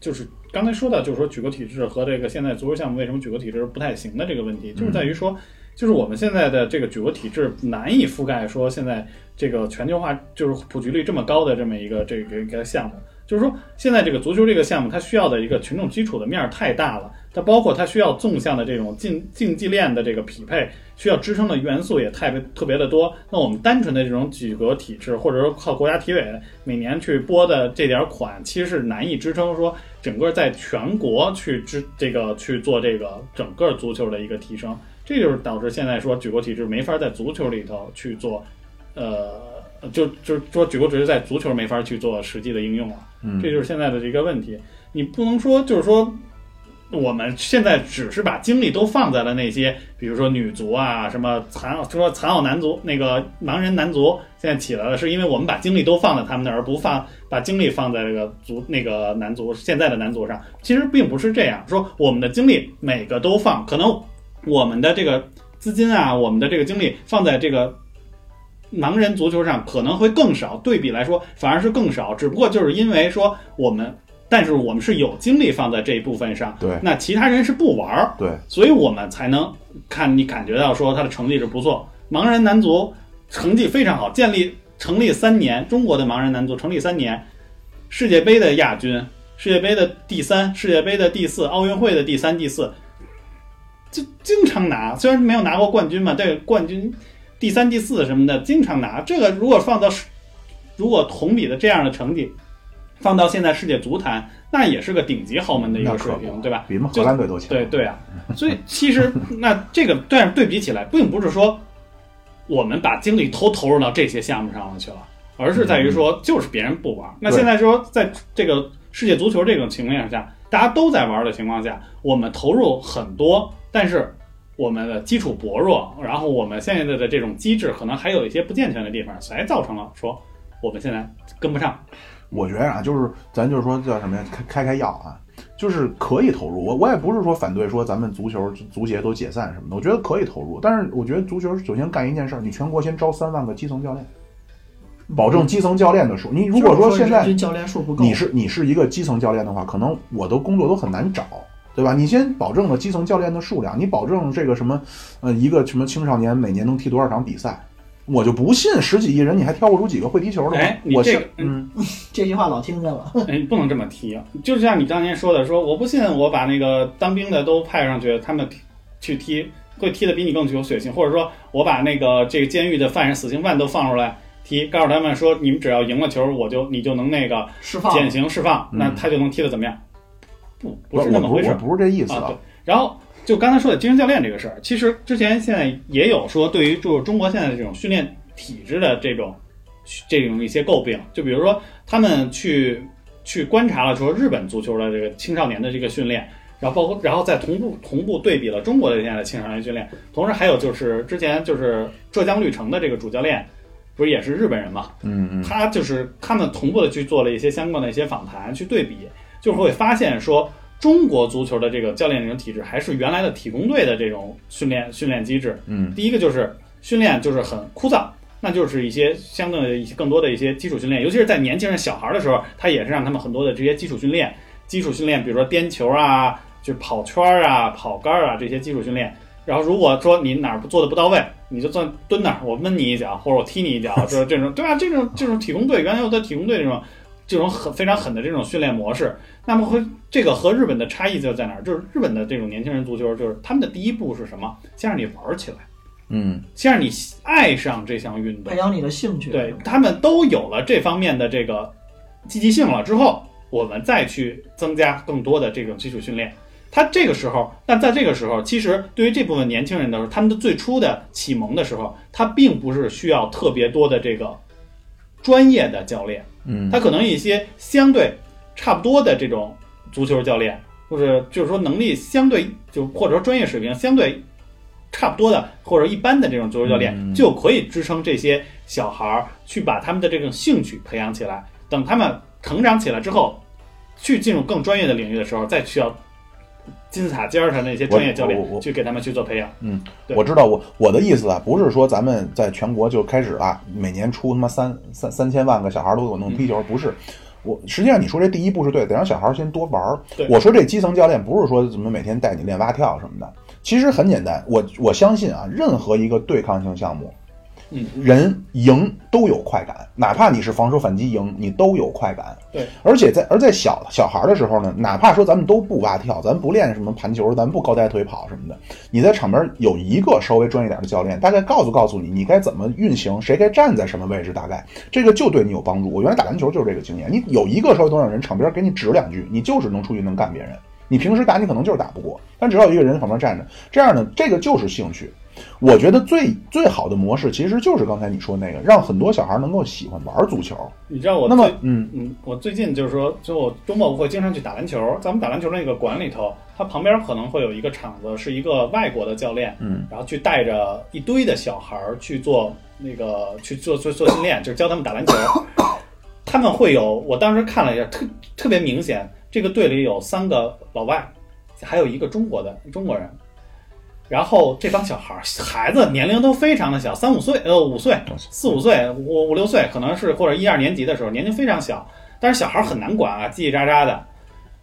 Speaker 3: 就是刚才说到就是说举国体制和这个现在足球项目为什么举国体制不太行的这个问题，
Speaker 1: 嗯
Speaker 3: 就是在于说。就是我们现在的这个举国体制难以覆盖，说现在这个全球化就是普及率这么高的这么一个这个一个项目，就是说现在这个足球这个项目它需要的一个群众基础的面儿太大了，它包括它需要纵向的这种竞竞技链的这个匹配，需要支撑的元素也太特别的多。那我们单纯的这种举国体制，或者说靠国家体委每年去拨的这点儿款，其实是难以支撑说整个在全国去支这个去做这个整个足球的一个提升。这就是导致现在说举国体制没法在足球里头去做，呃，就就是说举国体制在足球没法去做实际的应用了。
Speaker 1: 嗯
Speaker 3: 这就是现在的一个问题。你不能说就是说。我们现在只是把精力都放在了那些，比如说女足啊，什么残奥，说残奥男足那个盲人男足现在起来了，是因为我们把精力都放在他们那儿，而不放把精力放在这个足那个男足现在的男足上。其实并不是这样，说我们的精力每个都放，可能我们的这个资金啊，我们的这个精力放在这个盲人足球上可能会更少，对比来说反而是更少。只不过就是因为说我们，但是我们是有精力放在这一部分上，
Speaker 1: 对
Speaker 3: 那其他人是不玩儿，
Speaker 1: 对，
Speaker 3: 所以我们才能看你感觉到说他的成绩是不错。盲人男足成绩非常好，建立成立三年，中国的盲人男足成立三年，世界杯的亚军，世界杯的第三，世界杯的第四，奥运会的第三、第四，就经常拿。虽然没有拿过冠军嘛，但是冠军第三、第四什么的经常拿。这个如果放到世如果同比的这样的成绩，放到现在世界足坛，那也是个顶级豪门的一
Speaker 1: 那
Speaker 3: 个水
Speaker 1: 可
Speaker 3: 平，
Speaker 1: 不，
Speaker 3: 对吧？
Speaker 1: 比我们荷
Speaker 3: 就
Speaker 1: 兰队都强。
Speaker 3: 对对啊，所以其实那这个但是对比起来，并不是说我们把精力都投入到这些项目上了去了，而是在于说就是别人不玩。那
Speaker 1: 对
Speaker 3: 现在说在这个世界足球这种情况下，大家都在玩的情况下，我们投入很多，但是。我们的基础薄弱，然后我们现在的这种机制可能还有一些不健全的地方，才造成了说我们现在跟不上。
Speaker 1: 我觉得啊，就是咱就是说叫什么呀，开开开药啊，就是可以投入。我我也不是说反对说咱们足球足协都解散什么的，我觉得可以投入。但是我觉得足球首先干一件事儿，你全国先招三万个基层教练，保证基层教练的数。你如果
Speaker 2: 嗯就是
Speaker 1: 说现在
Speaker 2: 人均教练数不够，
Speaker 1: 你是你是一个基层教练的话，可能我的工作都很难找，对吧？你先保证了基层教练的数量，你保证这个什么，呃，一个什么青少年每年能踢多少场比赛，我就不信十几亿人你还挑不出几个会踢球的吗？
Speaker 3: 哎你
Speaker 1: 我
Speaker 3: 这
Speaker 1: 信
Speaker 3: 个
Speaker 1: 嗯，
Speaker 2: 这句话老听见了，
Speaker 3: 哎，你不能这么提，就像你当年说的，说我不信我把那个当兵的都派上去，他们去踢，会踢的比你更具有血性，或者说我把那个这个监狱的犯人死刑犯都放出来踢，告诉他们说你们只要赢了球，我就你就能那个
Speaker 2: 释放
Speaker 3: 减刑释放，
Speaker 1: 嗯
Speaker 3: 那他就能踢得怎么样？不，不
Speaker 1: 我
Speaker 3: 是
Speaker 1: 我
Speaker 3: 那么
Speaker 1: 不
Speaker 3: 回
Speaker 1: 是
Speaker 3: 事
Speaker 1: 我
Speaker 3: 儿。
Speaker 1: 不是这意思
Speaker 3: 啊，对。然后就刚才说的精神教练这个事儿，其实之前现在也有说，对于就是中国现在这种训练体制的这种这种一些诟病，就比如说他们去去观察了说日本足球的这个青少年的这个训练，然后包括然后再同步同步对比了中国的现在的青少年训练，同时还有就是之前就是浙江绿城的这个主教练，不是也是日本人嘛，
Speaker 1: 嗯嗯，
Speaker 3: 他就是他们同步的去做了一些相关的一些访谈去对比，就会发现说中国足球的这个教练这种体制还是原来的体工队的这种训练训练机制，
Speaker 1: 嗯，
Speaker 3: 第一个就是训练就是很枯燥。那就是一些相对的一些更多的一些基础训练，尤其是在年轻人小孩儿的时候，他也是让他们很多的这些基础训练，基础训练，比如说颠球啊，就是跑圈儿啊、跑杆儿啊这些基础训练。然后如果说你哪儿不做的不到位，你就算蹲那儿，我闷你一脚，或者我踢你一脚，就是这种，对啊，这种这种体工队原来有的体工队这种这种很非常狠的这种训练模式，那么会这个和日本的差异就在哪儿？就是日本的这种年轻人足球，就是他们的第一步是什么？先让你玩儿起来，
Speaker 1: 嗯
Speaker 3: 先让你爱上这项运动
Speaker 2: 培。哎养你的兴趣。
Speaker 3: 对他们都有了这方面的这个积极性了之后，我们再去增加更多的这种基础训练。他这个时候，但在这个时候，其实对于这部分年轻人的时候，他们的最初的启蒙的时候，他并不是需要特别多的这个专业的教练，
Speaker 1: 嗯
Speaker 3: 他可能一些相对差不多的这种足球教练，或者就是说能力相对就或者说专业水平相对差不多的或者一般的这种足球教练，
Speaker 1: 嗯
Speaker 3: 就可以支撑这些小孩儿去把他们的这种兴趣培养起来。等他们成长起来之后，去进入更专业的领域的时候，再需要金字塔尖儿上那些专业教
Speaker 1: 我我
Speaker 3: 练
Speaker 1: 我
Speaker 3: 去给他们去做培养。
Speaker 1: 嗯，
Speaker 3: 对
Speaker 1: 我知道，我我的意思啊，不是说咱们在全国就开始啊，每年出他妈三三三千万个小孩儿都给我弄踢球，不是。我实际上你说这第一步是对，得让小孩儿先多玩儿
Speaker 3: 对。
Speaker 1: 我说这基层教练不是说怎么每天带你练蛙跳什么的，其实很简单。我我相信啊，任何一个对抗性项目，
Speaker 3: 嗯，
Speaker 1: 人赢都有快感，哪怕你是防守反击赢，你都有快感。
Speaker 3: 对，
Speaker 1: 而且在而在小小孩的时候呢，哪怕说咱们都不蛙跳，咱不练什么盘球，咱不高抬腿跑什么的，你在场边有一个稍微专业点的教练，大概告诉告诉你你该怎么运行，谁该站在什么位置，大概这个就对你有帮助。我原来打篮球就是这个经验，你有一个稍微懂点人场边给你指两句，你就是能出去能干别人。你平时打你可能就是打不过，但只要有一个人在旁边站着，这样呢，这个就是兴趣。我觉得最最好的模式其实就是刚才你说那个，让很多小孩能够喜欢玩足球。
Speaker 3: 你知道我
Speaker 1: 那么
Speaker 3: 最，
Speaker 1: 嗯，
Speaker 3: 嗯，我最近就是说，就我周末会经常去打篮球。咱们打篮球那个馆里头，它旁边可能会有一个场子，是一个外国的教练，
Speaker 1: 嗯，
Speaker 3: 然后去带着一堆的小孩儿去做那个去做做做训练，就是教他们打篮球。他们会有，我当时看了一下，特特别明显，这个队里有三个老外，还有一个中国的中国人。然后这帮小孩儿孩子年龄都非常的小，三五岁，呃，五岁，四五岁、五五六岁，可能是或者一二年级的时候，年龄非常小，但是小孩儿很难管啊，叽叽喳喳的。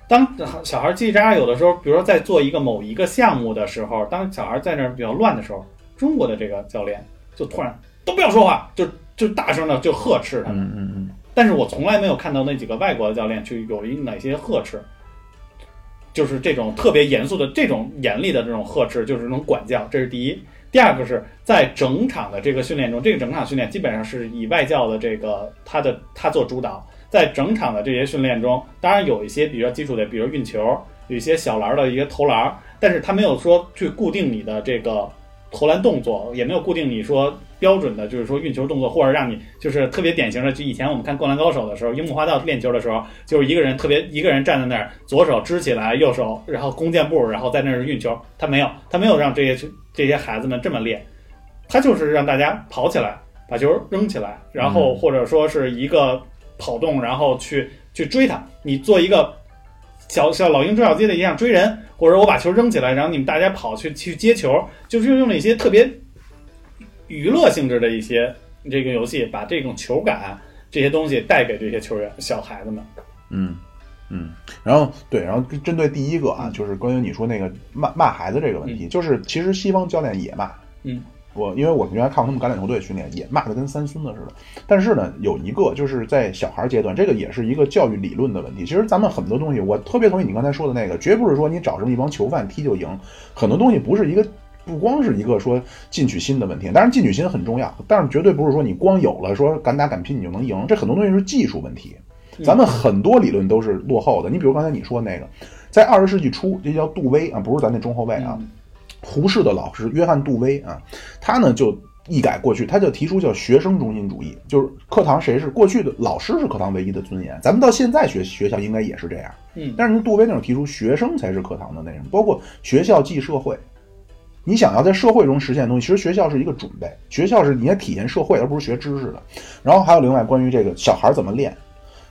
Speaker 3: 当小孩儿叽叽喳喳，有的时候，比如说在做一个某一个项目的时候，当小孩儿在那儿比较乱的时候，中国的这个教练就突然都不要说话，就就大声的就呵斥他们。
Speaker 1: 嗯嗯嗯，
Speaker 3: 但是我从来没有看到那几个外国的教练去有一哪些呵斥，就是这种特别严肃的、这种严厉的这种呵斥，就是这种管教，这是第一。第二个是在整场的这个训练中，这个整场训练基本上是以外教的这个他的他做主导，在整场的这些训练中，当然有一些比较基础的，比如运球，有一些小篮儿的一些投篮儿，但是他没有说去固定你的这个投篮动作，也没有固定你说标准的，就是说运球动作，或者让你就是特别典型的，就以前我们看《灌篮高手》的时候，樱木花道练球的时候，就是一个人特别一个人站在那儿，左手支起来，右手然后弓箭步，然后在那儿运球，他没有，他没有让这些这些孩子们这么练，他就是让大家跑起来，把球扔起来，然后或者说是一个跑动，然后去去追他，你做一个小小老鹰捉小鸡的一样追人，或者我把球扔起来，然后你们大家跑去去接球，就是用了一些特别娱乐性质的一些这个游戏，把这种球感啊这些东西带给这些球员小孩子们。
Speaker 1: 嗯，嗯，然后对，然后针对第一个啊，就是关于你说那个骂骂孩子这个问题，就是其实西方教练也骂，
Speaker 3: 嗯，
Speaker 1: 我因为我原来看过他们橄榄球队训练，也骂的跟三孙子似的。但是呢，有一个就是在小孩阶段，这个也是一个教育理论的问题。其实咱们很多东西，我特别同意你刚才说的那个，绝不是说你找这么一帮囚犯踢就赢，很多东西不是一个。不光是一个说进取心的问题，当然进取心很重要，但是绝对不是说你光有了说敢打敢拼你就能赢，这很多东西是技术问题。咱们很多理论都是落后的。你比如刚才你说那个，在二十世纪初，这叫哎杜威啊，不是咱那中后卫啊，
Speaker 3: 嗯
Speaker 1: 胡适的老师约翰·杜威啊，他呢就一改过去，他就提出叫学生中心主义，就是课堂谁是过去的老师是课堂唯一的尊严，咱们到现在学学校应该也是这样，
Speaker 3: 嗯
Speaker 1: 但是杜威那种提出学生才是课堂的内容，包括学校即社会，你想要在社会中实现的东西，其实学校是一个准备，学校是你要体验社会，而不是学知识的。然后还有另外关于这个小孩怎么练，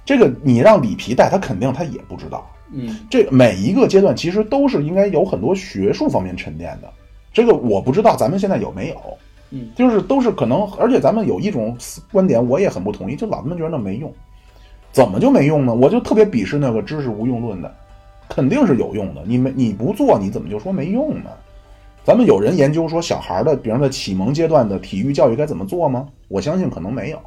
Speaker 1: 这个你让里皮带，他肯定他也不知道。
Speaker 3: 嗯
Speaker 1: 这每一个阶段其实都是应该有很多学术方面沉淀的。这个我不知道咱们现在有没有，
Speaker 3: 嗯，
Speaker 1: 就是都是可能，而且咱们有一种思观点，我也很不同意，就老他妈觉得那没用，怎么就没用呢？我就特别鄙视那个知识无用论的，肯定是有用的，你没你不做，你怎么就说没用呢？咱们有人研究说小孩的，比方说启蒙阶段的体育教育该怎么做吗？我相信可能没有。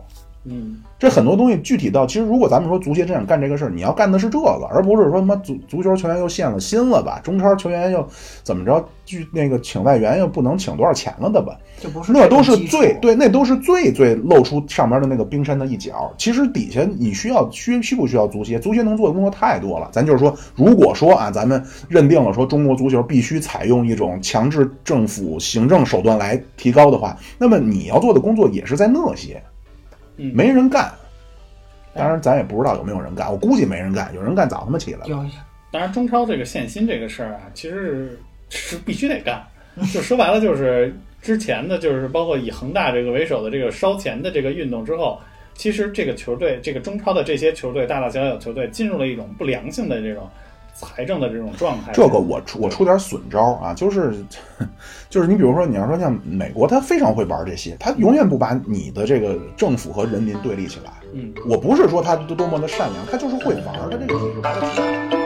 Speaker 3: 嗯
Speaker 1: 这很多东西具体到，其实如果咱们说足协真想干这个事儿，你要干的是这个，而不是说他妈足足球球员又陷了心了吧，中超球员又怎么着，据那个请外援又不能请多少钱了的吧，
Speaker 2: 这不是
Speaker 1: 那都是
Speaker 2: 这种基础
Speaker 1: 最对，那都是最最露出上面的那个冰山的一角。其实底下你需要需需不需要足协？足协能做的工作太多了。咱就是说，如果说啊，咱们认定了说中国足球必须采用一种强制政府行政手段来提高的话，那么你要做的工作也是在那些，
Speaker 3: 嗯，
Speaker 1: 没人干。当
Speaker 2: 哎
Speaker 1: 然，咱也不知道有没有人干，我估计没人干，有人干早他妈起来了。
Speaker 2: 有
Speaker 3: 当然，中超这个限薪这个事儿啊，其实是必须得干。就说白了，就是之前的，就是包括以恒大这个为首的这个烧钱的这个运动之后，其实这个球队，这个中超的这些球队，大大小小球队，进入了一种不良性的这种财政的这种状态。
Speaker 1: 这个我出我出点损招啊，就是就是你比如说你要说像美国，他非常会玩这些，他永远不把你的这个政府和人民对立起来。
Speaker 3: 嗯。
Speaker 1: 我不是说他多多么的善良，他就是会玩，他这个技术。